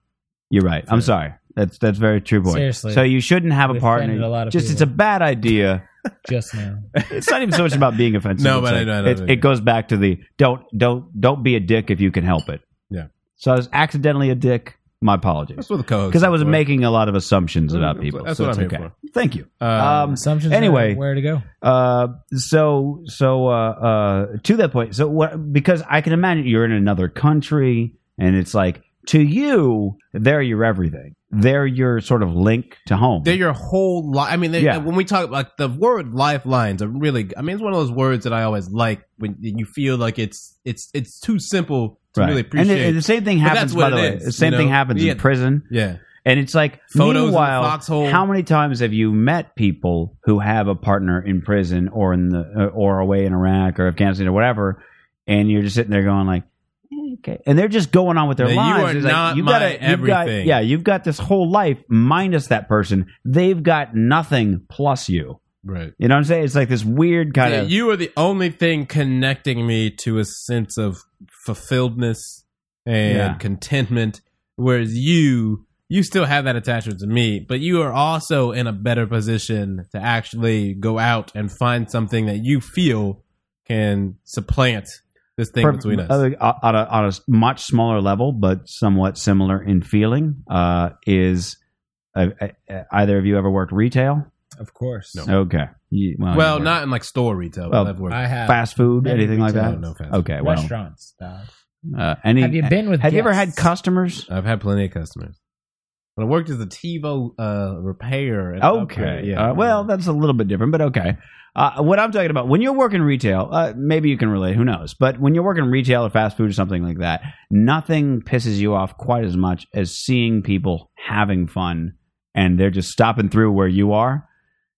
you're right I'm sorry that's that's very true point Seriously. so you shouldn't have a We've partner offended a lot of just people. it's a bad idea just now. it's not even so much about being offensive. No, It's but I like- know, I know, it's- I know. it goes back to the don't don't don't be a dick if you can help it. Yeah. So I was accidentally a dick. My apologies, That's what the co-host because I was for. making a lot of assumptions That's about what- people. that's so what it's I'm here okay. Thank you. Um, Um, Assumptions. are Anyway. where to go? uh, so so uh, uh, to that point, so what? Because I can imagine you're in another country, and it's like to you, they're your everything. They're your sort of link to home. They're your whole life. I mean, they- Yeah. when we talk like the word lifelines are really. I mean, it's one of those words that I always like when you feel like it's it's it's too simple to Right. really and, appreciate. it- and the same thing But that's happens. By what the it way, is, the same you thing know? happens Yeah. in prison. yeah, And it's like, Photos in the meanwhile, foxhole. how many times have you met people who have a partner in prison or in the uh, or away in Iraq or Afghanistan or whatever, and you're just sitting there going like, "Eh, okay, and they're just going on with their Yeah, you lives. are It's like, not you've my gotta- you've got- everything. yeah, you've got this whole life minus that person. They've got nothing plus you. right. You know what I'm saying? It's like this weird kind Yeah, of you are the only thing connecting me to a sense of fulfilledness and Yeah. contentment whereas you you still have that attachment to me but you are also in a better position to actually go out and find something that you feel can supplant this thing Perfect- between us other- uh, on, a, on a much smaller level, but somewhat similar in feeling, uh, is uh, uh, either of you ever worked retail? Of course. No. Okay. You- well, well you not in like store retail Well, but I've worked- I have fast food, Maybe anything like retail, that. no offense. okay. Well, restaurants. style. uh, any, Have you been with Have you ever had guests? customers? I've had plenty of customers when I worked as a TiVo uh, repair and Okay. upgrade, yeah Uh, well, that's a little bit different, but okay. Uh, what I'm talking about, when you're working retail, uh, maybe you can relate, who knows? But when you're working retail or fast food or something like that, nothing pisses you off quite as much as seeing people having fun and they're just stopping through where you are.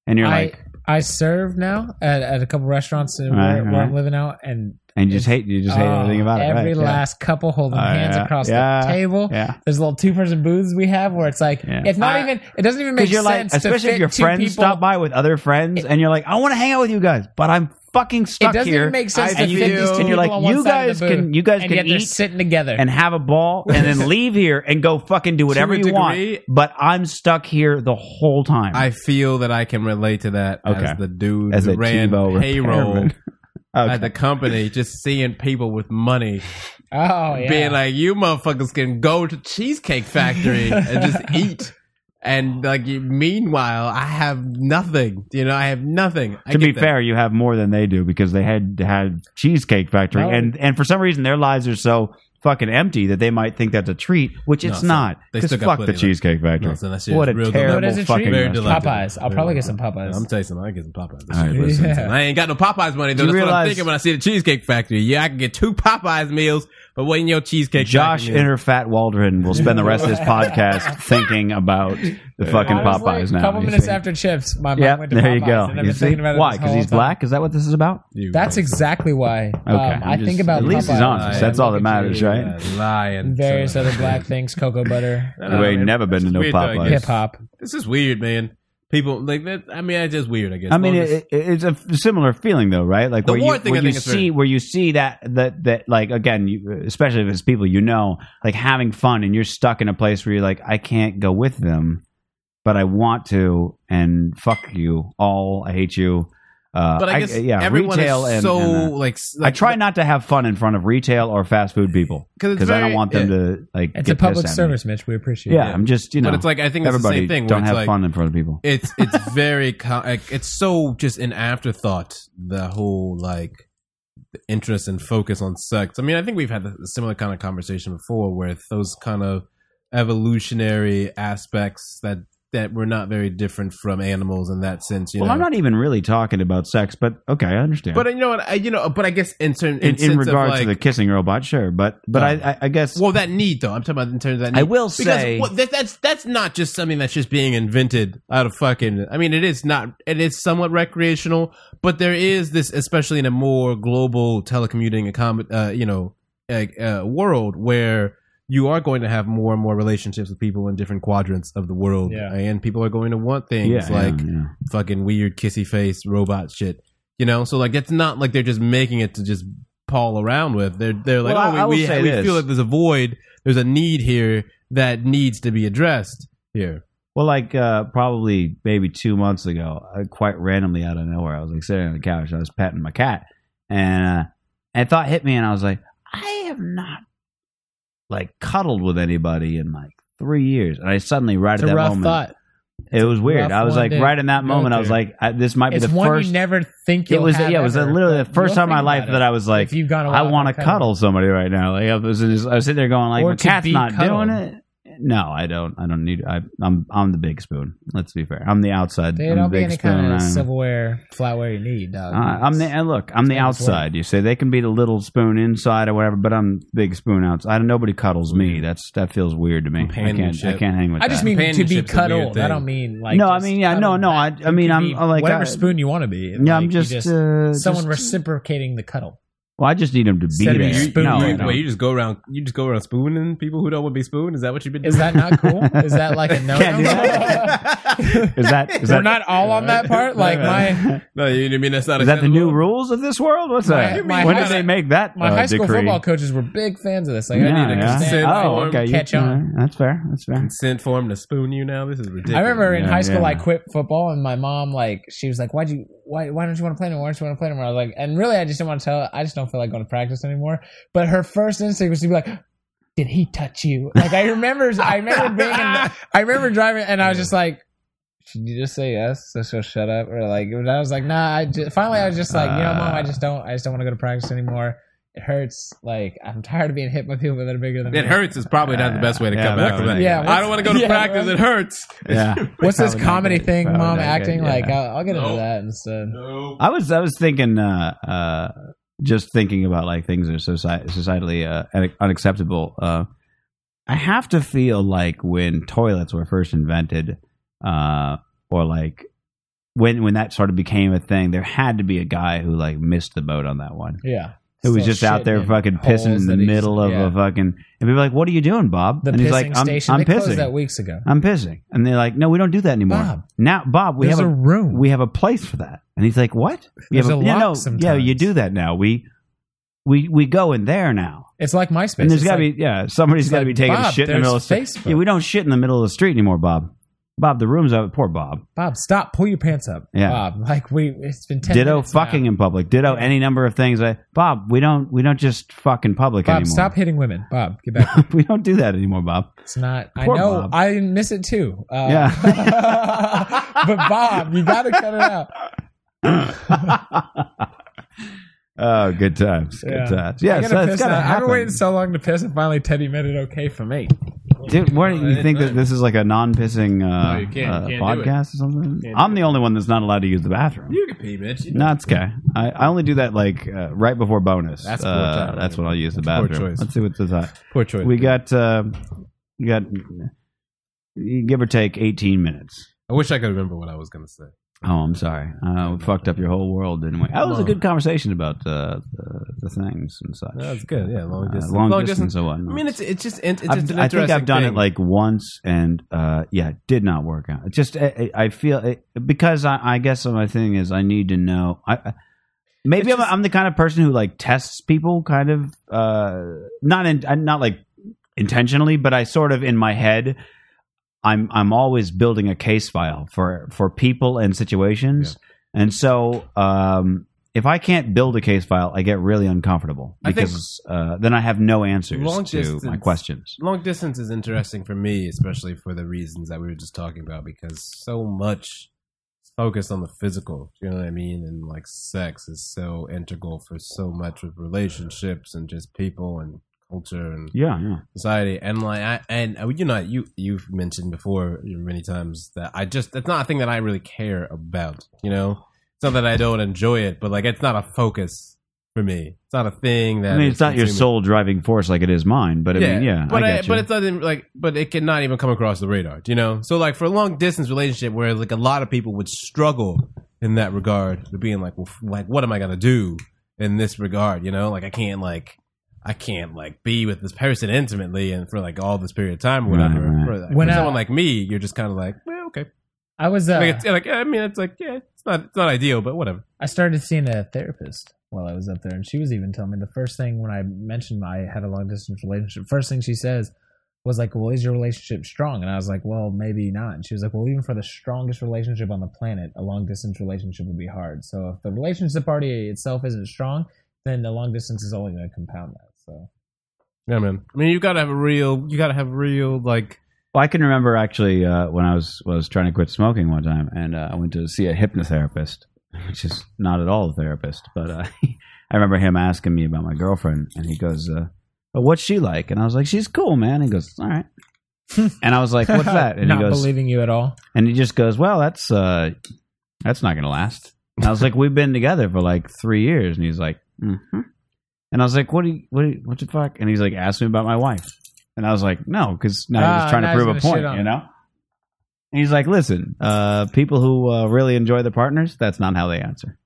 And you're I, like, I serve now at, at a couple restaurants where, Right, where right. I'm living out, and and you just it's- hate, you Uh-huh. just hate oh, everything about it. Every right? last couple holding Oh, hands yeah, across yeah, the table. Yeah. There's little two person booths we have where it's like Yeah. it's not I- even it doesn't even make Because you're like, sense. especially to if your fit two friends people. stop by with other friends, and you're like, I want to hang out with you guys, but I'm fucking It stuck doesn't here. even make sense I to feel- fit these two and you're people like, on one you side of guys the booth, can- you guys and can yet they're eat sitting together. and have a ball and then leave here and go fucking do whatever a you want. degree- But I'm stuck here the whole time. I feel that I can relate to that Okay. as the dude As who a ran TiVo payroll repairman. Okay. at the company, just seeing people with money oh yeah, being like, "You motherfuckers can go to Cheesecake Factory and just eat." And like, you- meanwhile, I have nothing. You know, I have nothing. I to be get that. fair, you have more than they do because they had had Cheesecake Factory, Oh. and and for some reason their lives are so fucking empty that they might think that's a treat, which No, it's it's not. not. They Because still got fuck the plenty left. Cheesecake Factory. No, so that's what a real terrible What is it, fucking treat? Very delicious. restaurant. Popeyes. I'll Very probably get some I'm Popeyes. gonna tell you something. I get some Popeyes. All right, listen. Yeah. I ain't got no Popeyes money though. Do That's what you I'm realize- thinking when I see the Cheesecake Factory. Yeah, I can get two Popeyes meals, but what in your Cheesecake Josh Factory meal? and her fat Waldron will spend the rest of this podcast thinking about the fucking I was like, Popeyes now. A couple you minutes see. after chips, my mind Yep, went to there you Popeyes, go. and I've You been see thinking about it why? this Because whole he's time. black. Is that what this is about? You That's exactly why. Okay, um, I I'm think just- about at least he's Popeyes honest. That's all that matters, right? Lion. and various other black things, cocoa butter, Uh, We ain't man, never been to just no weird though, I Popeyes. guess. hip hop. This is weird, man. People like that. I mean, it's just weird. I guess. I mean, Well, this- it, it- it's a f- similar feeling though, right? Like The where war you, thing, where I you think, is see very- where you see that that that like again, you, especially if it's people you know, like having fun, and you're stuck in a place where you're like, I can't go with them, but I want to, and fuck you all. I hate you. Uh, But I guess yeah, everyone retail is and, so and, uh, like, s- I like, try not to have fun in front of retail or fast food people 'Cause it's because I don't very- eh, want them yeah. to like. It's get a public pissed at me. service, Mitch. We appreciate Yeah, it. I'm just you know. but it's like I think it's the everybody same thing. where don't it's have like, fun in front of people. It's it's very co- like, it's so just an afterthought. The whole like interest and focus on sex. I mean, I think we've had a similar kind of conversation before, with those kind of evolutionary aspects that that were not very different from animals in that sense. You well, know? I'm not even really talking about sex, but okay, I understand. But uh, you know what? I, you know, but I guess in certain in, in sense of, regard like, to the kissing robot, sure, but but I, I I guess Well, that need though. I'm talking about in terms of that. Need. I will because say- what, that, that's that's not just something that's just being invented out of fucking. I mean, it is not. It is somewhat recreational, but there is this, especially in a more global telecommuting, accom- uh, you know, like, uh, world where you are going to have more and more relationships with people in different quadrants of the world, Yeah. and people are going to want yeah, things yeah, like yeah. fucking weird kissy face robot shit. You know, so like it's not like they're just making it to just paul around with. They're they're like, Well, I- oh, I will we, we, say we this. feel like there's a void, there's a need here that needs to be addressed here. Well, like uh, probably maybe two months ago, I quite randomly out of nowhere, I was like sitting on the couch, I was petting my cat, and uh, and a thought hit me, and I was like, I have not like cuddled with anybody in like three years, and I suddenly right It's at a that rough moment, thought. it was weird. rough I was one like, to right in that go moment, I was through. like, I, this might be It's the one first. you never think it you'll was have yeah, it was ever, literally the but first you'll time in my think life about it. that I was like, if you've gone, I want to cuddle somebody right now. Like I was, just, I was sitting there going, like, Or my to cat's be not cuddled. doing it. No, I don't. I don't need. I, I'm I'm the big spoon. Let's be fair. I'm the outside. They I'm don't the be big any kind spoon. of I'm- silverware, flatware you need, dog. uh, I'm the and look. I'm the Same as well. outside. You say they can be the little spoon inside or whatever, but I'm big spoon outside. Nobody cuddles me. That's that feels weird to me. I can't. I Companionship. can't hang with. I just that. mean to be Companionship's a weird cuddled. I thing. don't mean like. No, I just mean, yeah, no, cuddled no, back. I- I mean, You can I'm- be I'm like, whatever I- spoon you want to be. Yeah, Like, I'm you just, uh, someone just- reciprocating the cuddle. Well, I just need him to be Send me there. a spoon. No, I you, don't. wait, you just go around you just go around spooning people who don't want to be spooned? Is that what you've been doing? Is that not cool? Is that like a no? Can't do that. Is that is We're that not all on that part. Like my no, you I mean that's not is that the new acceptable? rules of this world? What's My- that? my when high did they school- make that my uh, high school decree? football coaches were big fans of this. Like I Yeah, need to yeah. consent. Oh, form, okay. you- Catch on. alright, That's fair. That's fair. consent form to spoon you now? This is ridiculous. I remember in Yeah, high school yeah. I quit football and my mom like she was like why'd you why why don't you want to play anymore why don't you want to play anymore I was like and really I just didn't want to tell her I just don't feel like going to practice anymore but her first instinct was to be like did he touch you like I remember I remember being in the, I remember driving and I was just like should you just say yes so she'll shut up or like and I was like nah I just, finally I was just like you know Ah. mom I just don't I just don't want to go to practice anymore it hurts like I'm tired of being hit by people that are bigger than it me. hurts is probably not the best way to Yeah, come back from probably that. not. Yeah, I don't want to go to yeah, practice. right. It hurts. Yeah. What's this Probably not comedy good. thing, Probably mom not good, acting? yeah. Like, I'll, I'll get into Nope. that instead. I was I was thinking uh, uh, just thinking about like things that are soci- societally uh, un- unacceptable. Uh, I have to feel like when toilets were first invented, uh, or like when when that sort of became a thing, there had to be a guy who like missed the boat on that one. Yeah. Who was Still just out there shitting fucking holes pissing in the that he's- middle of yeah. a fucking and people are like, "What are you doing, Bob?" the and pissing he's like, "I'm, station. I'm they closed that pissing. weeks ago. I'm pissing." And they're like, "No, we don't do that anymore." Bob, now, Bob, we There's have a, room. we have a place for that. And he's like, what? We have There's a yeah, lock no, sometimes. yeah, you do that now. We we we go in there now. it's like MySpace. and there's It's got to like, be yeah, somebody's it's got to like, be taking a Bob, shit in the there's middle of the street. Facebook. Yeah, we don't shit in the middle of the street anymore, Bob. Bob, the room's out poor Bob. Bob, stop. Pull your pants up. Yeah. Bob, like, we, it's been 10 Ditto minutes now. fucking in public. Ditto any number of things. I, Bob, we don't we don't just fuck in public Bob, anymore. stop hitting women. Bob, get back. we don't do that anymore, Bob. It's not. I Poor know. Bob. I miss it too. Uh, Yeah. but Bob, you got to cut it out. Oh, good times. Good Yeah. times. Yeah, I so gotta it's piss gotta now. I've happen. been waiting so long to piss, and finally Teddy made it okay for me. Dude, what do you think that this is like a non-pissing uh, No, you can't- uh, can't do it. podcast or something? I'm the only one that's not allowed to use the bathroom. You can pee, bitch. You No, it's okay. I, I only do that like uh, right before bonus. That's poor uh, timing. that's when I'll use the poor bathroom. choice. Let's see what's the Poor choice. We got uh, you got you give or take 18 minutes. I wish I could remember what I was gonna say. Oh, I'm sorry. Uh, we fucked up your whole world, didn't we? That was a good conversation about uh, the, the things and such. That was good. Yeah, long Uh, distance. long, Long distance, distance. or what? I mean, it's it's just it's, it's I've- just an I think I've interesting done thing. it like once, and uh, yeah, it did not work out. It just I, I I feel it, because I, I guess my thing is I need to know. I- I maybe I'm, I'm the kind of person who like tests people, kind of uh, not in I'm not like intentionally, but I sort of in my head. I'm I'm always building a case file for for people and situations, and so um, if I can't build a case file, I get really uncomfortable I think- because uh, then I have no answers Long to my distance- questions. Long distance is interesting for me, especially for the reasons that we were just talking about, because so much is focused on the physical. You know what I mean? And like sex is so integral for so much with relationships and just people and culture and Yeah, yeah. society. And like, I, and uh, you know, you you've mentioned before many times that I just that's not a thing that I really care about. You know, it's not that I don't enjoy it, but like, it's not a focus for me. It's not a thing that I mean, is it's not your consuming- sole driving force like it is mine, but I mean, yeah, but I I- get you. but it doesn't like, but it cannot even come across the radar, do you know. So like for a long distance relationship, where like a lot of people would struggle in that regard to being like, well, f- like what am I gonna do in this regard, you know? Like I can't like, I can't like be with this person intimately and for like all this period of time or Right, whatever. right. For, like, When for I- someone like me, you're just kind of like, well, okay, I was uh, like, it's, like I mean, it's like yeah, it's not it's not ideal, but whatever. I started seeing a therapist while I was up there, and she was even telling me the first thing when I mentioned I had a long distance relationship. First thing she says was like, "Well, is your relationship strong?" And I was like, "Well, maybe not." And she was like, "Well, even for the strongest relationship on the planet, a long distance relationship would be hard. So if the relationship party itself isn't strong, then the long distance is only going to compound that." So Yeah, man. I mean, you gotta have a real, you gotta have real like. Well, I can remember actually uh, when I was was trying to quit smoking one time, and uh, I went to see a hypnotherapist, which is not at all a therapist, but uh, I remember him asking me about my girlfriend, and he goes, uh, "But what's she like?" And I was like, "She's cool, man." He goes, "All right," and I was like, "What's that?" And not he goes, believing you at all. and he just goes, "Well, that's uh, that's not gonna last." And I was like, "We've been together for like three years," and he's like, "Mm-hmm." And I was like, "What do you, what do you, what the fuck?" And he's like, "Ask me about my wife," and I was like, "No," because now Ah, he was trying now to he's prove a gonna point, shit on you it. know. And he's like, "Listen, uh, people who uh, really enjoy their partners, that's not how they answer."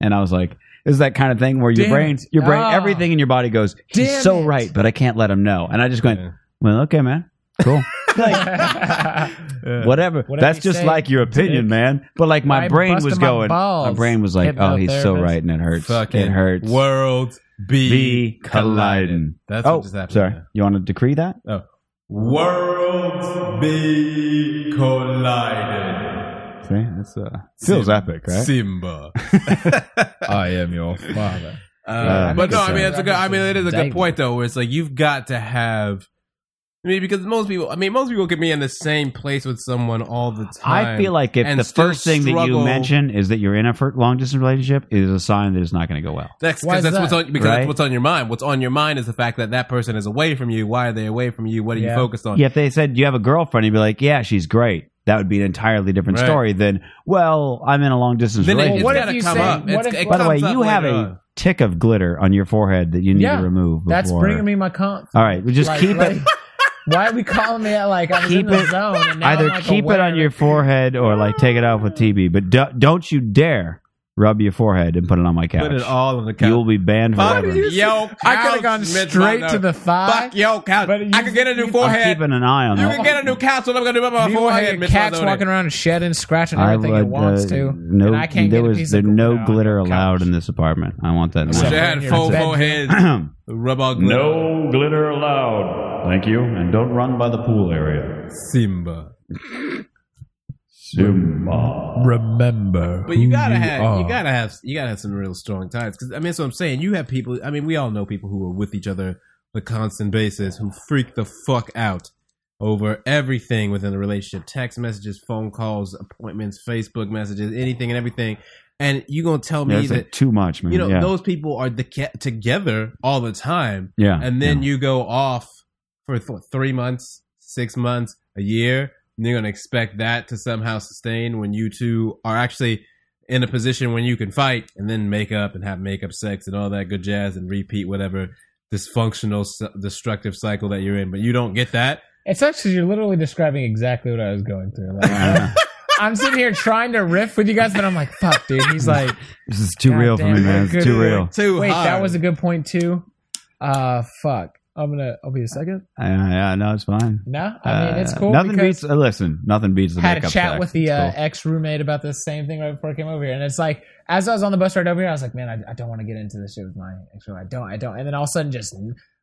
And I was like, "Is that kind of thing where your Damn brain, it. your brain, Ah. everything in your body goes, he's Damn so it. right, but I can't let him know." And I just went, Yeah. "Well, okay, man, cool." Like, whatever. Whatever That's you just say, like your opinion, dick. man. But like my I brain was busted my going, my balls, brain was like, oh, he's so hypnotherapist. right, and it hurts. Fucking it hurts. World be, Be colliding. colliding. That's oh, what just happened. sorry. You want to decree that? Oh. World be colliding. See, that's uh, feels Sim- epic, right? Simba. Uh, I am your father. Yeah, but no, I mean so. it's a good. I mean it is a Dang. good point though, where it's like you've got to have. I mean, because most people, I mean, most people can be in the same place with someone all the time. I feel like if and the still first thing that you struggle- mention is that you're in a long distance relationship, it is a sign that it's not going to go well. That's Why because is that's what's that? on because Right? that's what's on your mind. What's on your mind is the fact that that person is away from you. Why are they away from you? What are you Yeah. focused on? Yeah, if they said you have a girlfriend, you'd be like, yeah, she's great. That would be an entirely different Right. story than, well, I'm in a long distance Then it, relationship. it's what if gotta you come say- up. what It's- if- it By the way, comes up you have a later on. tick of glitter on your forehead that you need Yeah. to remove. Before. That's bringing me my comp. All right, well, just Like, keep it. like, why are we calling me out like I was Keep in the it- zone? And now Either I'm, like, keep it aware on of your forehead or like take it off with TB. But do, don't you dare rub your forehead and put it on my couch. Put it all on the you couch. will be banned Fuck forever. you. Yo, I could have couch, gone Mitch straight Mother. to the thigh. Fuck yo, couch. But you- I could get a new you- I'm forehead. keeping an eye on You can that. get a new couch. What I'm gonna do about my Meanwhile, forehead, your Miss cat's Mother. walking around and shedding, scratching everything I it would, wants uh, to. No, and I can't there get a was piece there of no on glitter your allowed couch. in this apartment. I want that. in She my- had Your full bed. forehead. Rub all glitter. no glitter allowed. Thank you, and don't run by the pool area. Simba. Simba. Remember, But you who gotta have, are. you gotta have, you gotta have some real strong ties. Because I mean, that's what I'm saying. You have people. I mean, we all know people who are with each other on a constant basis who freak the fuck out over everything within the relationship: text messages, phone calls, appointments, Facebook messages, anything and everything. And you gonna tell me That's that like too much, Mm, man. you know yeah. those people are the ke- together all the time, yeah. and then yeah. you go off for th- three months, six months, a year, and you're gonna expect that to somehow sustain when you two are actually in a position when you can fight and then make up and have make up sex and all that good jazz and repeat whatever dysfunctional s- destructive cycle that you're in but you don't get that It's actually you're literally describing exactly what I was going through. Like, I'm- I'm sitting here trying to riff with you guys, but I'm like, fuck, dude. He's like, This is too God real for damn me, it, man. It's good too Lord. real. too wait, that hard. was a good point too. Uh, fuck. I'm gonna. I'll be a second. Yeah, yeah, no, it's fine. No, I mean it's Uh, cool. Nothing because- beats. uh, listen, nothing beats the had a makeup chat sex. with the It's uh, cool. ex roommate about this same thing right before I came over here, and it's like as I was on the bus ride over here, I was like, man, I, I don't want to get into this shit with my ex roommate. I don't, I don't. And then all of a sudden, just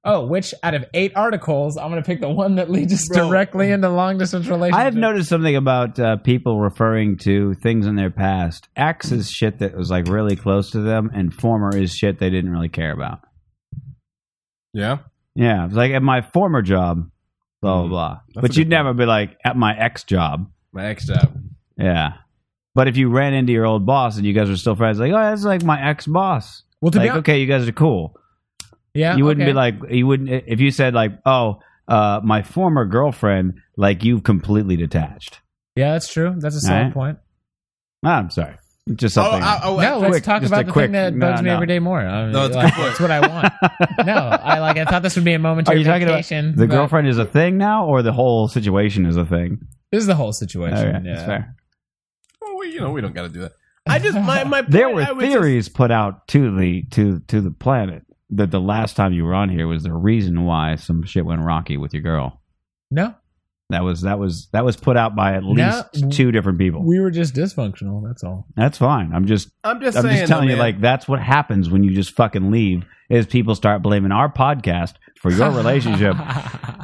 oh, which out of eight articles, I'm going to pick the one that leads us Bro. directly into long distance relationships. I have noticed something about uh, people referring to things in their past. Ex is shit that was like really close to them, and former is shit they didn't really care about. Yeah. Yeah, it's like at my former job, blah blah blah. Mm-hmm. That's a but good you'd never be like at my ex job. My ex job. Yeah, but if you ran into your old boss and you guys were still friends, like oh, that's like my ex boss. Well, to be Like hon- okay, you guys are cool. yeah, you wouldn't okay. be like you wouldn't if you said like oh, uh, my former girlfriend. Like you completely detached. yeah, that's true. That's a solid Alright. point. Ah, I'm sorry. Just something. oh, no, quick, let's talk just a about the quick- thing that no, bugs me no. every day more. I mean, No, it's a like, good point. that's what I want. no, I like. I thought this would be a Are momentary you talking about vacation. the but girlfriend is a thing now, or the whole situation is a thing? This is the whole situation. All right, yeah. that's fair. Well, we, you know, we don't got to do that. I just my my point, There were I was just- theories put out to the to to the planet that the last time you were on here was the reason why some shit went rocky with your girl. No, That was that was that was put out by at least two different people. we were just dysfunctional. That's all. that's fine. I'm just I'm just I'm saying, just telling though, you, man. like that's what happens when you just fucking leave. Is people start blaming our podcast for your relationship?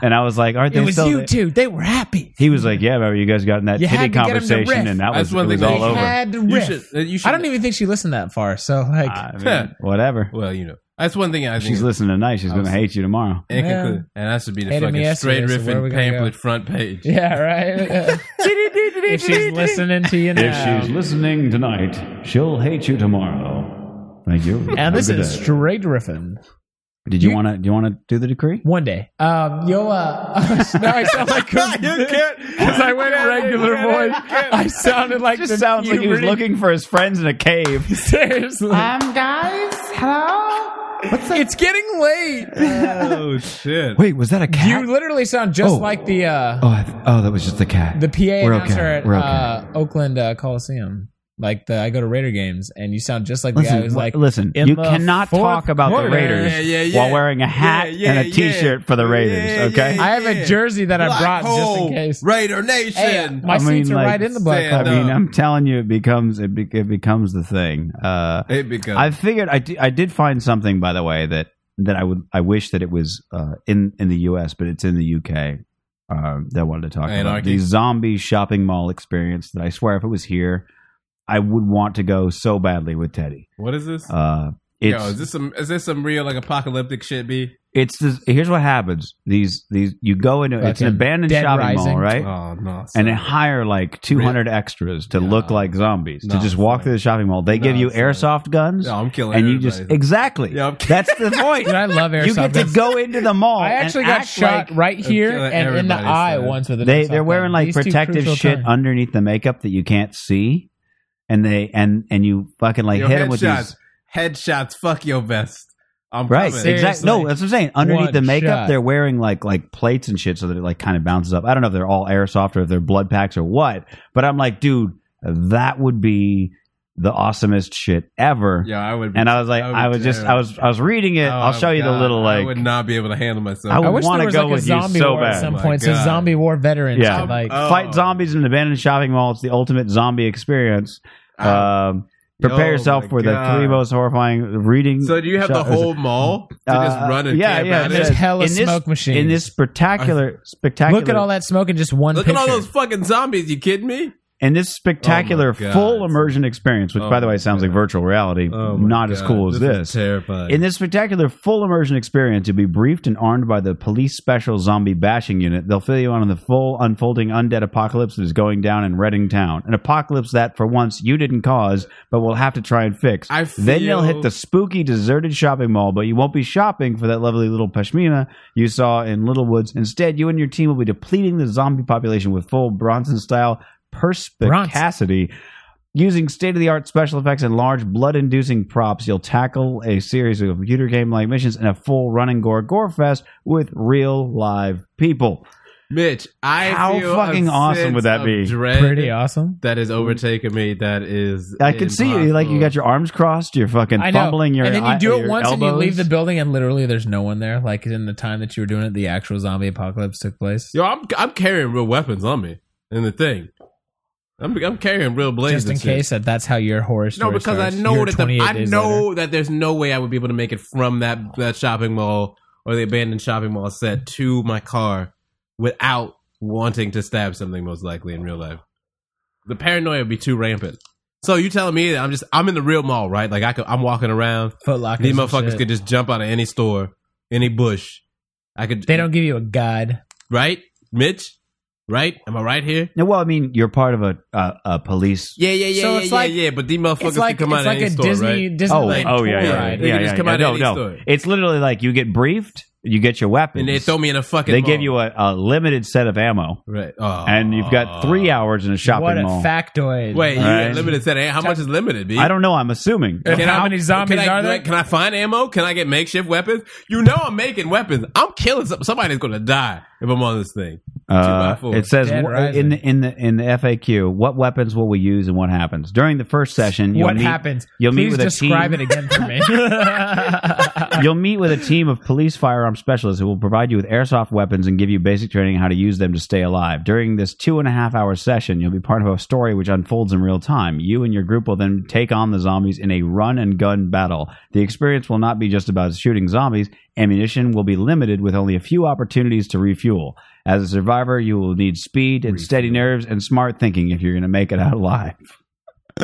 and I was like, aren't they it was still? you there? two. They were happy. He was like, yeah, remember you guys got in that You titty had to get him to riff. conversation, and that That's was, it one thing was that all you over. Had to you riff. should, uh, you should. I don't e- even think she listened that far. So like, I mean, whatever. Well, you know, that's one thing I think. She's listening tonight. She's going to hate you tomorrow. and, Yeah. conclude, and that should be the Hated me fucking yesterday, straight so where are we riffing gonna go? pamphlet front page. yeah, right. if she's listening to you now. If she's listening tonight, she'll hate you tomorrow. Thank you. Have and a this good is day. straight riffing. Did you want to? Do you want to do the decree? One day, um, you'll. Uh, now I sound like you can't. because I went regular voice. I sounded like the puberty- for his friends in a cave. Seriously, Um, guys, hello? it's getting late. Oh shit! Wait, was that a cat? You literally sound just Oh. like the uh, oh, I th- oh, that was just the cat. the PA We're announcer okay. at We're okay. uh, Oakland uh, Coliseum. Like the I go to Raider games, and you sound just like the guy Listen, who's like, listen. in You the cannot fourth talk about quarter. the Raiders Yeah, yeah, yeah. while wearing a hat Yeah, yeah, and a T-shirt yeah. for the Raiders. Yeah, okay, yeah, I have a Yeah. jerscy that I Black brought just hole, in case. Raider Nation. Hey, uh, my I seats mean, are like, right in the black stand hole. I mean, up. I'm telling you, it becomes it, be- it becomes the thing. Uh, It becomes- I figured I, di- I did find something by the way that that I would I wish that it was uh, in in the U.S. but it's in the U.K. Uh, that I wanted to talk about Anarchy. the zombie shopping mall experience. That I swear, if it was here, I would want to go so badly with Teddy. what is this? Uh, it's Yo, is this some is this some real like apocalyptic shit? Be it's this, here's what happens. These these you go into it's an Fucking abandoned Dead shopping Rising. mall, right? oh no, and they hire like 200 extras to look like zombies No, to just it's walk not. through the shopping mall. They No, give you it's not. airsoft guns, no, I'm killing. and you just everybody. exactly. Yeah, I'm- That's the point. Dude, I love airsoft. you get to guns. go into the mall. I and actually got act shot like- right here killing and in the everybody, eye son. once with an they airsoft they're wearing gun. like These two protective crucial shit times. underneath the makeup that you can't see, and they and and you fucking like Yo, hit them with these. headshots. Headshots. Fuck your vest. I'm Right, coming. exactly. No, that's what I'm saying. Underneath One the makeup, shot. they're wearing like like plates and shit, so that it like kind of bounces up. I don't know if they're all airsoft or if they're blood packs or what, but I'm like, dude, that would be the awesomest shit ever. Yeah, I would. Be, And I was like, would I was just, I was, I was reading it. Oh, I'll show you the God, little I would like. not be able to handle myself. I would I wish wanna there was go like a with you zombie so war bad. at some Oh my point. So God. zombie war veterans. Yeah. could, like Oh. Fight zombies in an abandoned shopping mall. It's the ultimate zombie experience. Um, prepare Oh, yourself my for the God. three most horrifying reading. So do you have shot- the whole mall to just Uh, run and yeah, camp yeah, out it in? there's says- hella in this- smoke machines. in this spectacular, spectacular. Look at all that smoke in just one Look picture. at all those fucking zombies. You kidding me? and this spectacular Oh my God. full immersion experience, which Oh by the way my sounds like God. virtual reality, Oh my not as God, cool as Is this. terrifying. In this spectacular full immersion experience, you'll be briefed and armed by the police special zombie bashing unit. They'll fill you in on the full unfolding undead apocalypse that is going down in Reading Town. An apocalypse that, for once, you didn't cause, but will have to try and fix. I Then you'll hit feel- the spooky, deserted shopping mall, but you won't be shopping for that lovely little pashmina you saw in Little Woods. Instead, you and your team will be depleting the zombie population with full Bronson style perspicacity. Using state of the art special effects and large blood inducing props, you'll tackle a series of computer game like missions and a full run and gore gore fest with real live people. Mitch, I How feel fucking a awesome sense would that of be? Dread Pretty awesome. that is overtaking me. That is. I can see you, like you got your arms crossed, you're fucking I know. fumbling your and then you eye- do it your once and you elbows. leave the building and literally there's no one there. Like in the time that you were doing it, the actual zombie apocalypse took place. Yo, I'm I'm carrying real weapons on me. And the thing, I'm I'm carrying real blades. Just in and shit. case that that's how your horror story No, because starts. I know You're that the, 28 I days know later. that there's no way I would be able to make it from that that shopping mall or the abandoned shopping mall set to my car without wanting to stab something, most likely in real life. The paranoia would be too rampant. So you telling me that I'm just I'm in the real mall, right? Like I could, I'm walking around. Foot Locker. These motherfuckers could just jump out of any store, any bush. I could. They don't give you a guide. right, Mitch. Right? Am I right here? No, well, I mean, you're part of a a, a police. Yeah, yeah, yeah, So yeah, it's yeah, like- yeah. But these motherfuckers It's like could come out of it's like any a store, Disney right? Oh, Disneyland oh tour yeah, yeah, ride. yeah, They yeah, can just yeah, come out of no, any no. store. It's literally like you get briefed, you get your weapons, And they throw me in a fucking. They give mall. you a, a limited set of ammo, right, oh. and you've got three hours in a shopping What a mall. factoid! Wait, you Right. got limited set. of How much is limited? B? I don't know. I'm assuming. And how many zombies can I, are there? Can I find ammo? Can I get makeshift weapons? You know I'm making weapons. I'm killing some, somebody's going to die if I'm on this thing. Uh, by four. it says Dead wh- Rising. in the in the in the FAQ, what weapons will we use and what happens during the first session? You'll what meet, happens? you'll meet Please with a describe team. it again for me. You'll meet with a team of police firearm specialists who will provide you with airsoft weapons and give you basic training on how to use them to stay alive. During this two and a half hour session, you'll be part of a story which unfolds in real time. You and your group will then take on the zombies in a run and gun battle. The experience will not be just about shooting zombies, ammunition will be limited with only a few opportunities to refuel. As a survivor, you will need speed and steady nerves and smart thinking if you're going to make it out alive.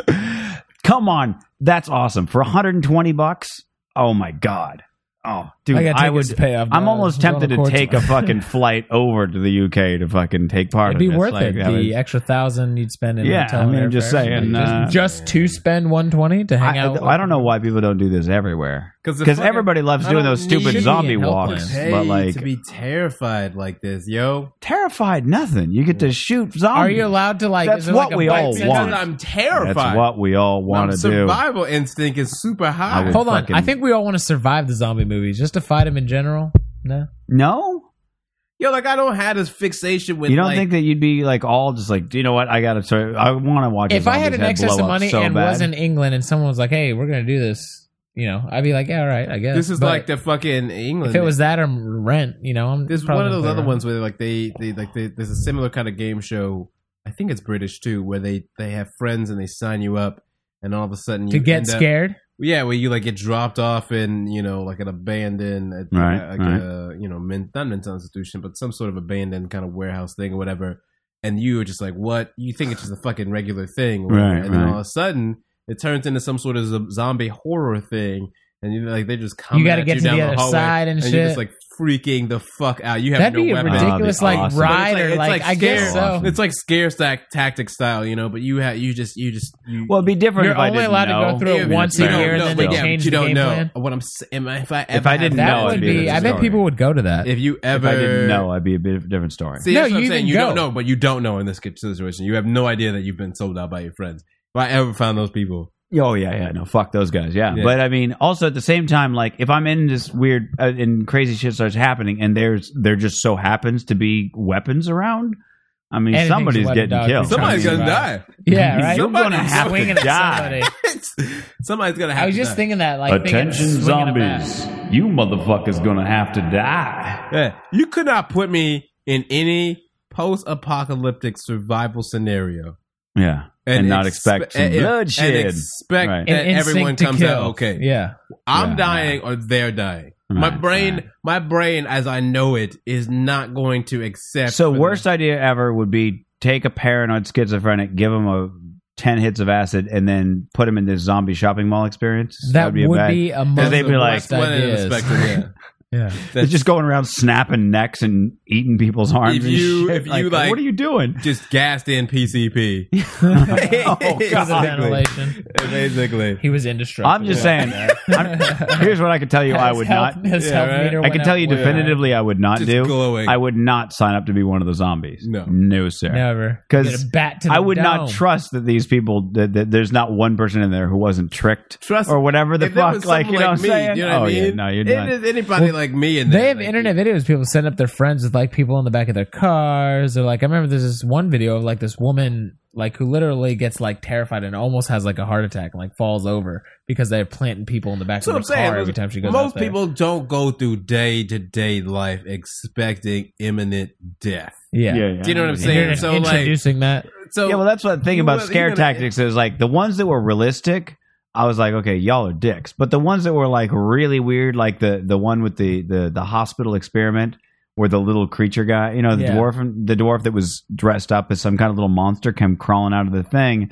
Come on, that's awesome. For 120 bucks? Oh my god. Oh, dude, I got I, tickets would to pay off, I'm bro. almost It's uh, on tempted to the court take a tomorrow. fucking flight over to the UK to fucking take part It'd in be this. worth Like, it. I The uh, would- extra thousand you'd spend in Yeah, hotel I mean, and just airfare. saying, Just- uh, just, to spend one twenty to hang I, out. I don't know why people don't do this everywhere. Because Because everybody loves doing those stupid need zombie help walks, plans. but like to be terrified like this, yo. terrified nothing. You get to shoot zombies. Are you allowed to like? That's is there, what like, a we bite all sentence? want. I'm terrified. Oh, That's what we all want My to do. Survival instinct is super I high. would- Hold on, fucking- I think we all want to survive the zombie movies, just to fight them in general. No, No, Yo, like I don't have this fixation with. you don't like, think that you'd be like all just like, do you know what? I gotta. Sorry, I want to watch. a if I had zombie's an head excess blow of up money so and bad. was in England, and someone was like, "Hey, we're gonna do this," you know, I'd be like, "Yeah, all right, I guess." this is But like the fucking England? if it was that or rent, you know, I'm There's probably one of gonna those play other Rent. ones where like they, they like they, there's a similar kind of game show. I think it's British too, where they they have friends and they sign you up, and all of a sudden to you get end up- scared. yeah, where you like get dropped off in you know like an abandoned, uh, Right, like right. a you know men, not mental institution, but some sort of abandoned kind of warehouse thing or whatever. And you are just like, what? You think it's just a fucking regular thing, or whatever. Right, And then right. all of a sudden, it turns into some sort of zo- zombie horror thing. And you like they're just coming. You got to at get to down the other hallway, side and, and shit. you're just like freaking the fuck out. You have That'd no be a weapon. ridiculous, ridiculous That'd like be awesome. ride But or it's like, like- it's I like guess scary. so. It's like scare stack tactic style, you know. But you have you just you just you, well, it'd be different. You're if I only didn't allowed to go know. through it Yeah, once you a don't year, and know, then but they yeah, but change you the don't game know plan. What I'm s- am I- if I If ever I didn't had That No, it'd would be a be. different I bet story. people would go to that. If you If ever, I didn't know, I'd be a bit different story. See, No, that's what you I'm saying. even You don't go. know, but you don't know in this ki- situation. You have no idea that you've been sold out by your friends. If I ever found those people, Oh yeah, yeah. No, fuck those guys. Yeah. Yeah. but I mean, also at the same time, like if I'm in this weird uh, and crazy shit starts happening, and there's there just so happens to be weapons around. I mean, Anything's a somebody's weapon, getting dog. killed. somebody's trying gonna to die. yeah, right. You're gonna Somebody's have swinging to at die. somebody. somebody's gonna. Have I was to just die. thinking that, like, thinking Attention, swinging a bat. zombies! You motherfuckers gonna have to die. Yeah, you could not put me in any post-apocalyptic survival scenario Yeah. And not expect some and- and bloodshed. expect Right. that An everyone instinct to comes kill. out okay. Yeah, I'm Yeah. dying or they're dying. my Right, brain, right. my brain, as I know it, is not going to accept. So for them. worst idea ever would be take a paranoid schizophrenic, give him a ten hits of acid, and then put him in this zombie shopping mall experience. that a would bad- be a That's most they'd be the like- worst one end of the ideas. spectrum, Yeah. that- They're just going around snapping necks and eating people's arms. If and you- shit. if you, like- what are you doing? yeah. just gassed in PCP. Oh, Because of Basically. ventilation. Basically, He was indestructible. I'm just saying. I'm- here's what I can tell you: I would not. Yeah, right. I can tell you definitively, I would not just do. glowing. I would not sign up to be one of the zombies. No. no, sir. Never. 'Cause Get a bat to the I would not dome. trust that these people that, that there's not one person in there who wasn't tricked Trust- or whatever the If there fuck was like you someone know what I'm me, saying you know oh what I mean? yeah no you're If not there's anybody like me in there. They have like, internet videos. People send up their friends with like people in the back of their cars. Or like, I remember there's this one video of like this woman like who literally gets like terrified and almost has like a heart attack and like falls over because they're planting people in the back That's what I'm of her car saying. every time she goes. out Most there. people don't go through day to day life expecting imminent death. yeah. Do you know what I'm And saying? you're So like, introducing that. so yeah well that's what the thing You about will- scare you're gonna- tactics is like the ones that were realistic I was like, okay, y'all are dicks. But the ones that were like really weird, like the the one with the the the hospital experiment where the little creature guy, you know, the Yeah. dwarf the dwarf that was dressed up as some kind of little monster came crawling out of the thing.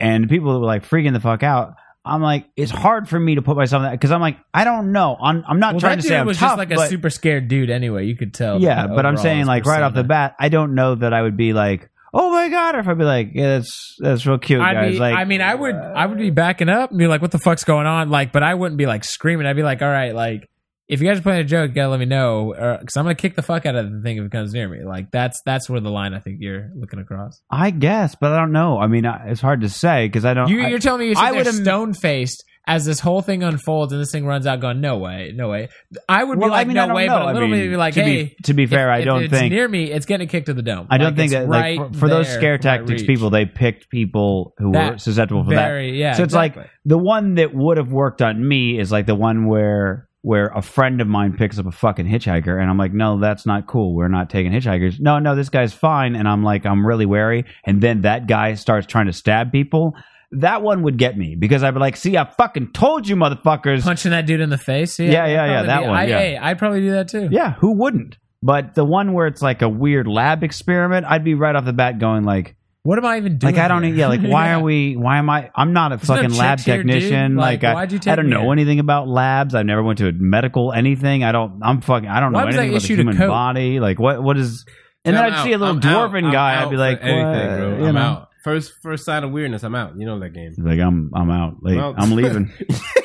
And people were like freaking the fuck out. I'm like, it's hard for me to put myself in that because I'm like, I don't know. I'm, I'm not well, trying that to dude say I'm was tough, just like a but- super scared dude anyway. You could tell. yeah, the but I'm overall saying like right off the persona. bat, I don't know that I would be like, oh my god, or if I'd be like, yeah, that's that's real cute, I'd guys. be, like, uh, I mean, I would, I would be backing up and be like, "What the fuck's going on?" Like, but I wouldn't be like screaming. I'd be like, "All right, like, if you guys are playing a joke, you gotta let me know, because I'm gonna kick the fuck out of the thing if it comes near me." Like, that's that's where the line I think you're looking across. I guess, but I don't know. I mean, I, it's hard to say because I don't. You, I- you're telling me you're I sitting there would've- stone faced as this whole thing unfolds and this thing runs out, going, "No way, no way." I would Well, be like, mean, I "No don't way," know. but a I little mean, bit be like, to "Hey." be, to be fair, if- I if don't it's think near me, it's getting kicked to the dome. I don't Like, think it's that right like for, for those there scare from my tactics reach. people they picked people who were That- susceptible for that. very yeah. so it's like exactly. the one that would have worked on me is like the one where where a friend of mine picks up a fucking hitchhiker and I'm like, no, that's not cool. We're not taking hitchhikers. No, no, this guy's fine. And I'm like, I'm really wary. And then that guy starts trying to stab people. That one would get me because I'd be like, see, I fucking told you, motherfuckers. punching that dude in the face. Yeah, yeah, yeah, probably that be- one, I, yeah. hey, I'd probably do that too. Yeah, who wouldn't? But the one where it's like a weird lab experiment, I'd be right off the bat going like, What am I even doing? like I don't, e-, here? yeah, like why are we? Why am I? I'm not a no fucking lab checks here, dude. technician. Like, Like, why'd I, you take I don't me know here? anything about labs. I never went to a medical anything. I don't. I'm fucking. I don't Why know was I anything about the issued a human coat? body. Like what? What is? And then I'm I'd out. see a little I'm out. dwarven I'm guy. I'd out be for like, anything, what? bro. You I'm know? out. First, first sign of weirdness. I'm out. You know that game. He's like I'm, I'm out. Like Well, I'm leaving.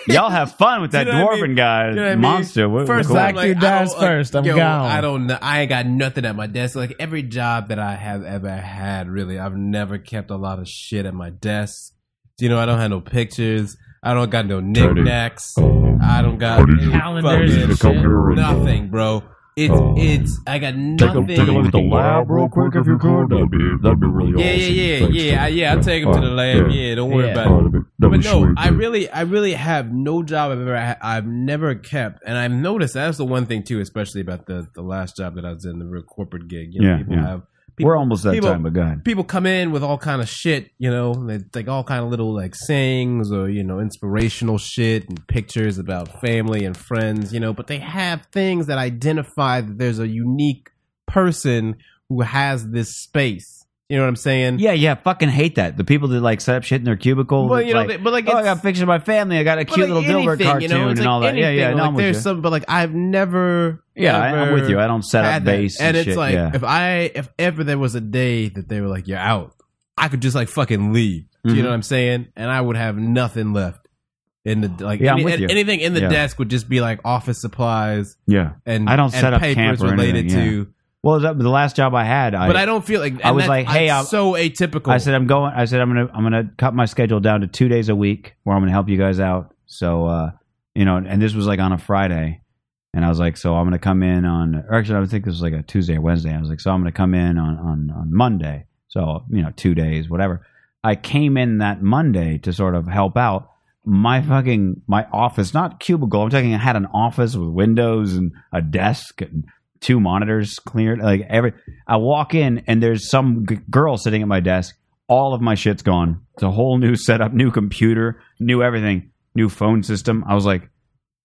Y'all have fun with that You know what I dwarven mean? guy You know what I mean? monster. What, First cool. I'm Black dude I don't- dies first, I'm yo, gone. I don't know. I ain't got nothing at my desk. Like every job that I have ever had, really, I've never kept a lot of shit at my desk. You know, I don't have no pictures. I don't got no knickknacks. Um, I don't got how did you- Calendars fucking and Come shit. here and- nothing, bro. It's Um, it's. I got Take a, nothing. take a look at the lab real quick if you could. That'd be, that'd be really yeah, awesome. yeah, yeah, Thanks, yeah, I- dude. yeah. I'll take him to the Uh, lab. Yeah, don't worry Yeah. about Uh, it. that'd be, that'd But be no, sweet, I dude. really, I really have no job I've ever, ha- I've never kept, and I've noticed that's the one thing too, especially about the the last job that I was in, the real corporate gig. You know, Yeah, people yeah. have We're almost that people- time, but go ahead. people come in with all kind of shit, you know, they, like all kind of little like sayings or you know inspirational shit and pictures about family and friends, you know, but they have things that identify that there's a unique person who has this space. You know what I'm saying? Yeah, yeah, fucking hate that. The people that like set up shit in their cubicle. Well, you know, like, they- but like oh, I it's- got pictures of my family. I got a But, cute like, little Dilbert anything, cartoon you know, it's and like all that. Yeah, yeah, anything, no, like I'm with there's you. some, but like I've never. yeah, I, I'm with ever you. I don't set up had that. base and, it's shit. like yeah. if I, if ever there was a day that they were like, "You're out," I could just like fucking leave. Do Mhm. You know what I'm saying? And I would have nothing left in the like. Yeah, I'm any- with you. anything in the Yeah. desk would just be like office supplies yeah. and I don't and set up papers camp or related anything, yeah. to. Well, that, the last job I had, I, But I don't feel like. and I was that's- like, hey, I'm I'm- so atypical. I said I'm going. I said I'm gonna I'm gonna cut my schedule down to two days a week where I'm gonna help you guys out. So uh, you know, and this was like on a Friday, and I was like, so I'm gonna come in on. Or actually, I think this was like a Tuesday or Wednesday. I was like, so I'm gonna come in on on on Monday. So you know, two days, whatever. I came in that Monday to sort of help out. My fucking my office, not cubicle. I'm talking. I had an office with windows and a desk and two monitors cleared. Like every, I walk in and there's some g- girl sitting at my desk. All of my shit's gone. It's a whole new setup, new computer, new everything, new phone system. I was like,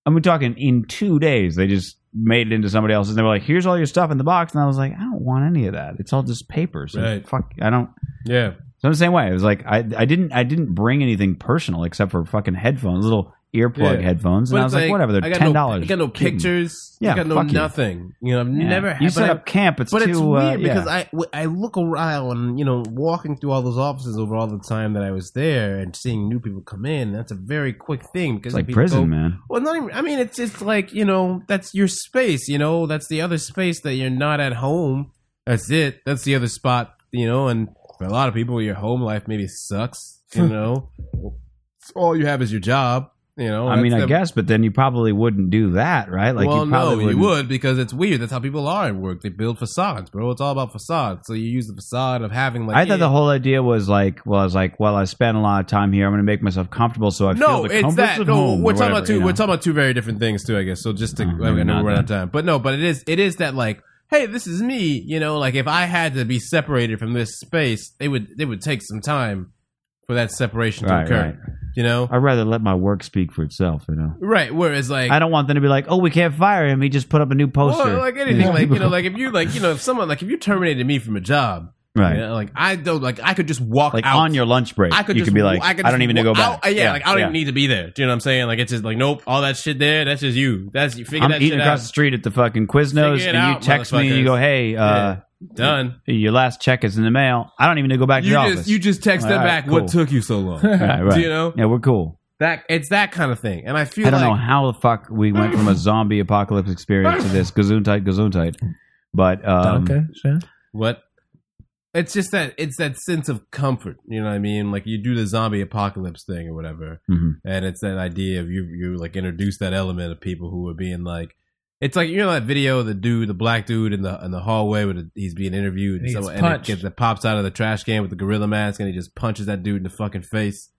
I'm talking in two days. They just made it into somebody else's. And they were like, here's all your stuff in the box. And I was like, I don't want any of that. It's all just papers. And Right. Fuck, I don't. yeah, So I'm the same way. It was like I I didn't I didn't bring anything personal except for fucking headphones, little earplug Yeah. headphones, and I it's was like, I whatever, they're got ten no- dollars. I got no pictures. Yeah, I got no fuck you. nothing. You know, I've never. You had- set but I- up camp. It's But too it's uh, weird because yeah. I, w- I look around, you know, walking through all those offices over all the time that I was there and seeing new people come in. That's a very quick thing because it's like people prison, go- man. Well, not even. I mean, it's just like you know, that's your space. You know, that's the other space that you're not at home. That's it. That's the other spot. You know, and for a lot of people, your home life maybe sucks. You know, all you have is your job. You know, I mean, That's I the- guess, but then you probably wouldn't do that, right? Like, well, you probably no, wouldn't. you would because it's weird. That's how people are at work. They build facades, bro. It's all about facades. So you use the facade of having like. I thought yeah. the whole idea was like, well, I was like, well, I spent a lot of time here. I'm going to make myself comfortable, so I feel No, the it's comforts that. of No, home. we're or talking about whatever, two. you know? We're talking about two very different things too. I guess. So just to, Oh, I maybe know not we're out of then. time, but no, but it is. It is that like, hey, this is me. You know, like if I had to be separated from this space, it would. It would take some time. for that separation to Right, occur. right. You know, I'd rather let my work speak for itself, you know. right? Whereas like I don't want them to be like, "Oh, we can't fire him. He just put up a new poster." Well, like anything, like you know, like if you like you know, if someone like if you terminated me from a job, right? you know, like I don't like I could just walk Like out on your lunch break, I could you just could be like, "I, could don't just even need to go walk back." out- yeah, like I don't yeah. even need to be there. Do you know what I'm saying? Like it's just like nope, all that shit there. That's just you. That's you figure I'm that eating shit across the out. street at the fucking Quiznos, Figure it and you out, text me and you go, "Hey, uh, Done. your last check is in the mail. I don't even need to go back to You the just office." you just text them All right, back. What cool. took you so long? right, right. Do you know? Yeah, we're cool. that it's that kind of thing. And I feel I don't like know how the fuck we went from a zombie apocalypse experience to this Gesundheit, Gesundheit. But um, Danke, schön. what it's just that it's that sense of comfort you know what i mean like you do the zombie apocalypse thing or whatever Mhm. and it's that idea of you you like introduce that element of people who are being like it's like you know that video of the dude the black dude in the in the hallway where the, he's being interviewed And he gets someone- and it, punched. gets, it pops out of the trash can with the gorilla mask and he just punches that dude in the fucking face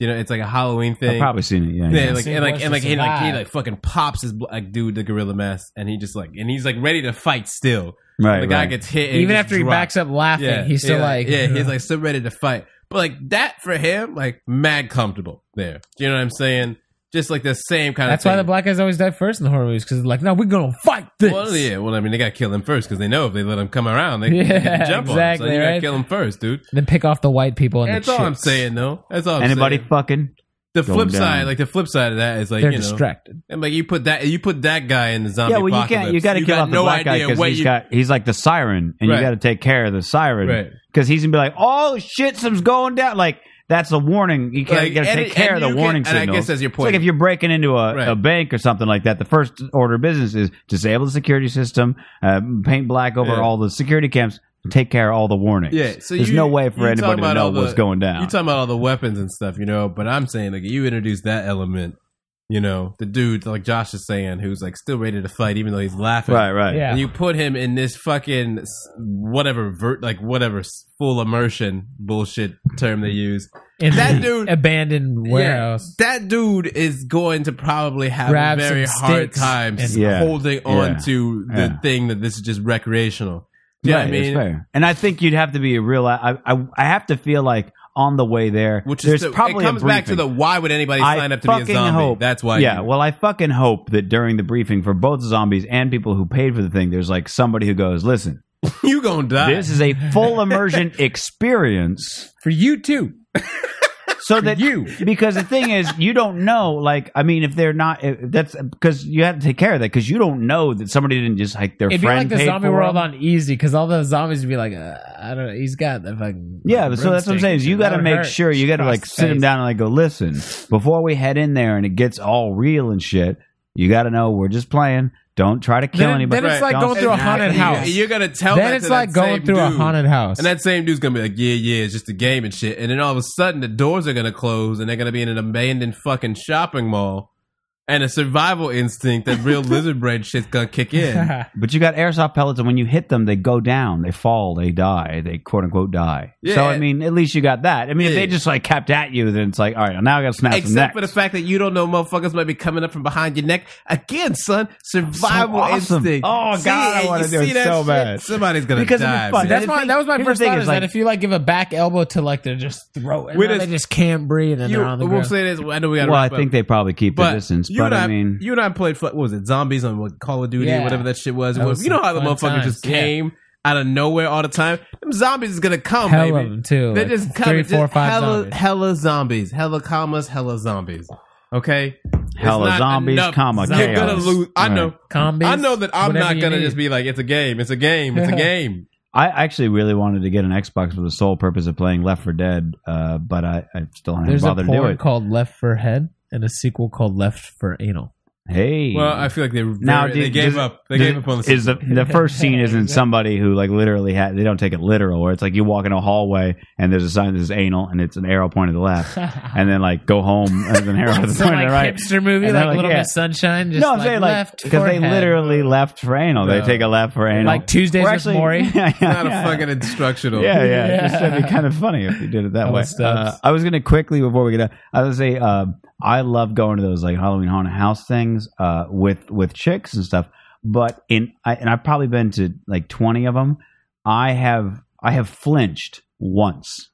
you know it's like a halloween I've thing probably seen it. Yeah, yeah. yeah, like See and like what's and like to he like he survive. like fucking pops his bl- like dude the gorilla mask and he just like and he's like ready to fight still right. the guy right. gets hit. and Even just after he drops. backs up laughing, he's still like, yeah, he's like so ready to fight. But like that for him, like mad comfortable there. Do you know what I'm saying? Just like the same kind That's of. why the thing. black guys always die first in the horror movies because like, no, we're gonna fight this. Well, yeah. Well, I mean, they gotta kill him first because they know if they let him come around, they, Yeah, they can jump on him. So exactly, you gotta right? kill him first, dude. Then pick off the white people and That's the all I'm chicks. saying, though. That's all. I'm Anybody saying. fucking The going flip side, down. like the flip side of that is like They're you know, distracted. and like you put that you put that guy in the zombie. yeah. Well, you can't. You got to kill got off the no black guy idea because what he's you- got. He's like the siren, and Right. you got to take care of the Right. siren because he's gonna be like, "Oh shit, something's going down." Like that's a warning. You can't Like, you gotta and- take care and of you the can- warning and I signal. guess that's your point. It's like if you're breaking into a, Right. a bank or something like that, the first order of business is disable the security system, uh, paint black over Yeah. all the security cams, take care of all the warnings. Yeah, so there's you- no way you for anybody talking to about know all the- what's going You down. talking about all the weapons and stuff, you know? But I'm saying like you introduce that element, you know, the dude like Josh is saying who's like still ready to fight even though he's laughing, right, right. Yeah. And you put him in this fucking s- whatever vert like whatever s- full immersion bullshit term they use. In That the dude- abandoned warehouse. That dude is going to probably have Grab a very some hard sticks time and- Yeah. holding Yeah. on to the Yeah. thing that this is just recreational. Do you know Right, what I it's mean? fair. And I think you'd have to be a real. I, I I have to feel like on the way there, Which there's is the, probably it comes a back to briefing. the why would anybody I sign up to be a fucking zombie? Hope, That's why. Yeah. you- Well, I fucking hope that during the briefing for both zombies and people who paid for the thing, there's like somebody who goes, "Listen, you gonna die. this is a full immersion experience For you too. so that you because the thing is you don't know like i mean if they're not if that's because you have to take care of that because you don't know that somebody didn't just like their It'd be friend like the paid zombie for world them. on easy because all the zombies would be like, uh, I don't know, he's got the fucking. yeah so that's what i'm saying is you got to make sure you got to like sit them down and like go listen before we head in there and it gets all real and shit you got to know we're just playing don't try to kill Then- anybody then it's like Don't going through a stab haunted anybody." house. You're gonna tell Then that it's to that like going same through a dude. haunted house. And that same dude's gonna be like, yeah, yeah, it's just a game and shit. And then all of a sudden, the doors are gonna close, and they're gonna be in an abandoned fucking shopping mall. And a survival instinct that real lizard brain shit's gonna kick in. But you got airsoft pellets, and when you hit them, they go down, they fall, they die, they quote unquote die. Yeah. So I mean, at least you got that. I mean, if Yeah. they just like kept at you, then it's like, all right, now I got to snap some Except necks. for the fact that you don't know motherfuckers might be coming up from behind your neck again, son. Survival So awesome. instinct. Oh, God, I and wanna you do it see that so shit? bad. Somebody's gonna Because it'd be die. fun. man. That's my, thing- that was my here's the first thing thought is, is like- that if you like give a back elbow to like they're just throw and Wait, then it's- they just can't breathe and You, they're on the we'll ground. say this. I know we got. well, I think they probably keep the But distance, you but and I mean, you and I played what was it? Zombies on what Call of Duty, Yeah. whatever that shit was. That was you know some how the fun motherfucker times, just yeah. came out of nowhere all the time. Them zombies is gonna come, Hell baby. of them too. They're like just three, coming. four, just five hella, zombies. hella zombies, hella commas, hella zombies. Okay, It's Hella not zombies, enough comma, You're chaos. gonna lose. I know. Right. Combis, I know that I'm whatever not you gonna need. just be like, it's a game, it's a game, it's a game. I actually really wanted to get an Xbox for the sole purpose of playing Left for Dead, uh, but I, I still haven't There's a bothered to do porn it. called Left for Head and a sequel called Left for Anal. Hey, Well, I feel like they were now very- do- they gave does- up. They does- gave up on the is the the first scene isn't somebody who like literally had they don't take it literal where it's like you walk in a hallway and there's a sign that says anal and it's an arrow pointing to the left and then like go home and an arrow pointing Some to like the right hipster movie, And like, they're like, Little yeah. Miss Sunshine. Just no I'm like saying like left because they forehead. literally left for anal they No. take a left for anal Like Tuesdays We're with Maury. yeah, yeah, not a yeah. fucking instructional. Yeah, yeah. Yeah. It just, that'd be kind of funny if you did it that That way. was stuff. Uh, I was gonna quickly before we get out, I was gonna say um, I love going to those like Halloween haunted house things uh, with with chicks and stuff. But in I, and I've probably been to like twenty of them. I have I have flinched once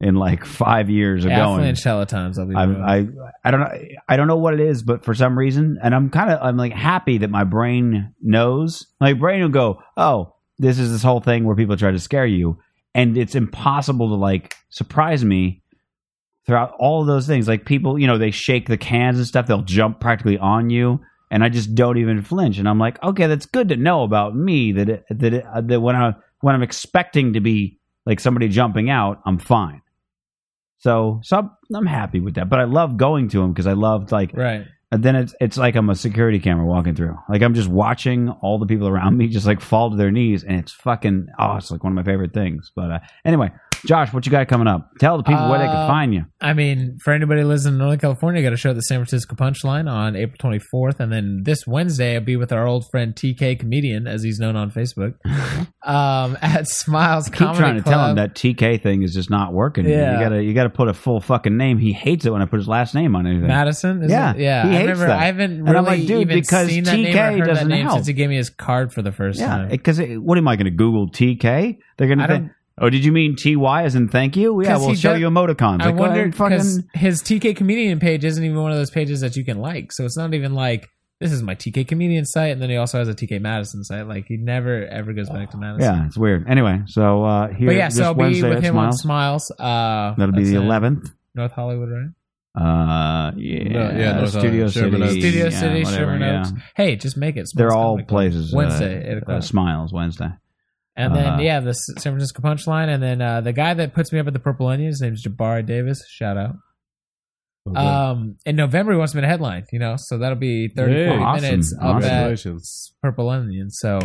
in like five years of going. Affluent hella times. I'll be I, real. I I don't know I don't know what it is, but for some reason, and I'm kind of I'm like happy that my brain knows. My brain will go, oh, this is this whole thing where people try to scare you, and it's impossible to like surprise me throughout all of those things. Like people, you know, they shake the cans and stuff; they'll jump practically on you, and I just don't even flinch. And I'm like, okay, that's good to know about me that it, that it, uh, that when I when I'm expecting to be like somebody jumping out, I'm fine. So, so I'm, I'm happy with that. But I love going to them because I loved like, right. and then it's it's like I'm a security camera walking through. Like I'm just watching all the people around me just like fall to their knees, and it's fucking oh, it's like one of my favorite things. But uh, anyway, Josh, what you got coming up? Tell the people where they can Uh, find you. I mean, for anybody who lives in Northern California, got a show at the San Francisco Punchline on April 24th, and then this Wednesday, I'll be with our old friend TK Comedian, as he's known on Facebook, um, at Smiles Keep Comedy trying to tell him Club. that TK thing is just not working. Yeah. You gotta you gotta put a full fucking name. He hates it when I put his last name on anything. Madison, is Yeah, it? yeah. he I hates remember, that. I haven't And really I'm like, dude, even because seen that name TK or heard that doesn't name help. since he gave me his card for the first yeah, time. because what am I going to Google TK? They're going to I think. don't- Oh, did you mean TY as in thank you? Yeah, 'Cause we'll he show does- you emoticons. Like, go I ahead wonder and fucking. because his TK comedian page isn't even one of those pages that you can like, so it's not even like this is my TK comedian site, and then he also has a TK Madison site. Like he never ever goes back to Madison. Yeah, it's weird. Anyway, so uh here but yeah, this so I'll be Wednesday with at him Smiles. on Smiles. Uh, That'll be that's the in eleventh. North Hollywood, right? Uh No, yeah, yeah, North Studio Island, Sherman City. Oaks. Studio yeah, City, whatever, Sherman yeah. Oaks. Hey, just make it. Smiles They're all Comedy Club. places. uh, Wednesday, eight uh, o'clock. Smiles Wednesday. And then Uh-huh. yeah, the S- San Francisco Punchline, and then uh, the guy that puts me up at the Purple Onion, his name's Jabari Davis. Shout out. Um, in November he wants me to headline, you know, so that'll be 30, Hey. 40 Awesome. minutes up at Congratulations. Purple Onion. So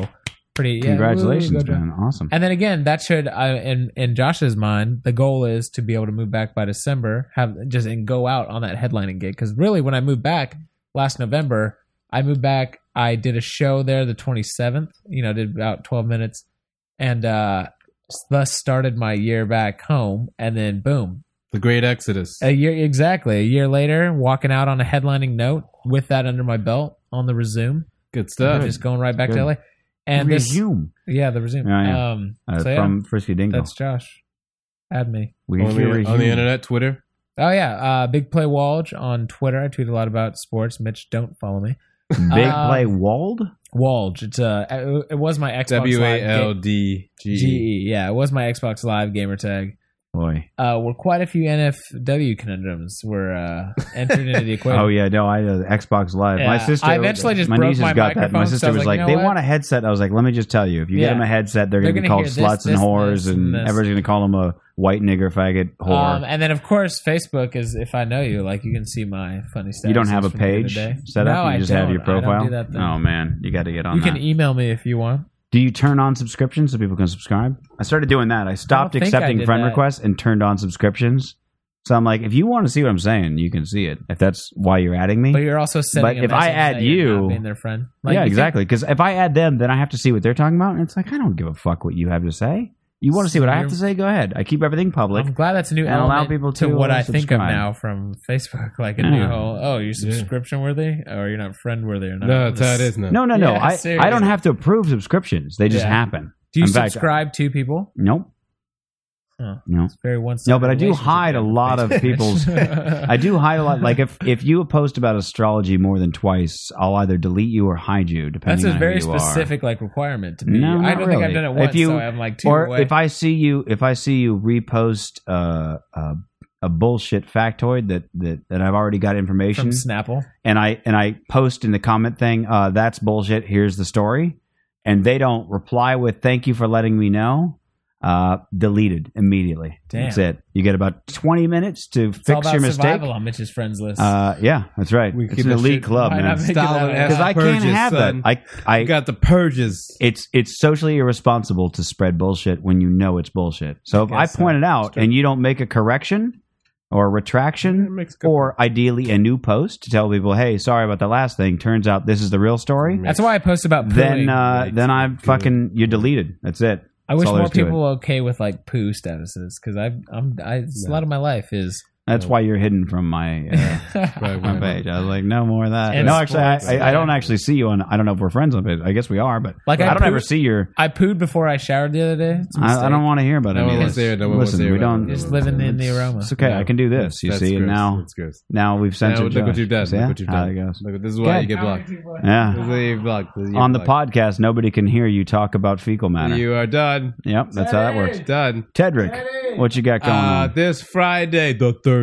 pretty. yeah, woo, Congratulations, go Jack. man! Awesome. And then again, that should, uh, in in Josh's mind, the goal is to be able to move back by December, have just and go out on that headlining gig. Because really, when I moved back last November, I moved back. I did a show there the 27th. You know, did about 12 minutes, and uh, thus started my year back home. And then boom, The Great Exodus. a year exactly a year later, walking out on a headlining note with that under my belt on the resume, Good stuff. just going right back Good. to LA. And this, resume yeah, the resume. Yeah, yeah. Um, uh, so yeah. from Frisky Dingle. That's Josh. Add me. We on, the, on the internet, Twitter. Oh yeah, uh, Big Play Walge on Twitter. I tweet a lot about sports. Mitch, don't follow me. Big Uh, play Wald. Walge. It's uh, it- it was my Xbox W A L Live D G ga- E. GE. Yeah, it was my Xbox Live gamer tag. Boy. Uh, were quite a few NFW conundrums were uh, entered into the equation. Oh yeah, no, I uh, Xbox Live. my Yeah, sister, I eventually just my broke nieces my got that. My microphone, so I sister was was like, like, you know they what? want a headset. I was like, let me just tell you, if you Yeah. get them a headset, they're, They're going to be gonna called hear sluts this, and this, whores, this, and and this. everybody's going to call them a white nigger, faggot, whore. Um, and then of course Facebook is if I know you, like you can see my funny stuff. you don't have a page set up. No, you I just have don't. your I don't profile. do that thing. oh man, you got to get on You that. can email me if you want. do you turn on subscriptions so people can subscribe? I started doing that. I stopped think I accepting did friend that. requests and turned on subscriptions. So I'm like, if you want to see what I'm saying, you can see it. If that's why you're adding me, But you're also sending. But a if I message add that you're not you- being their friend. Like, yeah, you think- exactly. Because if I add them, then I have to see what they're talking about, and it's like I don't give a fuck what you have to say. You want to see what I have to say? Go ahead. I keep everything public. I'm glad that's a new and element allow people to, to, what uh, I think of subscribe. now from Facebook, like a Yeah. new whole. Oh, you're subscription worthy, or you're not friend worthy, or not. No, it's how it is now. No, no, no. Yeah, I I don't seriously. have to approve subscriptions. They just Yeah. happen. Do you In fact, subscribe to people? Nope. Huh. No. Very once. No, but I do hide a lot of people's. I I do hide a lot. Like if if you post about astrology more than twice, I'll either delete you or hide you, depending That's a on very who you are. specific like requirement to be. No, I not don't think I've really. done it If once, you- so I'm like two Or away. if I see you, if I see you repost uh, uh, a bullshit factoid that that that I've already got from information, Snapple, and I and I post in the comment thing, uh, that's bullshit. Here's the story, and they don't reply with "Thank you for letting me know." Uh, deleted immediately. Damn. That's it. You get about twenty minutes to it's all fix about your mistake. survival on Mitch's friends list. Uh, yeah, that's right. We it's keep an that elite shit- club, Why man. not make it that way? Because I can't have that. I, I you got the purges. it's it's socially irresponsible to spread bullshit when you know it's bullshit. So if I guess so. point it out and you don't make a correction or a Mm-hmm. retraction makes good or ideally a new post to tell people, hey, sorry about the last thing. Turns out this is the real story. That's why I post about pooing. Then uh, then I'm Good. fucking you're deleted. That's it. I wish all there more is to it. people were okay with like poo statuses because I, I'm, I, it's a lot of my life is That's why you're hidden from my. Uh, Right, my right, page. I was like, no more of that. And no, actually, I, sports. I, I don't actually see you on. I don't know if we're friends on page. I guess we are, but Like, I, I don't ever poop- see your. I pooed before I showered the other day. It's a I, I mistake. don't want to hear about No any one of was this. there. No one was Listen, there. we don't. Just living in the aroma. It's okay. I can do this. You That's see, and gross. now That's gross. now we've Now, censored. look what Josh. you've done. See Look what you've how done. it goes. Look, this is why Good. you get blocked. This is Yeah. why you get blocked. This is why you On the get blocked. podcast, nobody can hear you talk about fecal matter. You are done. Yep, that's how that works. Done. Tedrick, what you got going Uh, on? this Friday the 13th.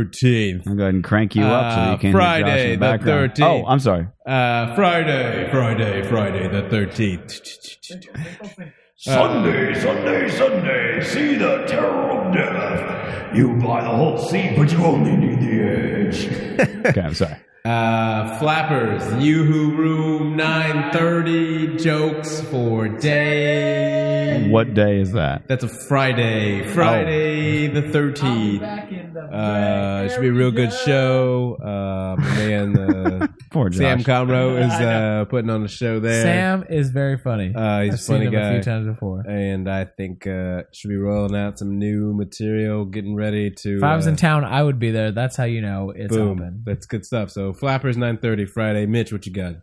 I'll go ahead and crank you up so uh, you can Friday hear Josh in the the background. 13th. Oh, I'm sorry. Uh, Friday, Friday, Friday the 13th. Sunday, Sunday, Sunday, see the terror of death. You buy the whole seat, but you only need the edge. Okay, I'm sorry. Uh, flappers, Yoo-Hoo Room 930 jokes for day. What day is that? That's a Friday, Oh. Friday the 13th. uh, it should be a real good show. Uh, my man, uh, Poor Josh. Sam Conroe is uh, putting on a show there. Sam is very funny. Uh, he's I've a seen funny him a few guy. times before. And I think uh, should be rolling out some new material, getting ready to. If I was uh, in town, I would be there. That's how you know it's boom, open. that's good stuff. So Flappers nine thirty Friday. Mitch, what you got?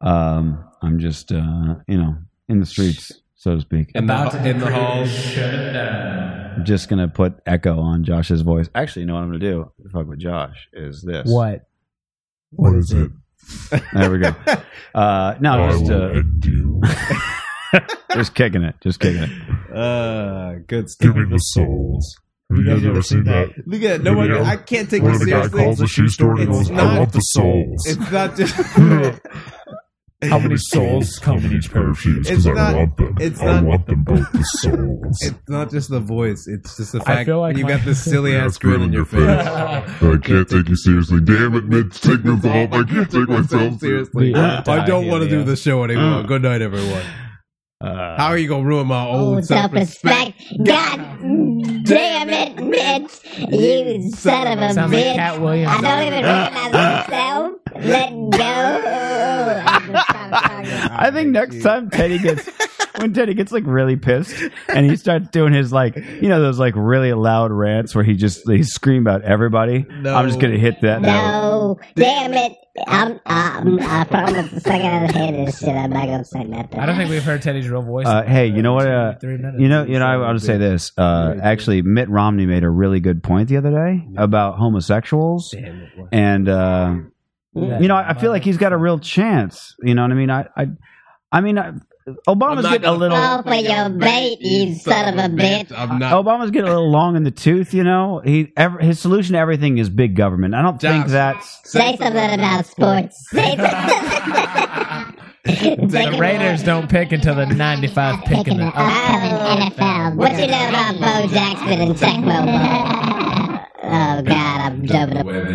um, I'm just, uh, you know, in the streets, so to speak. In the in the halls. I'm just going to put echo on Josh's voice. Actually, you know what I'm going to do? Fuck with Josh is this. What? What is it? There we go. Uh, no, I just, will uh, end you. just kicking it. Just kicking it. Uh, good Give stuff. me the souls. Have you guys ever seen that? Look at no Maybe one. I'm- I can't take Where this the guy seriously. calls the shoe store and goes, I want the souls. It's not just. How many souls come in each pair of shoes? It's Because I not- want them. it's I not- want them both the souls. It's not just the voice. It's just the I fact feel like you my- got this silly Yeah, ass it's grin in your face. I can't take you seriously. Damn it, Mitch. Take this off. "Oh, I can't take myself Uh. seriously. seriously. Dude, I'm I don't dying, want to Leo. do the show anymore. Good night, everyone. Uh, How are you gonna ruin my old self-respect? God damn it, Mitch. You son of a Sounds like bitch. Cat Williams. I don't even recognize myself. Let go. I think next time Teddy gets when Teddy gets like really pissed and he starts doing his like you know those like really loud rants where he just he scream about everybody. I'm just gonna hit that. note. No, damn it. I'm, um, I promise the second I hear this shit, I'm not gonna say nothing. I don't think we've heard Teddy's real voice. Uh, in, hey, you know what? Uh, three minutes. you know, you know. I want to say this. Uh, actually, Mitt Romney made a really good point the other day about homosexuals, Damn it, what? and uh, you know, I I feel like he's got a real chance. You know what I mean? I, I, I mean, I, Obama's getting a little. Fall for your bait, you son of a bitch. I'm not. Obama's getting a little long in the tooth, you know. He ever, his solution to everything is big government. I don't think Josh. that's Say something about sports. Say something. the Raiders don't pick until the 95 pick in the Oh, upcoming upcoming NFL. What you know about Bo Jackson and Tech Mobile? Oh God, I'm jumping up. Mitch,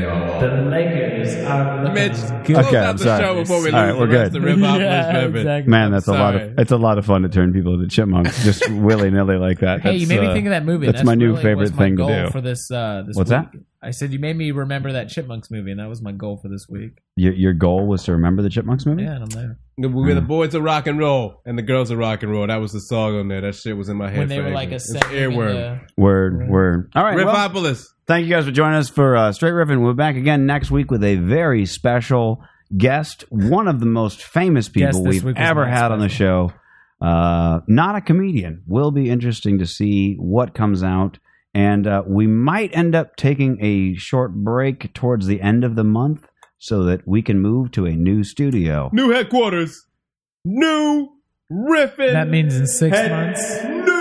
close Okay, out I'm the sorry. show before we All right, lose we're the rest good. of Rip Off Miss yeah, Pippin. exactly. man. That's a lot Sorry. of it's a lot of fun to turn people into chipmunks just willy nilly like that. Hey, That's, you made me uh, think of that movie. That's, my new really was favorite my thing to goal do. For this, uh, this What's week. that? I said you made me remember that Chipmunks movie, and that was my goal for this week. your, your goal was to remember the chipmunks movie. Yeah, and I'm there. We were Hmm. the boys of rock and roll and the girls of rock and roll. That was the song on there. That shit was in my head. When they were forever. like a It's set earworm. Word, word. All right, well, Ripopolis. thank you guys for joining us for uh, Straight Riffin. We'll be back again next week with a very special guest, one of the most famous Guest people this we've week was ever not had on the show. Uh, not a comedian. Will be interesting to see what comes out. And uh, we might end up taking a short break towards the end of the month so that we can move to a new studio. New headquarters. New riffing. That means in six Head- months, New.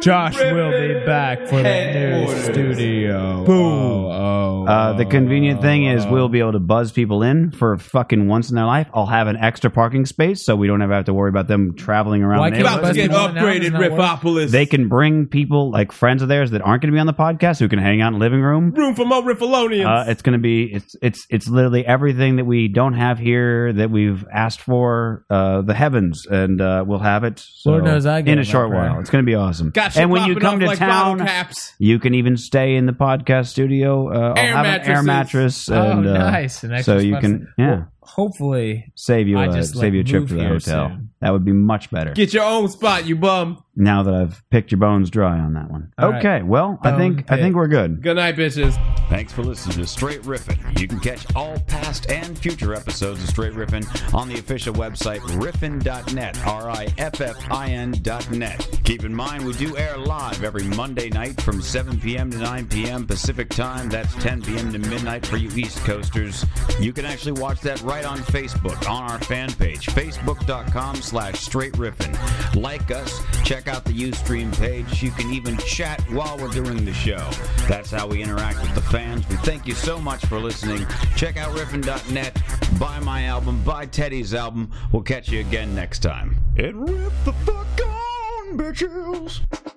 Josh will be back for the new Headquarters. studio. Boom. Oh, oh, Uh, the convenient thing is oh. we'll be able to buzz people in for fucking once in their life. I'll have an extra parking space so we don't ever have to worry about them traveling around. Why the can't neighborhood. About to Busted get Rolling Out does upgraded, not work. Ripopolis. they can bring people like friends of theirs that aren't going to be on the podcast who can hang out in the living room. room for more Riffalonians. Uh, it's going to be it's it's it's literally everything that we don't have here that we've asked for uh, the heavens and uh, we'll have it. So, Lord knows I get in a all that short prayer. while. It's going to be awesome. Got you and when you popping come off to like town, bottle caps. you can even stay in the podcast studio. Uh, Air I'll have an air mattress. mattresses. And, oh, uh, nice. An so extra you spot. can yeah Hopefully, save you I a, just, like, save you a trip move to the here hotel. soon. That would be much better. Get your own spot, you bum. Now that I've picked your bones dry on that one. All right. okay, well, I Bone think I pick. think we're good. Good night, bitches. Thanks for listening to Straight Riffin. You can catch all past and future episodes of Straight Riffin on the official website riffin.net, R I F F I N.net. Keep in mind, we do air live every Monday night from 7 p.m. to 9 p.m. Pacific time. That's 10 p.m. to midnight for you East Coasters. You can actually watch that right on Facebook on our fan page, facebook.com slash straight riffin. Like us, check out the Ustream page. You can even chat while we're doing the show. That's how we interact with the fans. We thank you so much for listening. Check out riffin.net, buy my album, buy Teddy's album. We'll catch you again next time. And riff the fuck on, bitches!